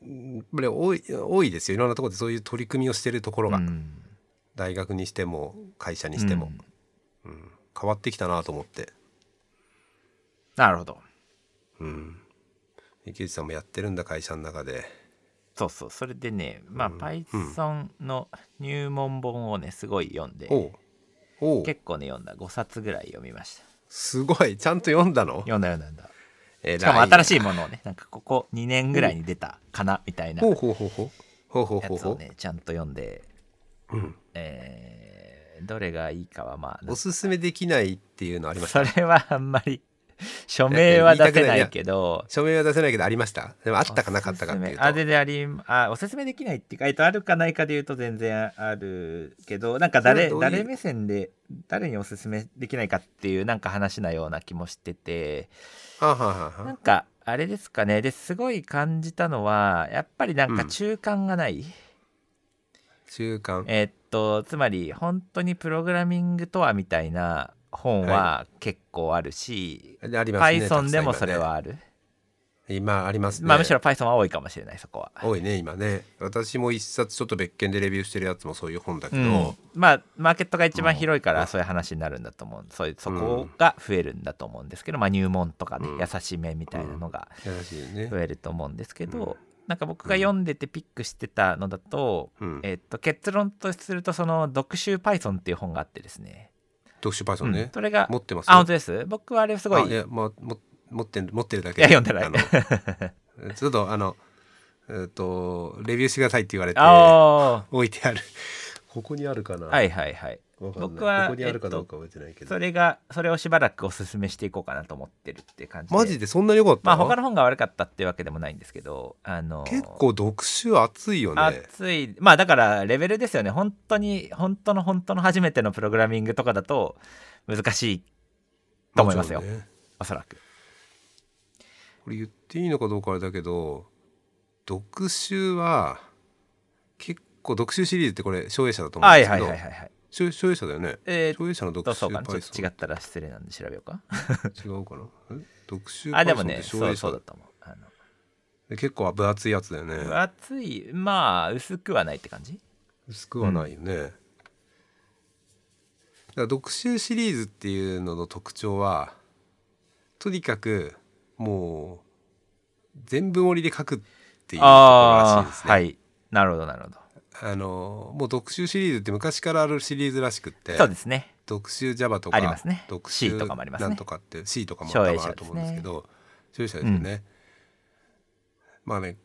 [SPEAKER 1] やっぱり多い多いですよいろんなところでそういう取り組みをしてるところが、
[SPEAKER 2] うん
[SPEAKER 1] 大学にしても会社にしても、
[SPEAKER 2] うん
[SPEAKER 1] 変わってきたなと思って
[SPEAKER 2] なるほど。
[SPEAKER 1] うん池内さんもやってるんだ会社の中で
[SPEAKER 2] そうそうそれでねまあ
[SPEAKER 1] うん
[SPEAKER 2] Python の入門本をねすごい読んで
[SPEAKER 1] おうおう
[SPEAKER 2] 結構ね読んだ5冊ぐらい読みました
[SPEAKER 1] すごいちゃんと読んだの
[SPEAKER 2] 読んだ読んだ読んだ
[SPEAKER 1] え
[SPEAKER 2] しかも新し
[SPEAKER 1] い
[SPEAKER 2] いものをねなんかここ2年ぐらいに出たかなみたいな
[SPEAKER 1] ほう
[SPEAKER 2] や
[SPEAKER 1] ほうほうほうほうほうほう
[SPEAKER 2] つ
[SPEAKER 1] ほ
[SPEAKER 2] を
[SPEAKER 1] う、
[SPEAKER 2] ねちゃんと読んで
[SPEAKER 1] うん、
[SPEAKER 2] えーどれがいいかはまあ
[SPEAKER 1] おすすめできないっていうのありました
[SPEAKER 2] それはあんまり署名は出せないけど
[SPEAKER 1] 署名は出せないけどありましたでもあったかなかったかっていう
[SPEAKER 2] おすす
[SPEAKER 1] と
[SPEAKER 2] めあででありあおすすめできないっていうか、えっと、あるかないかで言うと全然あるけどなんか誰
[SPEAKER 1] それはどういう
[SPEAKER 2] 誰目線で誰におすすめできないかっていうなんか話なような気もしてて
[SPEAKER 1] あはあはあは
[SPEAKER 2] なん
[SPEAKER 1] あ
[SPEAKER 2] かあれですかねですごい感じたのはやっぱりなんか
[SPEAKER 1] うん
[SPEAKER 2] 中間がない、
[SPEAKER 1] 中間
[SPEAKER 2] えっとつまり本当にプログラミングとはみたいな本は結構あるし、
[SPEAKER 1] ありますね
[SPEAKER 2] Python でもそれは
[SPEAKER 1] たくさん
[SPEAKER 2] ある、
[SPEAKER 1] 今ね今ありますね
[SPEAKER 2] まあむしろ Python は多いかもしれないそこは。
[SPEAKER 1] 多いね今ね私も一冊ちょっと別件でレビューしてるやつもそういう本だけど、
[SPEAKER 2] うん、まあマーケットが一番広いからそういう話になるんだと思うそういうそこが増えるんだと思うんですけど、まあ、入門とかね、
[SPEAKER 1] うん
[SPEAKER 2] 優しめみたいなのが
[SPEAKER 1] 優しいね
[SPEAKER 2] 増えると思うんですけど、
[SPEAKER 1] うん
[SPEAKER 2] なんか僕が読んでてピックしてたのだと,、
[SPEAKER 1] うん、
[SPEAKER 2] えっと結論とするとその「読書 Python」っていう本があってですね、
[SPEAKER 1] 読書パーソン
[SPEAKER 2] うん
[SPEAKER 1] ね、
[SPEAKER 2] それが
[SPEAKER 1] 持ってます
[SPEAKER 2] あ本当です僕はあれすごい
[SPEAKER 1] あいや、まあ、も持ってる持ってるだ
[SPEAKER 2] い
[SPEAKER 1] け
[SPEAKER 2] や読んでない
[SPEAKER 1] あのちょっとあのえっ、とレビューしてくださいって言われて
[SPEAKER 2] あ
[SPEAKER 1] 置いてあるここにあるかな
[SPEAKER 2] あはいいはいはい僕
[SPEAKER 1] 僕
[SPEAKER 2] は
[SPEAKER 1] はここにあるかどうか覚えてないけど、
[SPEAKER 2] それがそれをしばらくおすすめしていこうかなと思ってるって感じで
[SPEAKER 1] マジでそんなに良かった、
[SPEAKER 2] まあ他の本が悪かったってわけでもないんですけどあの
[SPEAKER 1] 結構読書熱いよね
[SPEAKER 2] 熱いまあだからレベルですよね本当に本当の本当の初めてのプログラミングとかだと難しいと思いますよ
[SPEAKER 1] もちろんね
[SPEAKER 2] おそらく
[SPEAKER 1] これ言っていいのかどうかあれだけど読集は結構読集シリーズってこれ省エ者だと思うん
[SPEAKER 2] は
[SPEAKER 1] で
[SPEAKER 2] い
[SPEAKER 1] すけ
[SPEAKER 2] はい
[SPEAKER 1] ど
[SPEAKER 2] はいはいはい
[SPEAKER 1] 省省エ者だよね
[SPEAKER 2] えー
[SPEAKER 1] 省エ者の
[SPEAKER 2] っ
[SPEAKER 1] 読
[SPEAKER 2] と
[SPEAKER 1] 集
[SPEAKER 2] そうかなちょ
[SPEAKER 1] Python
[SPEAKER 2] っと違ったら失礼なんで調べようか
[SPEAKER 1] 違うかなえ読集
[SPEAKER 2] あでも
[SPEAKER 1] Python っ
[SPEAKER 2] ね
[SPEAKER 1] て
[SPEAKER 2] そ
[SPEAKER 1] 省
[SPEAKER 2] う
[SPEAKER 1] エ
[SPEAKER 2] そ
[SPEAKER 1] 者
[SPEAKER 2] うだ
[SPEAKER 1] だ
[SPEAKER 2] と思うあの
[SPEAKER 1] 結構分厚いやつだよね
[SPEAKER 2] 分厚いまあ薄くはないって感じ
[SPEAKER 1] 薄くはないよね、だから読集シリーズっていうのの特徴はとにかくもう全部盛りで書くっていうところらしいですね
[SPEAKER 2] あーはいなるほどなるほど
[SPEAKER 1] あのもう読集シリーズって昔からあるシリーズらしくって
[SPEAKER 2] そうですね
[SPEAKER 1] 読集 Java とか
[SPEAKER 2] ありますね
[SPEAKER 1] 読
[SPEAKER 2] C
[SPEAKER 1] 集
[SPEAKER 2] とかもありますね
[SPEAKER 1] なんとかって C とかも多
[SPEAKER 2] 省エ
[SPEAKER 1] 分
[SPEAKER 2] 者
[SPEAKER 1] あ
[SPEAKER 2] ですね
[SPEAKER 1] ると思うんですけど消費者ですよね、まあね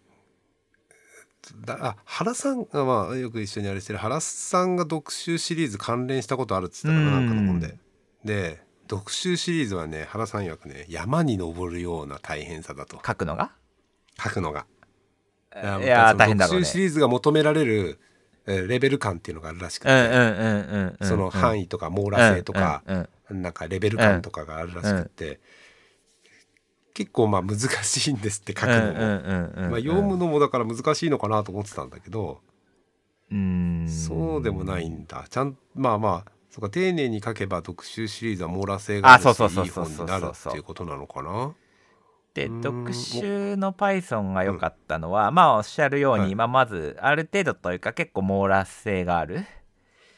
[SPEAKER 1] だあ原さんが、まあ、よく一緒にあれしてる原さんが読集シリーズ関連したことあるっつったかな
[SPEAKER 2] う
[SPEAKER 1] なんんかの本で。で読集シリーズはね原さん曰くね山に登るような大変さだと
[SPEAKER 2] 書くのが
[SPEAKER 1] 書くのが。
[SPEAKER 2] いやー大変だろ
[SPEAKER 1] 読
[SPEAKER 2] う
[SPEAKER 1] 集
[SPEAKER 2] ね
[SPEAKER 1] シリーズが求められるえーレベル感っていうのがあるらしく
[SPEAKER 2] うんうん
[SPEAKER 1] て、
[SPEAKER 2] うんうんうん
[SPEAKER 1] その
[SPEAKER 2] 囲
[SPEAKER 1] 範囲とか網羅性とか、
[SPEAKER 2] うんうん
[SPEAKER 1] なんかレベル感とかがあるらしくて、結構まあ難しいんですって書く
[SPEAKER 2] うんう
[SPEAKER 1] のも。
[SPEAKER 2] んうんうんうん
[SPEAKER 1] まあ、読むのもだから難しいのかなと思ってたんだけど、
[SPEAKER 2] うん
[SPEAKER 1] そうでもないんだちゃんまあまあそうか丁寧に書けば特集シリーズは網羅性がある
[SPEAKER 2] あ
[SPEAKER 1] し
[SPEAKER 2] そうそうそう
[SPEAKER 1] いい
[SPEAKER 2] そう
[SPEAKER 1] 本
[SPEAKER 2] そう
[SPEAKER 1] になるっていうことなのかな
[SPEAKER 2] で
[SPEAKER 1] うん
[SPEAKER 2] 特集の Python が良かったのは、まあおっしゃるように、
[SPEAKER 1] はい
[SPEAKER 2] まあ、まずある程度というか結構網羅性がある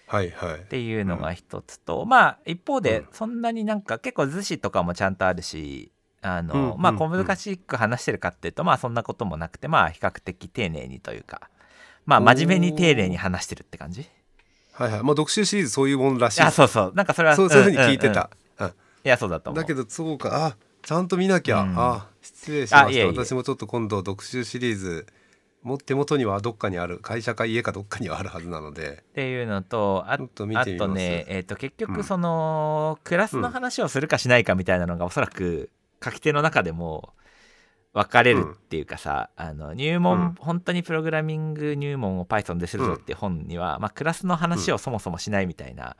[SPEAKER 1] はいはい
[SPEAKER 2] っていうのが一つと、まあ一方
[SPEAKER 1] う
[SPEAKER 2] で
[SPEAKER 1] ん
[SPEAKER 2] そんなになんか結構図示とかもちゃんとあるしあの、
[SPEAKER 1] うん
[SPEAKER 2] まあ
[SPEAKER 1] うん
[SPEAKER 2] 小難しく話してるかっていうと、まあそんなこともなくてまあ比較的丁寧にというかまあ真面目に丁寧に話してるって感じ
[SPEAKER 1] はいはいまあ読集シリーズそういうもんらしい
[SPEAKER 2] あそうそうなんかそれは
[SPEAKER 1] そうそういうふうに聞いて
[SPEAKER 2] んうんうん
[SPEAKER 1] た、
[SPEAKER 2] いやそうだと
[SPEAKER 1] うん
[SPEAKER 2] 思う
[SPEAKER 1] だけどそうかあちゃんと見なきゃ、
[SPEAKER 2] うん
[SPEAKER 1] あ失礼しま
[SPEAKER 2] あ
[SPEAKER 1] し
[SPEAKER 2] い
[SPEAKER 1] た
[SPEAKER 2] えいえ
[SPEAKER 1] 私もちょっと今度読集シリーズも手元にはどっかにある会社か家かどっかにはあるはずなの で
[SPEAKER 2] っていうのとあ
[SPEAKER 1] ちょっと見
[SPEAKER 2] あ
[SPEAKER 1] てみます
[SPEAKER 2] とね、えー、と結
[SPEAKER 1] うん
[SPEAKER 2] 局その、クラスの話をするかしないかみたいなのがおそらく書き手の中でも分かれるっていうかさ、あの入門、
[SPEAKER 1] うん
[SPEAKER 2] 本当にプログラミング入門を Python でするぞって本には、まあ、クラスの話をそもそもしないみたいな、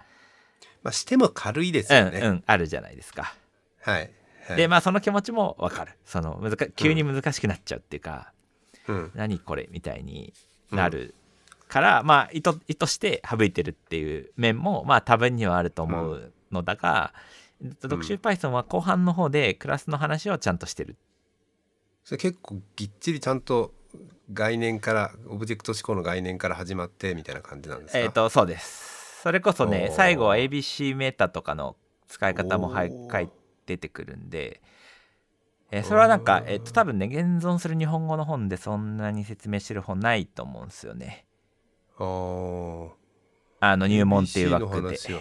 [SPEAKER 1] まあしても軽いです
[SPEAKER 2] うん
[SPEAKER 1] よ
[SPEAKER 2] う
[SPEAKER 1] ね、
[SPEAKER 2] ん、あるじゃないですか。
[SPEAKER 1] はい、はい、
[SPEAKER 2] でまあその気持ちも分かるその難か急に難しくなっちゃうっていうか、
[SPEAKER 1] うん、
[SPEAKER 2] 何これみたいになるから、まあ意図意図して省いてるっていう面もまあ多分にはあると思うのだが、えっと読集 Python は後半の方でクラスの話をちゃんとしてる。
[SPEAKER 1] それ結構ぎっちりちゃんと概念からオブジェクト思考の概念から始まってみたいな感じなんですか、
[SPEAKER 2] えっ、とそうです。それこそね
[SPEAKER 1] おー
[SPEAKER 2] 最後は ABC メータとかの使い方もはい
[SPEAKER 1] おー
[SPEAKER 2] 書い出てくるんで。えーそれはなんか
[SPEAKER 1] お、ー
[SPEAKER 2] えっと、多分ね現存する日本語の本でそんなに説明してる本ないと思うんですよね。
[SPEAKER 1] あー
[SPEAKER 2] あの入門っていう
[SPEAKER 1] ABC の
[SPEAKER 2] 枠で。
[SPEAKER 1] 話を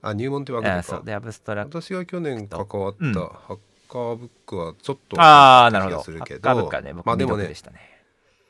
[SPEAKER 1] あ入門って枠で
[SPEAKER 2] あ
[SPEAKER 1] か
[SPEAKER 2] そうでアブストラクト
[SPEAKER 1] 私が去年関わった
[SPEAKER 2] うん
[SPEAKER 1] ハッカーブックはちょっと
[SPEAKER 2] ああ、なるほど。
[SPEAKER 1] 気がするけど
[SPEAKER 2] ハッカーブックはね、僕
[SPEAKER 1] まあ
[SPEAKER 2] も
[SPEAKER 1] で
[SPEAKER 2] で
[SPEAKER 1] も
[SPEAKER 2] も
[SPEAKER 1] ね
[SPEAKER 2] でしたね。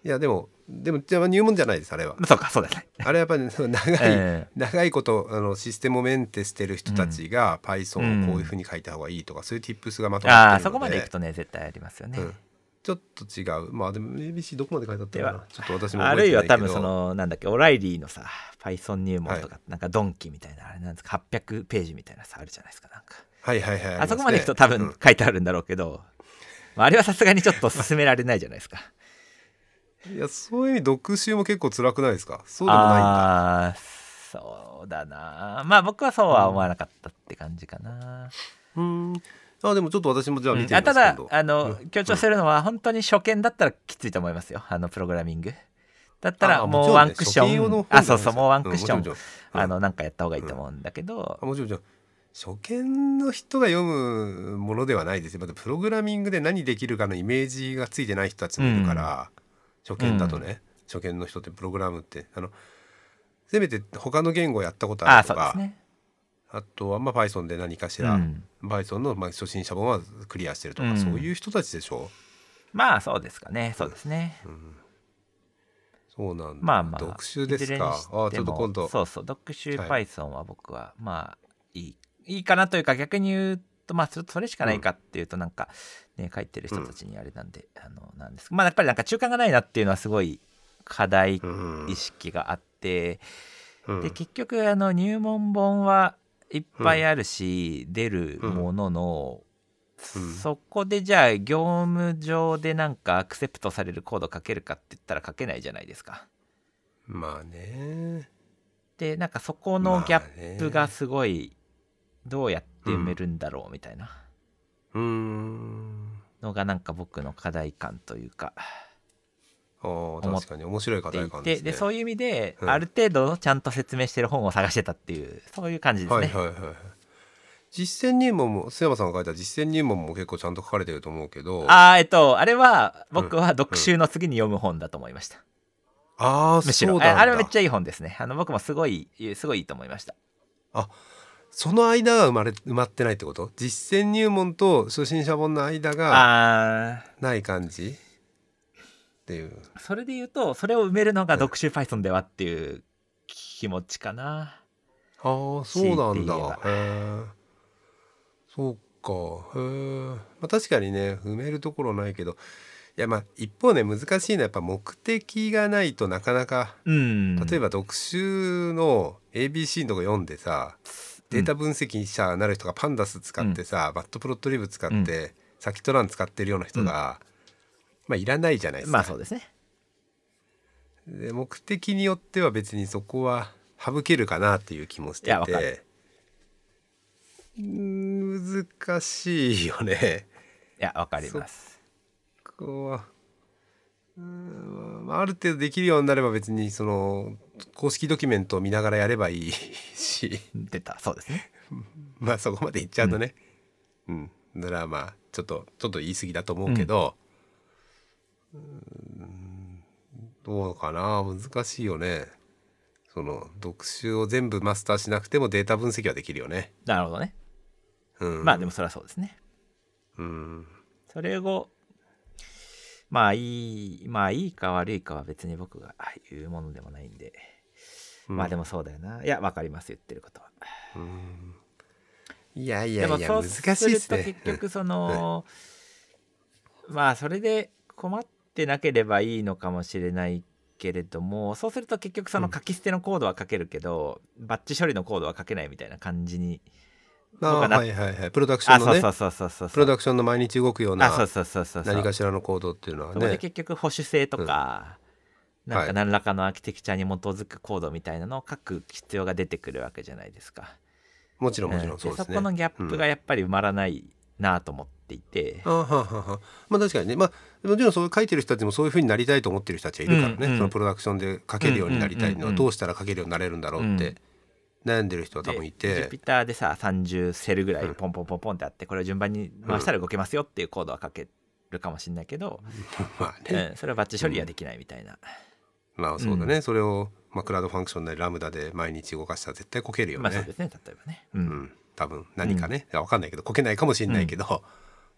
[SPEAKER 1] いやでもでもじゃあ入門じゃないですあれは
[SPEAKER 2] そうか、そうだね。
[SPEAKER 1] あれはやっぱり、ね、その長い、
[SPEAKER 2] え
[SPEAKER 1] 長いことあのシステムをメンテしてる人たちが Python をこういうふうに書いた方がいいとか、そういう tips がまと
[SPEAKER 2] え
[SPEAKER 1] まっ
[SPEAKER 2] あ
[SPEAKER 1] てるの
[SPEAKER 2] あ、
[SPEAKER 1] で
[SPEAKER 2] そこまでいくとね、絶対ありますよね。
[SPEAKER 1] うんちょっと違うまあでも ABC どこまで書いてあったか
[SPEAKER 2] で
[SPEAKER 1] な
[SPEAKER 2] は
[SPEAKER 1] ちょっと私も
[SPEAKER 2] あ
[SPEAKER 1] 覚え
[SPEAKER 2] るい
[SPEAKER 1] てない
[SPEAKER 2] は
[SPEAKER 1] けど
[SPEAKER 2] 多分その、なんだっけ、オライリーのさ、Python 入門とか、なんかドンキみたいな、あれなんですか、800ページみたいなさ、あるじゃないですか、なんか。
[SPEAKER 1] はいはいはい
[SPEAKER 2] あそこまでいくと多分書いてあるんだろうけど、まあ、あれはさすがにちょっと進められないじゃないですか。
[SPEAKER 1] いやそういう意味読集も結構辛くないですかそうでもないんだ
[SPEAKER 2] ああ、そうだな。まあ僕はそうは思わなかったって感じかな。
[SPEAKER 1] うーんあでもちょっと私もじゃあ見てみます
[SPEAKER 2] あ
[SPEAKER 1] け
[SPEAKER 2] た
[SPEAKER 1] ど、
[SPEAKER 2] だあの、強調するのは本当に初見だったらきついと思いますよあのプログラミングだった
[SPEAKER 1] あ
[SPEAKER 2] ら
[SPEAKER 1] あ
[SPEAKER 2] もう
[SPEAKER 1] ちろ
[SPEAKER 2] ワ
[SPEAKER 1] んね
[SPEAKER 2] ンクッショ
[SPEAKER 1] 初見用
[SPEAKER 2] ン、
[SPEAKER 1] の本
[SPEAKER 2] あそうそ
[SPEAKER 1] じゃないで
[SPEAKER 2] う
[SPEAKER 1] すか
[SPEAKER 2] もうワンクッショ
[SPEAKER 1] う
[SPEAKER 2] ン、
[SPEAKER 1] んもちろんもちろん
[SPEAKER 2] あのなんかやった方がいいと思うんだけど、
[SPEAKER 1] あもちろんもちろん初見の人が読むものではないですよまだプログラミングで何できるかのイメージがついてない人たちもいるから、初見だとね、初見の人ってプログラムってあのせめて他の言語やったこと
[SPEAKER 2] あ
[SPEAKER 1] あ
[SPEAKER 2] あ
[SPEAKER 1] る
[SPEAKER 2] そ
[SPEAKER 1] と
[SPEAKER 2] うで
[SPEAKER 1] か
[SPEAKER 2] すね
[SPEAKER 1] あとはまあ Python で何かし
[SPEAKER 2] う
[SPEAKER 1] ら、
[SPEAKER 2] ん
[SPEAKER 1] Python のまあ初心者本はクリアしてるとか、
[SPEAKER 2] うん
[SPEAKER 1] そういう人たちでしょ
[SPEAKER 2] まあそうですかねそうですね、
[SPEAKER 1] そうなんだ
[SPEAKER 2] まあまあ
[SPEAKER 1] 読集ですかあ
[SPEAKER 2] あ
[SPEAKER 1] ーちょっと今度
[SPEAKER 2] そうそう読集
[SPEAKER 1] はい
[SPEAKER 2] Python は僕はまあいいいいかなというか逆に言うとまあそれそれしかないかっていうとなんか、ね、書いてる人たちにあれなんで、あのなんですまあやっぱりなんか中間がないなっていうのはすごい課題
[SPEAKER 1] うん
[SPEAKER 2] 意識があって、
[SPEAKER 1] うん
[SPEAKER 2] で結局あの入門本はいっぱいあるし、出るものの、
[SPEAKER 1] うん
[SPEAKER 2] そこでじゃあ業務上でなんかアクセプトされるコード書けるかって言ったら書けないじゃないですか。
[SPEAKER 1] まあね
[SPEAKER 2] でなんかそこのギャップ
[SPEAKER 1] まあ
[SPEAKER 2] が
[SPEAKER 1] ね
[SPEAKER 2] すごいどうやって埋めるんだろうみたいな
[SPEAKER 1] うーん
[SPEAKER 2] のがなんか僕の課題感というか
[SPEAKER 1] あー
[SPEAKER 2] 思っ
[SPEAKER 1] 確かに面白い課
[SPEAKER 2] で
[SPEAKER 1] 題
[SPEAKER 2] い
[SPEAKER 1] 感
[SPEAKER 2] て
[SPEAKER 1] ですね
[SPEAKER 2] でそういう意味で
[SPEAKER 1] うん
[SPEAKER 2] ある程度ちゃんと説明してる本を探してたっていうそういう感じです
[SPEAKER 1] はい
[SPEAKER 2] ね。
[SPEAKER 1] はいはいはい実践入門も須山さんが書いた実践入門も結構ちゃんと書かれてると思うけど
[SPEAKER 2] あーえっとあれは僕
[SPEAKER 1] うん
[SPEAKER 2] は読集の次に読む本だと思いました。
[SPEAKER 1] あー
[SPEAKER 2] むし
[SPEAKER 1] そう
[SPEAKER 2] ろ
[SPEAKER 1] なんだ
[SPEAKER 2] ああれはめっちゃいい本ですねあの僕もすごいすごいいいと思いました
[SPEAKER 1] その間が生まれ埋まってないってこと実践入門と初心者本の間が
[SPEAKER 2] あ
[SPEAKER 1] ない感じっていう
[SPEAKER 2] それで言うとそれを埋めるのが読書 Python ではっていう気持ちかな
[SPEAKER 1] ああそうなんだ
[SPEAKER 2] 強い
[SPEAKER 1] へ
[SPEAKER 2] て
[SPEAKER 1] えそうかへえ、まあ、確かにね埋めるところないけどいやまあ一方ね難しいのはやっぱ目的がないとなかなか
[SPEAKER 2] うん
[SPEAKER 1] 例えば読集の ABC のとこ読んでさ、データ分析者になる人がパンダス使ってさ、バットプロットリブ使って、
[SPEAKER 2] うん
[SPEAKER 1] サキットラン使ってるような人が、まあいらないじゃないですか、
[SPEAKER 2] まあそうですね
[SPEAKER 1] で目的によっては別にそこは省けるかなっていう気もして
[SPEAKER 2] いやわか
[SPEAKER 1] て
[SPEAKER 2] る
[SPEAKER 1] うーん難しいよね。
[SPEAKER 2] いやわかります
[SPEAKER 1] ここはうーんまあある程度できるようになれば別にその公式ドキュメントを見ながらやればいいし
[SPEAKER 2] 出たそうですね
[SPEAKER 1] まあそこまでいっちゃうとね、うん、ならまあちょっとちょっと言い過ぎだと思うけど、うーんどうかな難しいよね。その読集を全部マスターしなくてもデータ分析はできるよね。
[SPEAKER 2] なるほどね
[SPEAKER 1] うん、
[SPEAKER 2] まあでもそれはそうですね
[SPEAKER 1] うん、
[SPEAKER 2] それをまあいいまあいいか悪いかは別に僕が言うものでもないんで、
[SPEAKER 1] うん
[SPEAKER 2] まあでもそうだよないやわかります言ってることは。
[SPEAKER 1] いやいやい
[SPEAKER 2] で
[SPEAKER 1] や難
[SPEAKER 2] もそ
[SPEAKER 1] し
[SPEAKER 2] う
[SPEAKER 1] い
[SPEAKER 2] す
[SPEAKER 1] で
[SPEAKER 2] る
[SPEAKER 1] す
[SPEAKER 2] と
[SPEAKER 1] ね
[SPEAKER 2] 結。局その、まあそれで困ってなければいいのかもしれないけれどもそうすると結局その
[SPEAKER 1] うん
[SPEAKER 2] 書き捨てのコードは書けるけど、バッチ処理のコードは書けないみたいな感じに
[SPEAKER 1] うんあ
[SPEAKER 2] 僕は
[SPEAKER 1] ー
[SPEAKER 2] な
[SPEAKER 1] はいはいはいプロダクショ
[SPEAKER 2] あ
[SPEAKER 1] ンの
[SPEAKER 2] そう
[SPEAKER 1] ね
[SPEAKER 2] そうそうそうそう
[SPEAKER 1] プロダクションの毎日動くよう
[SPEAKER 2] あそう
[SPEAKER 1] な
[SPEAKER 2] そうそうそうそう
[SPEAKER 1] 何かしらの行動っていうのは
[SPEAKER 2] そこで
[SPEAKER 1] ね。
[SPEAKER 2] 結局保守性とか、
[SPEAKER 1] ん
[SPEAKER 2] なん
[SPEAKER 1] は
[SPEAKER 2] か
[SPEAKER 1] い
[SPEAKER 2] 何らかのアーキテクチャに基づくコードみたいなのを書く必要が出てくるわけじゃないですか。
[SPEAKER 1] もちろんもち
[SPEAKER 2] う
[SPEAKER 1] ろ
[SPEAKER 2] ん
[SPEAKER 1] んそうですね。
[SPEAKER 2] そこのギャップがやっぱり埋まらないなと思っていて、
[SPEAKER 1] あはははまあ確かにねまあもちろんそう書いてる人たちもそういうふうになりたいと思ってる人たちがいるからね、
[SPEAKER 2] うんうん
[SPEAKER 1] そのプロダクションで書けるようになりたいの
[SPEAKER 2] うんうんう
[SPEAKER 1] は
[SPEAKER 2] ん
[SPEAKER 1] どうしたら書けるようになれるんだろうっ
[SPEAKER 2] う
[SPEAKER 1] て
[SPEAKER 2] ん
[SPEAKER 1] 悩んでる人は多分い
[SPEAKER 2] で
[SPEAKER 1] て、
[SPEAKER 2] Jupyter でさ30セルぐらい
[SPEAKER 1] うん
[SPEAKER 2] ポンポンポンポンってあってこれを順番に回したら動けますよっていうコードは書けるかもしれないけど、
[SPEAKER 1] まあ
[SPEAKER 2] う
[SPEAKER 1] ね、
[SPEAKER 2] んそれはバッチ処理はできないみたいな、
[SPEAKER 1] まあそうだね、それを、まあ、クラウドファンクションなりラムダで毎日動かしたら絶対こけるよね、
[SPEAKER 2] まあそうですね例えばね。うん
[SPEAKER 1] うん、多分何かね、いやわかんないけどこけないかもしれないけど、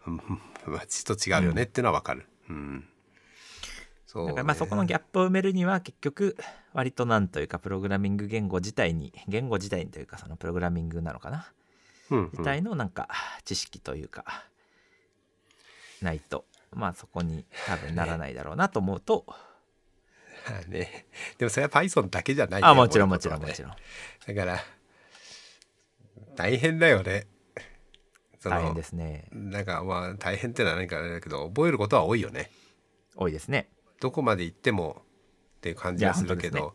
[SPEAKER 1] うん、まあちょっと違うよねっていうのはわかる。うんそう
[SPEAKER 2] だからまあそこのギ
[SPEAKER 1] ャッ
[SPEAKER 2] ャップを埋めるには結局割となんというかプログラミング言語自体に言語自体にというかそのプログラミングなのかな
[SPEAKER 1] プ、うんう
[SPEAKER 2] 自
[SPEAKER 1] ん、
[SPEAKER 2] 体のなんか知識というかないとまあそこに多分ならないだろうなと思うと、
[SPEAKER 1] まあねでもそれは Python だけじゃないよ
[SPEAKER 2] あもちろん
[SPEAKER 1] こ
[SPEAKER 2] も
[SPEAKER 1] ういうこ
[SPEAKER 2] ち
[SPEAKER 1] と
[SPEAKER 2] ろ
[SPEAKER 1] は
[SPEAKER 2] ん
[SPEAKER 1] ね
[SPEAKER 2] もちろん
[SPEAKER 1] だから大変だよね。その
[SPEAKER 2] 大変ですね
[SPEAKER 1] なんかまあ大変ってのは何かあれだけど覚えることは多いよね。
[SPEAKER 2] 多いですね
[SPEAKER 1] どこまで行ってもっていう感じがするけ
[SPEAKER 2] いや
[SPEAKER 1] ど、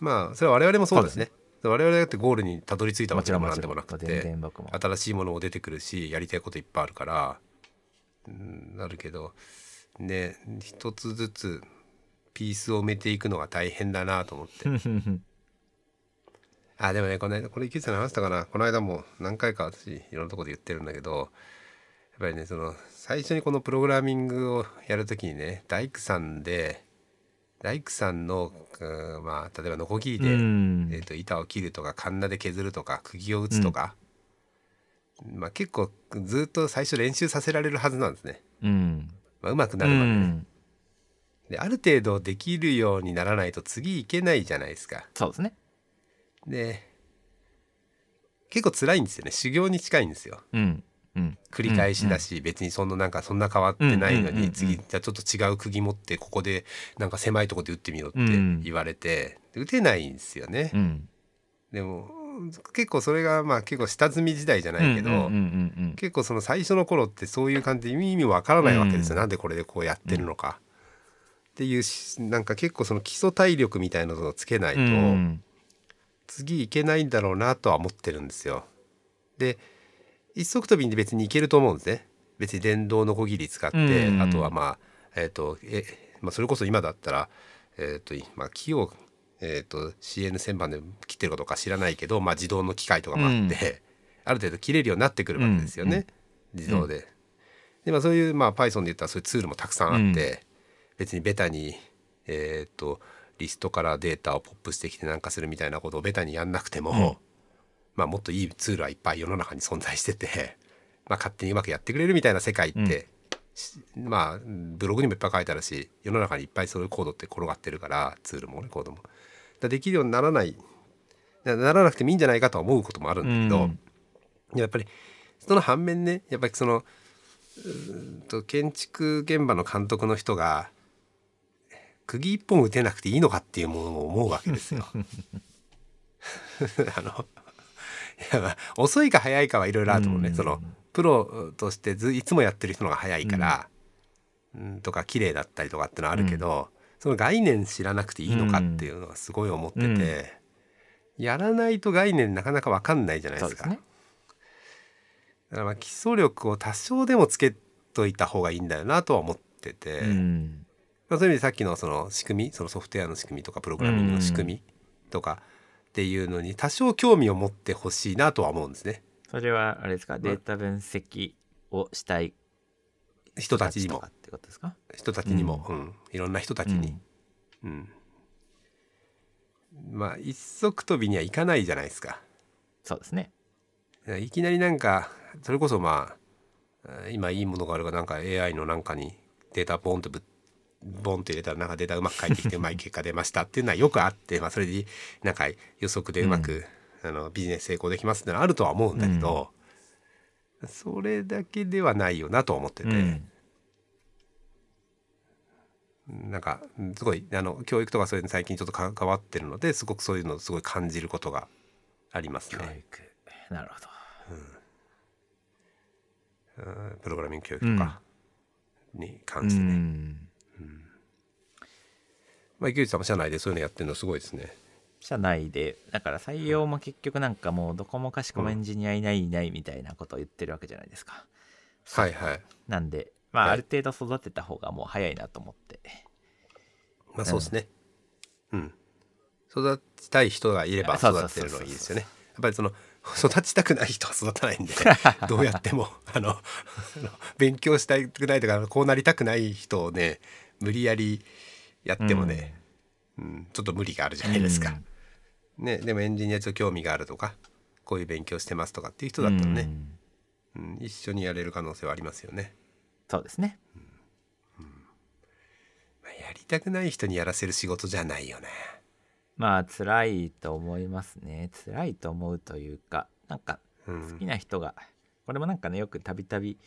[SPEAKER 1] まあそれは我々もそうですね
[SPEAKER 2] そ。
[SPEAKER 1] 我々だってゴールにたどり着いたわ
[SPEAKER 2] も
[SPEAKER 1] け
[SPEAKER 2] ち
[SPEAKER 1] で
[SPEAKER 2] ろん
[SPEAKER 1] も
[SPEAKER 2] も
[SPEAKER 1] なん
[SPEAKER 2] ち
[SPEAKER 1] で
[SPEAKER 2] ろ
[SPEAKER 1] も
[SPEAKER 2] ん
[SPEAKER 1] なく
[SPEAKER 2] 全
[SPEAKER 1] て
[SPEAKER 2] 然僕も
[SPEAKER 1] 新しいものも出てくるしやりたいこといっぱいあるから、うん、なるけどね一つずつピースを埋めていくのが大変だなと思って。あでもねこの間これ池内さんに話したかなこの間も何回か私いろんなところで言ってるんだけどやっぱりねその最初にこのプログラミングをやるときにね大工さんで大工さんの、うんまあ例えばノコギリ
[SPEAKER 2] う
[SPEAKER 1] で、
[SPEAKER 2] ん
[SPEAKER 1] えー、と板を切るとかカンナで削るとか釘を打つとか、まあ、結構ずっと最初練習させられるはずなんですね、
[SPEAKER 2] うん
[SPEAKER 1] まあ、上手くな
[SPEAKER 2] う
[SPEAKER 1] るまでね、
[SPEAKER 2] ん
[SPEAKER 1] である程度できるようにならないと次いけないじゃないですか
[SPEAKER 2] そうですね
[SPEAKER 1] で結構辛いんですよね修行に近いんですよ
[SPEAKER 2] うんうん
[SPEAKER 1] 繰り返しだし、別にそのなんかそんな変わってないのに、
[SPEAKER 2] うんうんうんうん
[SPEAKER 1] 次じゃあちょっと違う釘持ってここでなんか狭いとこで打ってみろって
[SPEAKER 2] うん
[SPEAKER 1] 言われて、打てないんですよね、
[SPEAKER 2] うん
[SPEAKER 1] でも結構それがまあ結構下積み時代じゃないけど、
[SPEAKER 2] うんうんうん
[SPEAKER 1] 結構その最初の頃ってそういう感じで意味わからないわけですよ、
[SPEAKER 2] うん
[SPEAKER 1] なんでこれでこうやってるのか、っていうしなんか結構その基礎体力みたいなのをつけないと、
[SPEAKER 2] うんうん
[SPEAKER 1] 次いけないんだろうなとは思ってるんですよ。で一足飛びに別にいけると思うんですね。別に電動のこぎり使って、
[SPEAKER 2] うん
[SPEAKER 1] あとはまあえっ、とえ、まあ、それこそ今だったらえっ、とまあ木をえっ、と CN 旋盤で切ってるかどうか知らないけど、まあ、自動の機械とかもあって、
[SPEAKER 2] うん
[SPEAKER 1] ある程度切れるようになってくるわけですよね、自動で。でまあそういうまあ Python で言ったらそういうツールもたくさんあって、別にベタにえっ、とリストからデータをポップしてきてなんかするみたいなことをベタにやんなくても、
[SPEAKER 2] ん
[SPEAKER 1] まあもっといいツールはいっぱい世の中に存在してて、まあ、勝手にうまくやってくれるみたいな世界って、しまあブログにもいっぱい書いてあるし世の中にいっぱいそういうコードって転がってるからツールもねコードも。だからできるようにならないなならなくてもいいんじゃないかとは思うこともあるんだけど、やっぱりその反面ねやっぱりそのうーんと建築現場の監督の人が釘一本打てなくていいのかっていうものを思うわけですよ。 あのいやまあ遅いか早いかはいろいろあると思うね、
[SPEAKER 2] うん
[SPEAKER 1] そのプロとしてずいつもやってる人のが早いから、うん、とか綺麗だったりとかってのはあるけど、その概念知らなくていいのかっていうのはすごい思ってて、
[SPEAKER 2] うん
[SPEAKER 1] やらないと概念なかなか分かんないじゃないで
[SPEAKER 2] そう
[SPEAKER 1] す
[SPEAKER 2] で
[SPEAKER 1] か。
[SPEAKER 2] すね。
[SPEAKER 1] だからまあ基礎力を多少でもつけといた方がいいんだよなとは思ってて、
[SPEAKER 2] うん
[SPEAKER 1] まあ、そういう意味でさっきのその仕組みそのソフトウェアの仕組みとかプログラミングの仕組みとかっていうのに多少興味を持ってほしいなとは思うんですね
[SPEAKER 2] それはあれですか、データ分析をしたい
[SPEAKER 1] 人たちに
[SPEAKER 2] と
[SPEAKER 1] も
[SPEAKER 2] かってことですか。
[SPEAKER 1] 人たちにも、うんいろんな人たちに、うんまあ一足飛びにはいかないじゃないですか。
[SPEAKER 2] そうですね。
[SPEAKER 1] いきなりなんかそれこそまあえー今いいものがあるからなんか AI のなんかにデータボンとぶっボンと入れたらなんかデータうまく返って きてうまい結果出ましたっていうのはよくあって、まあ、それでなんか予測でうまく、あのビジネス成功できますってのはあるとは思うんだけど、それだけではないよなと思ってて、
[SPEAKER 2] うん
[SPEAKER 1] なんかうんすごいあの教育とかそういうの最近ちょっと関わってるのですごくそういうのをすごい感じることがあります
[SPEAKER 2] 教
[SPEAKER 1] ね。
[SPEAKER 2] 育。なるほど。
[SPEAKER 1] うんプログラミング教育とかに関してね。
[SPEAKER 2] うん
[SPEAKER 1] まあ、池内さんも社内でそういうのやってるのすごいですね。
[SPEAKER 2] 社内でだから採用も結局なんかもうどこもかしこもエンジニアいないいないみたいなことを言ってるわけじゃないですか。
[SPEAKER 1] はいはい。
[SPEAKER 2] なんで、ま
[SPEAKER 1] は
[SPEAKER 2] あ、
[SPEAKER 1] い
[SPEAKER 2] ある程度育てた方がもう早いなと思って。
[SPEAKER 1] まあそうですね。うん。育ちたい人がいれば
[SPEAKER 2] あそうそう
[SPEAKER 1] 育てるのはいいですよね。
[SPEAKER 2] そ
[SPEAKER 1] やっぱりその 育ちたくない人は育たない んでどうやってもあのあの勉強したくないとかこうなりたくない人をね無理やりやってもね、うんちょっと無理があるじゃないですか。ね、でもエンジニアちょっと興味があるとかこういう勉強してますとかっていう人だったら
[SPEAKER 2] う
[SPEAKER 1] ね、
[SPEAKER 2] ん
[SPEAKER 1] うん一緒にやれる可能性はありますよね。
[SPEAKER 2] そうですね。
[SPEAKER 1] まあやりたくない人にやらせる仕事じゃないよね。
[SPEAKER 2] まあ、辛いと思いますね。辛いと思うというか、なんか、
[SPEAKER 1] うん
[SPEAKER 2] 好きな人が、これもなんかね、よくたびたび、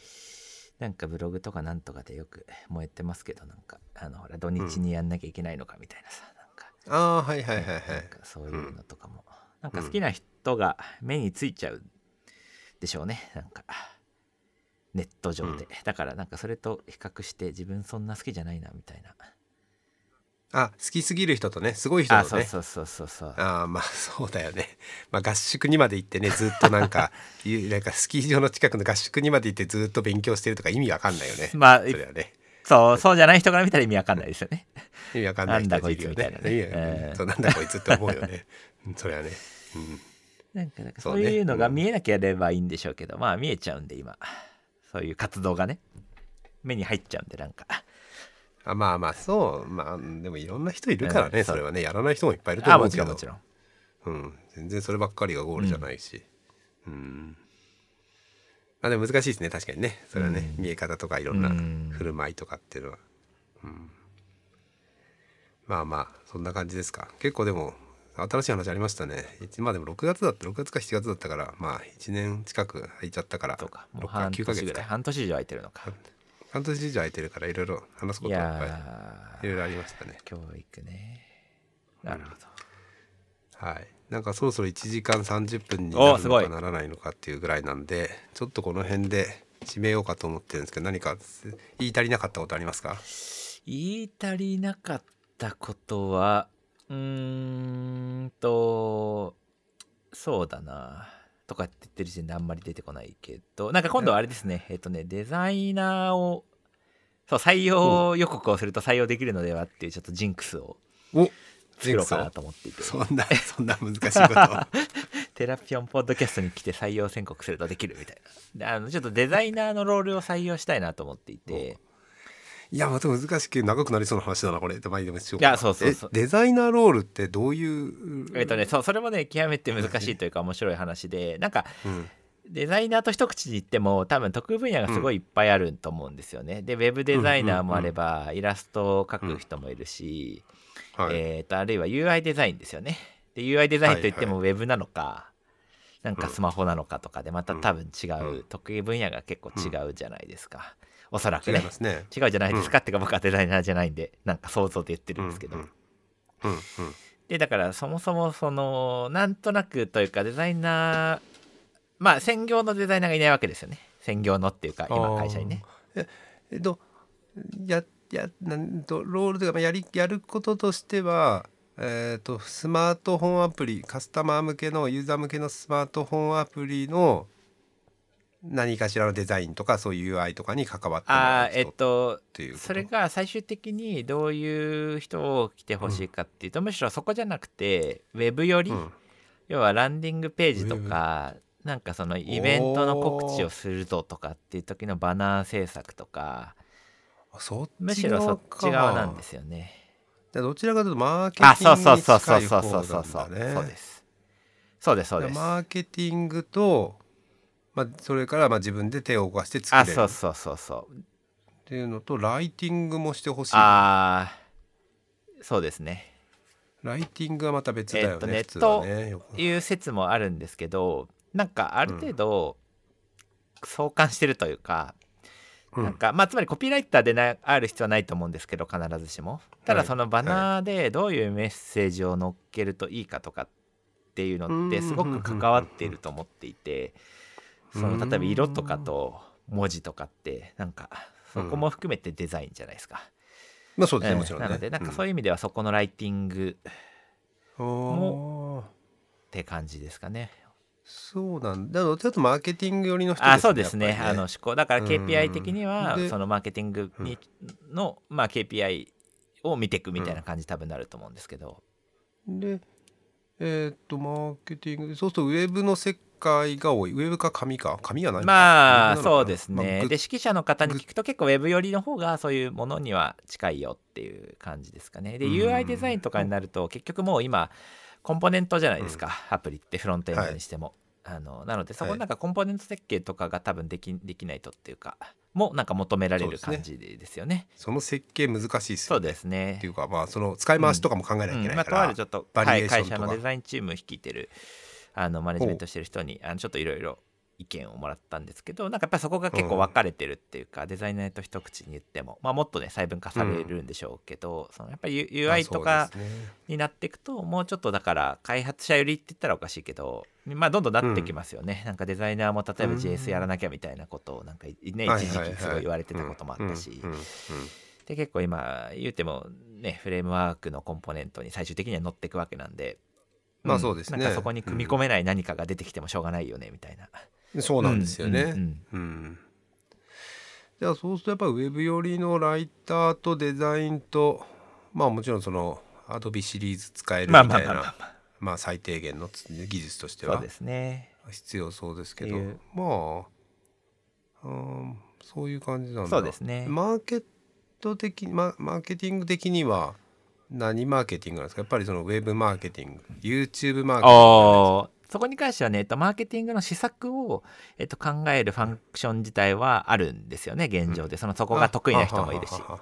[SPEAKER 2] なんかブログとかなんとかでよく燃えてますけど、なんか、あの、ほら、土日にやんなきゃいけないのかみたいなさ、なんか、
[SPEAKER 1] ああはいはいはいはい
[SPEAKER 2] なんかそういうのとかも、なんか好きな人が目についちゃうでしょうねなんかネット上で、だからなんかそれと比較して自分そんな好きじゃないなみたいな、
[SPEAKER 1] あ好きすぎる人とねすごい人
[SPEAKER 2] あ
[SPEAKER 1] と
[SPEAKER 2] そう
[SPEAKER 1] ね
[SPEAKER 2] そうそうそうそう
[SPEAKER 1] ああまあそうだよね、まあ、合宿にまで行ってねずっとなんか いうなんかスキー場の近くの合宿にまで行ってずっと勉強してるとか意味わかんないよね
[SPEAKER 2] まあ
[SPEAKER 1] それはね
[SPEAKER 2] そうそうじゃない人から見たら意味わかんないですよ ね
[SPEAKER 1] 意味わかんない人たちいるよね
[SPEAKER 2] なんだこいつみたいなね
[SPEAKER 1] 意味わかんない
[SPEAKER 2] えー
[SPEAKER 1] そうなんだこいつって思うよね うんそれはね、うん、
[SPEAKER 2] なんかなんか
[SPEAKER 1] そ
[SPEAKER 2] そうう
[SPEAKER 1] ね
[SPEAKER 2] いうの
[SPEAKER 1] う
[SPEAKER 2] が
[SPEAKER 1] ん
[SPEAKER 2] 見えなければいいんでしょうけど、まあ見えちゃうんで今そういう活動がね目に入っちゃうんでなんか
[SPEAKER 1] あまあまあそうまあでもいろんな人いるからね、
[SPEAKER 2] うん
[SPEAKER 1] そ
[SPEAKER 2] そ
[SPEAKER 1] うれはねやらない人もいっぱいいると
[SPEAKER 2] あ
[SPEAKER 1] 思う
[SPEAKER 2] も
[SPEAKER 1] け
[SPEAKER 2] ち
[SPEAKER 1] ど
[SPEAKER 2] ろんもちろん
[SPEAKER 1] うん、全然そればっかりがゴールじゃないし、うんまあでも難しいですね確かにねそれはね、見え方とかいろんな
[SPEAKER 2] うん
[SPEAKER 1] 振る舞いとかっていうのは、うん、まあまあそんな感じですか結構でも新しい話ありましたね一まあでも6月だった6月か7月だったからまあ1年近く空いちゃったから
[SPEAKER 2] そうかもう
[SPEAKER 1] 6か
[SPEAKER 2] 半
[SPEAKER 1] 9ヶ月
[SPEAKER 2] 年ぐらい
[SPEAKER 1] か
[SPEAKER 2] 半年以上空いてるのか
[SPEAKER 1] 半年以上空いてるからいろいろ話すこ
[SPEAKER 2] い
[SPEAKER 1] とがいっぱ
[SPEAKER 2] や
[SPEAKER 1] いい
[SPEAKER 2] ー
[SPEAKER 1] ろいろありましたね
[SPEAKER 2] 教育ねなるほど、
[SPEAKER 1] はい、なんかそろそろ1時間30分にな
[SPEAKER 2] お
[SPEAKER 1] る
[SPEAKER 2] す
[SPEAKER 1] の
[SPEAKER 2] ご
[SPEAKER 1] か
[SPEAKER 2] い
[SPEAKER 1] ならないのかっていうぐらいなんでちょっとこの辺で締めようかと思ってるんですけど何かす言い足りなかったことありますか
[SPEAKER 2] 言い足りなかったことはうーんとそうだなとかって言ってる時点であんまり出てこないけどなんか今度はあれですねえっとねデザイナーをそう採用予告をすると採用できるのではっていうちょっとジンクスを
[SPEAKER 1] お
[SPEAKER 2] 作ろうかなと思っていて
[SPEAKER 1] そんなそんな難しいこと
[SPEAKER 2] テラピオンポッドキャストに来て採用宣告するとできるみたいなであのちょっとデザイナーのロールを採用したいなと思っていて
[SPEAKER 1] いやまた難しく長くなりそうな話だなこれまあでもしよう
[SPEAKER 2] いやそうそうそう
[SPEAKER 1] えデザイナーロールってどういう
[SPEAKER 2] えっとねそうそれもね極めて難しいというか面白い話でなんか
[SPEAKER 1] うん
[SPEAKER 2] デザイナーと一口に言っても多分得意分野がすごいいっぱいあると思うんですよね。でウェブデザイナーもあれば、イラストを描く人もいるし、
[SPEAKER 1] はい、
[SPEAKER 2] えー、とあるいは UI デザインですよね。で UI デザインといってもウェブなのか、なんかスマホなのかとかでまた多分違う、
[SPEAKER 1] うん
[SPEAKER 2] 得意分野が結構違うじゃないですか、おそらくね
[SPEAKER 1] 違いますね。
[SPEAKER 2] 違うじゃないですか、ってか僕はデザイナーじゃないんでなんか想像で言ってるんですけど、
[SPEAKER 1] うんうんうんうん
[SPEAKER 2] でだからそもそもそのなんとなくというかデザイナーまあ専業のデザイナーがいないわけですよね専業のっていうか今会社にね
[SPEAKER 1] えっとややなんとロールというかまあやりやることとしては、えー、とスマートフォンアプリカスタマー向けのユーザー向けのスマートフォンアプリの何かしらのデザインとかそういう UI とかに関わってもら
[SPEAKER 2] あ
[SPEAKER 1] う
[SPEAKER 2] ーえ
[SPEAKER 1] 人っ
[SPEAKER 2] っと
[SPEAKER 1] ていうこと
[SPEAKER 2] それが最終的にどういう人を来てほしいかっていうと、むしろそこじゃなくてウェブより、
[SPEAKER 1] うん
[SPEAKER 2] 要はランディングページとかなんかそのイベントの告知をするぞとかっていう時のバナー制作とか
[SPEAKER 1] あそっち
[SPEAKER 2] むしろそっち側なんですよね。
[SPEAKER 1] じゃあどちらかというとマーケテ
[SPEAKER 2] あ
[SPEAKER 1] ィ
[SPEAKER 2] そう
[SPEAKER 1] ン
[SPEAKER 2] そ
[SPEAKER 1] グ
[SPEAKER 2] う
[SPEAKER 1] に
[SPEAKER 2] そう
[SPEAKER 1] 近
[SPEAKER 2] そう
[SPEAKER 1] い
[SPEAKER 2] そ
[SPEAKER 1] 方な
[SPEAKER 2] うそうそうそ
[SPEAKER 1] ん
[SPEAKER 2] う
[SPEAKER 1] だね。
[SPEAKER 2] ですそうですそう
[SPEAKER 1] だか
[SPEAKER 2] で
[SPEAKER 1] ら
[SPEAKER 2] す。
[SPEAKER 1] マーケティングと、まあ、それからまあ自分で手を動かして作
[SPEAKER 2] あ
[SPEAKER 1] れる
[SPEAKER 2] そう
[SPEAKER 1] っ
[SPEAKER 2] そうそうそう。
[SPEAKER 1] ていうのとライティングもしてほしい
[SPEAKER 2] あーそうですね。
[SPEAKER 1] ライティングはまた別だよね。
[SPEAKER 2] えっとね
[SPEAKER 1] 普通はねよく
[SPEAKER 2] いう説もあるんですけどなんかある程度相関してるというか、
[SPEAKER 1] うん
[SPEAKER 2] なんかまあつまりコピーライターでなある必要はないと思うんですけど必ずしもただ
[SPEAKER 1] はい
[SPEAKER 2] そのバナーでどういうメッセージを載っけるといいかとかっていうのってすごく関わっていると思っていて
[SPEAKER 1] う
[SPEAKER 2] そ
[SPEAKER 1] ん
[SPEAKER 2] の例えば色とかと文字とかってなんかそこも含めてデザインじゃないですか、
[SPEAKER 1] まあそうですね、
[SPEAKER 2] ええ
[SPEAKER 1] もちろんね。
[SPEAKER 2] なのでなんかそういう意味ではそこのライティングっ
[SPEAKER 1] うんおー
[SPEAKER 2] て感じですかね
[SPEAKER 1] そうなんだ。だからちょっとマーケティング寄りの人
[SPEAKER 2] あそうですね
[SPEAKER 1] やっぱ
[SPEAKER 2] あ
[SPEAKER 1] り
[SPEAKER 2] の思考だから
[SPEAKER 1] うん
[SPEAKER 2] KPI 的には
[SPEAKER 1] で
[SPEAKER 2] そのマーケティングにの、まあ、KPI を見ていくみたいな感じ多分なると思うんですけど、
[SPEAKER 1] で、えーっとマーケティングそうするとウェブの世界が多い。ウェブか紙か紙がないのか。
[SPEAKER 2] まあ
[SPEAKER 1] ウェブなのかな
[SPEAKER 2] そうです
[SPEAKER 1] まあ
[SPEAKER 2] ね、
[SPEAKER 1] グッ
[SPEAKER 2] で指揮者の方に聞くと結構ウェブ寄りの方がそういうものには近いよっていう感じですかねで
[SPEAKER 1] うん
[SPEAKER 2] UI デザインとかになると結局もう今コンポーネントじゃないですか、アプリってフロントエンドにしても、あのなのでそこ
[SPEAKER 1] はい
[SPEAKER 2] なんかコンポーネント設計とかが多分できできないとっていうかもうなんか求められ
[SPEAKER 1] そう
[SPEAKER 2] る
[SPEAKER 1] ですね
[SPEAKER 2] 感じですよね
[SPEAKER 1] その設計難しいです
[SPEAKER 2] そう
[SPEAKER 1] よね。
[SPEAKER 2] ですね
[SPEAKER 1] っていうかまあその使い回しとかも考えなきゃいけ
[SPEAKER 2] う
[SPEAKER 1] なんい
[SPEAKER 2] まあ、
[SPEAKER 1] か
[SPEAKER 2] とあ
[SPEAKER 1] ら
[SPEAKER 2] るちょ。っと
[SPEAKER 1] バリ
[SPEAKER 2] は
[SPEAKER 1] エ
[SPEAKER 2] い
[SPEAKER 1] ーション
[SPEAKER 2] 会
[SPEAKER 1] とか
[SPEAKER 2] 社のデザインチーム率いてるあのマネジメントしてる人にあのちょっといろいろ意見をもらったんですけどなんかやっぱりそこが結構分かれてるっていうか、デザイナーと一口に言っても、まあ、もっとね細分化されるんでしょうけど、そのやっぱり U- UI と
[SPEAKER 1] あ
[SPEAKER 2] か
[SPEAKER 1] そうですね
[SPEAKER 2] になっていくともうちょっとだから開発者寄りって言ったらおかしいけど、まあ、どんどんなってきますよね、なんかデザイナーも例えば
[SPEAKER 1] うん
[SPEAKER 2] JS やらなきゃみたいなことをなんか、ね、一
[SPEAKER 1] はい
[SPEAKER 2] 時
[SPEAKER 1] はいはい
[SPEAKER 2] 期すごい言われてたこともあったし。
[SPEAKER 1] うんうんうん
[SPEAKER 2] で結構今言うてもねフレームワークのコンポーネントに最終的には乗っていくわけなんで、
[SPEAKER 1] まあ
[SPEAKER 2] ん
[SPEAKER 1] そうですね
[SPEAKER 2] なんかそこに組み込めない何かが出てきてもしょうがないよねみたいな、
[SPEAKER 1] うんそうなんですよね。
[SPEAKER 2] うんうん
[SPEAKER 1] うん、じゃあそうするとやっぱウェブ寄りのライターとデザインとまあもちろんそのアドビシリーズ使えるみ
[SPEAKER 2] ま
[SPEAKER 1] た
[SPEAKER 2] あ
[SPEAKER 1] い
[SPEAKER 2] まあまあま
[SPEAKER 1] な
[SPEAKER 2] あまあ
[SPEAKER 1] まあ最低限のつ技術として
[SPEAKER 2] そう
[SPEAKER 1] は
[SPEAKER 2] ですね
[SPEAKER 1] 必要そうですけど
[SPEAKER 2] っていう
[SPEAKER 1] まあうんそういう感じなんだ
[SPEAKER 2] そうですね
[SPEAKER 1] マーケット的にママーケティング的には何マーケティングなんですかやっぱりそのウェブマーケティング YouTube マーケティング
[SPEAKER 2] おそこに関してはね、えっと、マーケティングの施策を、えっと、考えるファンクション自体はあるんですよね現状で、そのそこが得意な人もいるし
[SPEAKER 1] あはははは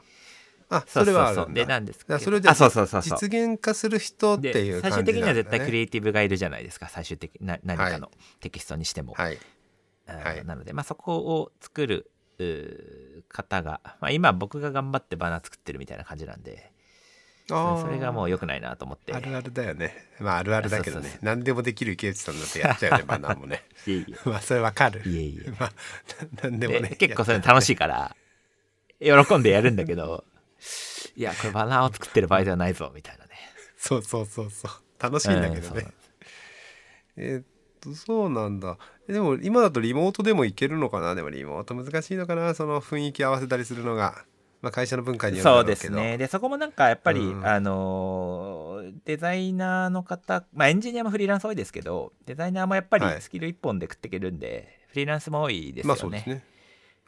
[SPEAKER 1] あ
[SPEAKER 2] そ
[SPEAKER 1] そ
[SPEAKER 2] う
[SPEAKER 1] れはあ
[SPEAKER 2] そう
[SPEAKER 1] るん
[SPEAKER 2] そう
[SPEAKER 1] だ
[SPEAKER 2] でなんですけ
[SPEAKER 1] だから
[SPEAKER 2] ど
[SPEAKER 1] それをじゃあ
[SPEAKER 2] あそうそうそうそう
[SPEAKER 1] 実現化する人って
[SPEAKER 2] で
[SPEAKER 1] いう
[SPEAKER 2] 最
[SPEAKER 1] 感じ
[SPEAKER 2] 終的
[SPEAKER 1] なんだ、ね、
[SPEAKER 2] には絶対クリエイティブがいるじゃないですか最終的な何かの
[SPEAKER 1] は
[SPEAKER 2] テキストにしても、
[SPEAKER 1] はい
[SPEAKER 2] あー
[SPEAKER 1] はい
[SPEAKER 2] なので、まあ、そこを作るうー方が、まあ、今僕が頑張ってバナー作ってるみたいな感じなんでそ
[SPEAKER 1] あ
[SPEAKER 2] れそれがも
[SPEAKER 1] う
[SPEAKER 2] う良くないなと思って
[SPEAKER 1] あるあるだよねまああるあるだけどね
[SPEAKER 2] そうそうそ
[SPEAKER 1] 何でもできる池内さんだってやっちゃうよねバナーも ね
[SPEAKER 2] いえい
[SPEAKER 1] まあそれわかる
[SPEAKER 2] えいえいえ
[SPEAKER 1] まあな何でも
[SPEAKER 2] で
[SPEAKER 1] ね
[SPEAKER 2] 結構そ
[SPEAKER 1] や
[SPEAKER 2] れ
[SPEAKER 1] っ
[SPEAKER 2] 楽しい から喜んでやるんだけどいやこれバナーを作ってる場合ではないぞみたいなね
[SPEAKER 1] そうそうそうそう楽しいんだけど
[SPEAKER 2] う
[SPEAKER 1] ね
[SPEAKER 2] んそうなんで、
[SPEAKER 1] えーっとそうなんだえでも今だとリモートでもいけるのかなでもリモート難しいのかなその雰囲気合わせたりするのが、まあ、会社の文化によるんだろ
[SPEAKER 2] そう
[SPEAKER 1] うけ
[SPEAKER 2] で
[SPEAKER 1] ど
[SPEAKER 2] すねでそこもなんかやっぱり、
[SPEAKER 1] うん
[SPEAKER 2] あのーデザイナーの方、まあ、エンジニアもフリーランス多いですけどデザイナーもやっぱり
[SPEAKER 1] はい
[SPEAKER 2] スキル一本で食っていけるんで、フリーランスも多いです
[SPEAKER 1] まあ
[SPEAKER 2] よ
[SPEAKER 1] そうで
[SPEAKER 2] ね
[SPEAKER 1] す。ね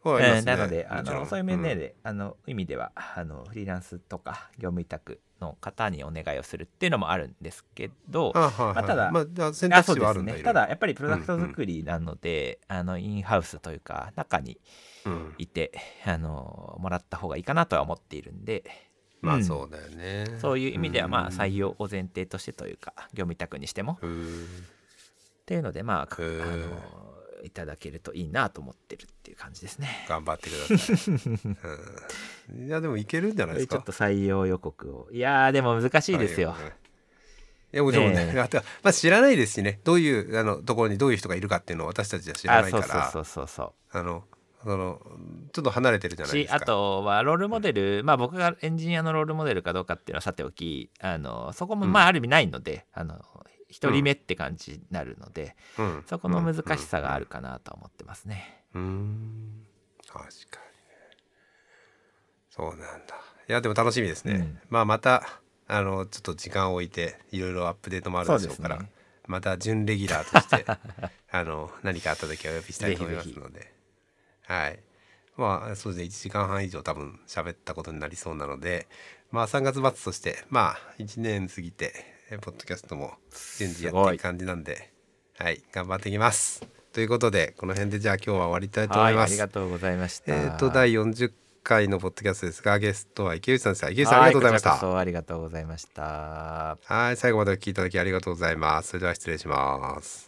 [SPEAKER 1] はいありますね
[SPEAKER 2] うんなのであ
[SPEAKER 1] もちろ
[SPEAKER 2] の
[SPEAKER 1] ん
[SPEAKER 2] そういう面
[SPEAKER 1] ん
[SPEAKER 2] で、あの意味ではあのフリーランスとか業務委託の方にお願いをするっていうのもあるんですけど、
[SPEAKER 1] あはいはい
[SPEAKER 2] まあただ
[SPEAKER 1] まあ、じゃあ選
[SPEAKER 2] あ
[SPEAKER 1] 択肢はあるんだ
[SPEAKER 2] そう
[SPEAKER 1] いろ
[SPEAKER 2] ですねた
[SPEAKER 1] いろ
[SPEAKER 2] だやっぱりプロダクト作りなので、あのインハウスというか中に
[SPEAKER 1] うん
[SPEAKER 2] いてあのもらった方がいいかなとは思っているんで
[SPEAKER 1] ま
[SPEAKER 2] う
[SPEAKER 1] あ
[SPEAKER 2] ん
[SPEAKER 1] そうだよね、
[SPEAKER 2] そういう意味ではまあ
[SPEAKER 1] うん
[SPEAKER 2] 採用を前提としてというか業務委託にしてもっ
[SPEAKER 1] うーん
[SPEAKER 2] ていうのでまあか
[SPEAKER 1] へ
[SPEAKER 2] あ
[SPEAKER 1] え
[SPEAKER 2] のいただけるといいなと思ってるっていう感じですね。
[SPEAKER 1] 頑張ってください、うんいやでもいけるんじゃないで
[SPEAKER 2] これ
[SPEAKER 1] す
[SPEAKER 2] ちょ
[SPEAKER 1] か
[SPEAKER 2] っと採用予告をいやーでも難しいですよ。
[SPEAKER 1] いやもちろんね、
[SPEAKER 2] ええ
[SPEAKER 1] あとはまあ、知らないですしねどういうあのところにどういう人がいるかっていうのを私たちは知ら
[SPEAKER 2] あ
[SPEAKER 1] ないか
[SPEAKER 2] そうそう
[SPEAKER 1] ら
[SPEAKER 2] そうそうそう。
[SPEAKER 1] あのそのちょっと離れてるじゃないで
[SPEAKER 2] し
[SPEAKER 1] すか
[SPEAKER 2] あとはロールモデル、まあ僕がエンジニアのロールモデルかどうかっていうのはさておきあのそこも
[SPEAKER 1] うん
[SPEAKER 2] まあある意味ないので、あの一人目って感じになるので、
[SPEAKER 1] うん
[SPEAKER 2] そこの難しさがあるかなとは思ってますね。
[SPEAKER 1] うーん確かにねそうなんだいやでも楽しみですね、
[SPEAKER 2] うん
[SPEAKER 1] まあまたあのちょっと時間を置いていろいろアップデートもあるでしょうから
[SPEAKER 2] そうですね
[SPEAKER 1] また準レギュラーとしてあの何かあった時はお呼びしたいと思い ますのではいまあそうですね1時間半以上多分喋ったことになりそうなのでまあ3月末としてまあ1年過ぎてえポッドキャストも順次やっていく感じなんではい頑張っていきますということでこの辺でじゃあ今日は終わりたいと思
[SPEAKER 2] はいい、あ
[SPEAKER 1] ま
[SPEAKER 2] り
[SPEAKER 1] す
[SPEAKER 2] がとうございました。
[SPEAKER 1] えっ、と第40回のポッドキャストですがゲストは池内さんでした池内さんあ
[SPEAKER 2] は
[SPEAKER 1] りがとうございまし
[SPEAKER 2] こちら
[SPEAKER 1] た
[SPEAKER 2] こそありがとうございました。
[SPEAKER 1] はい最後までお聞きいただきありがとうございますそれでは失礼します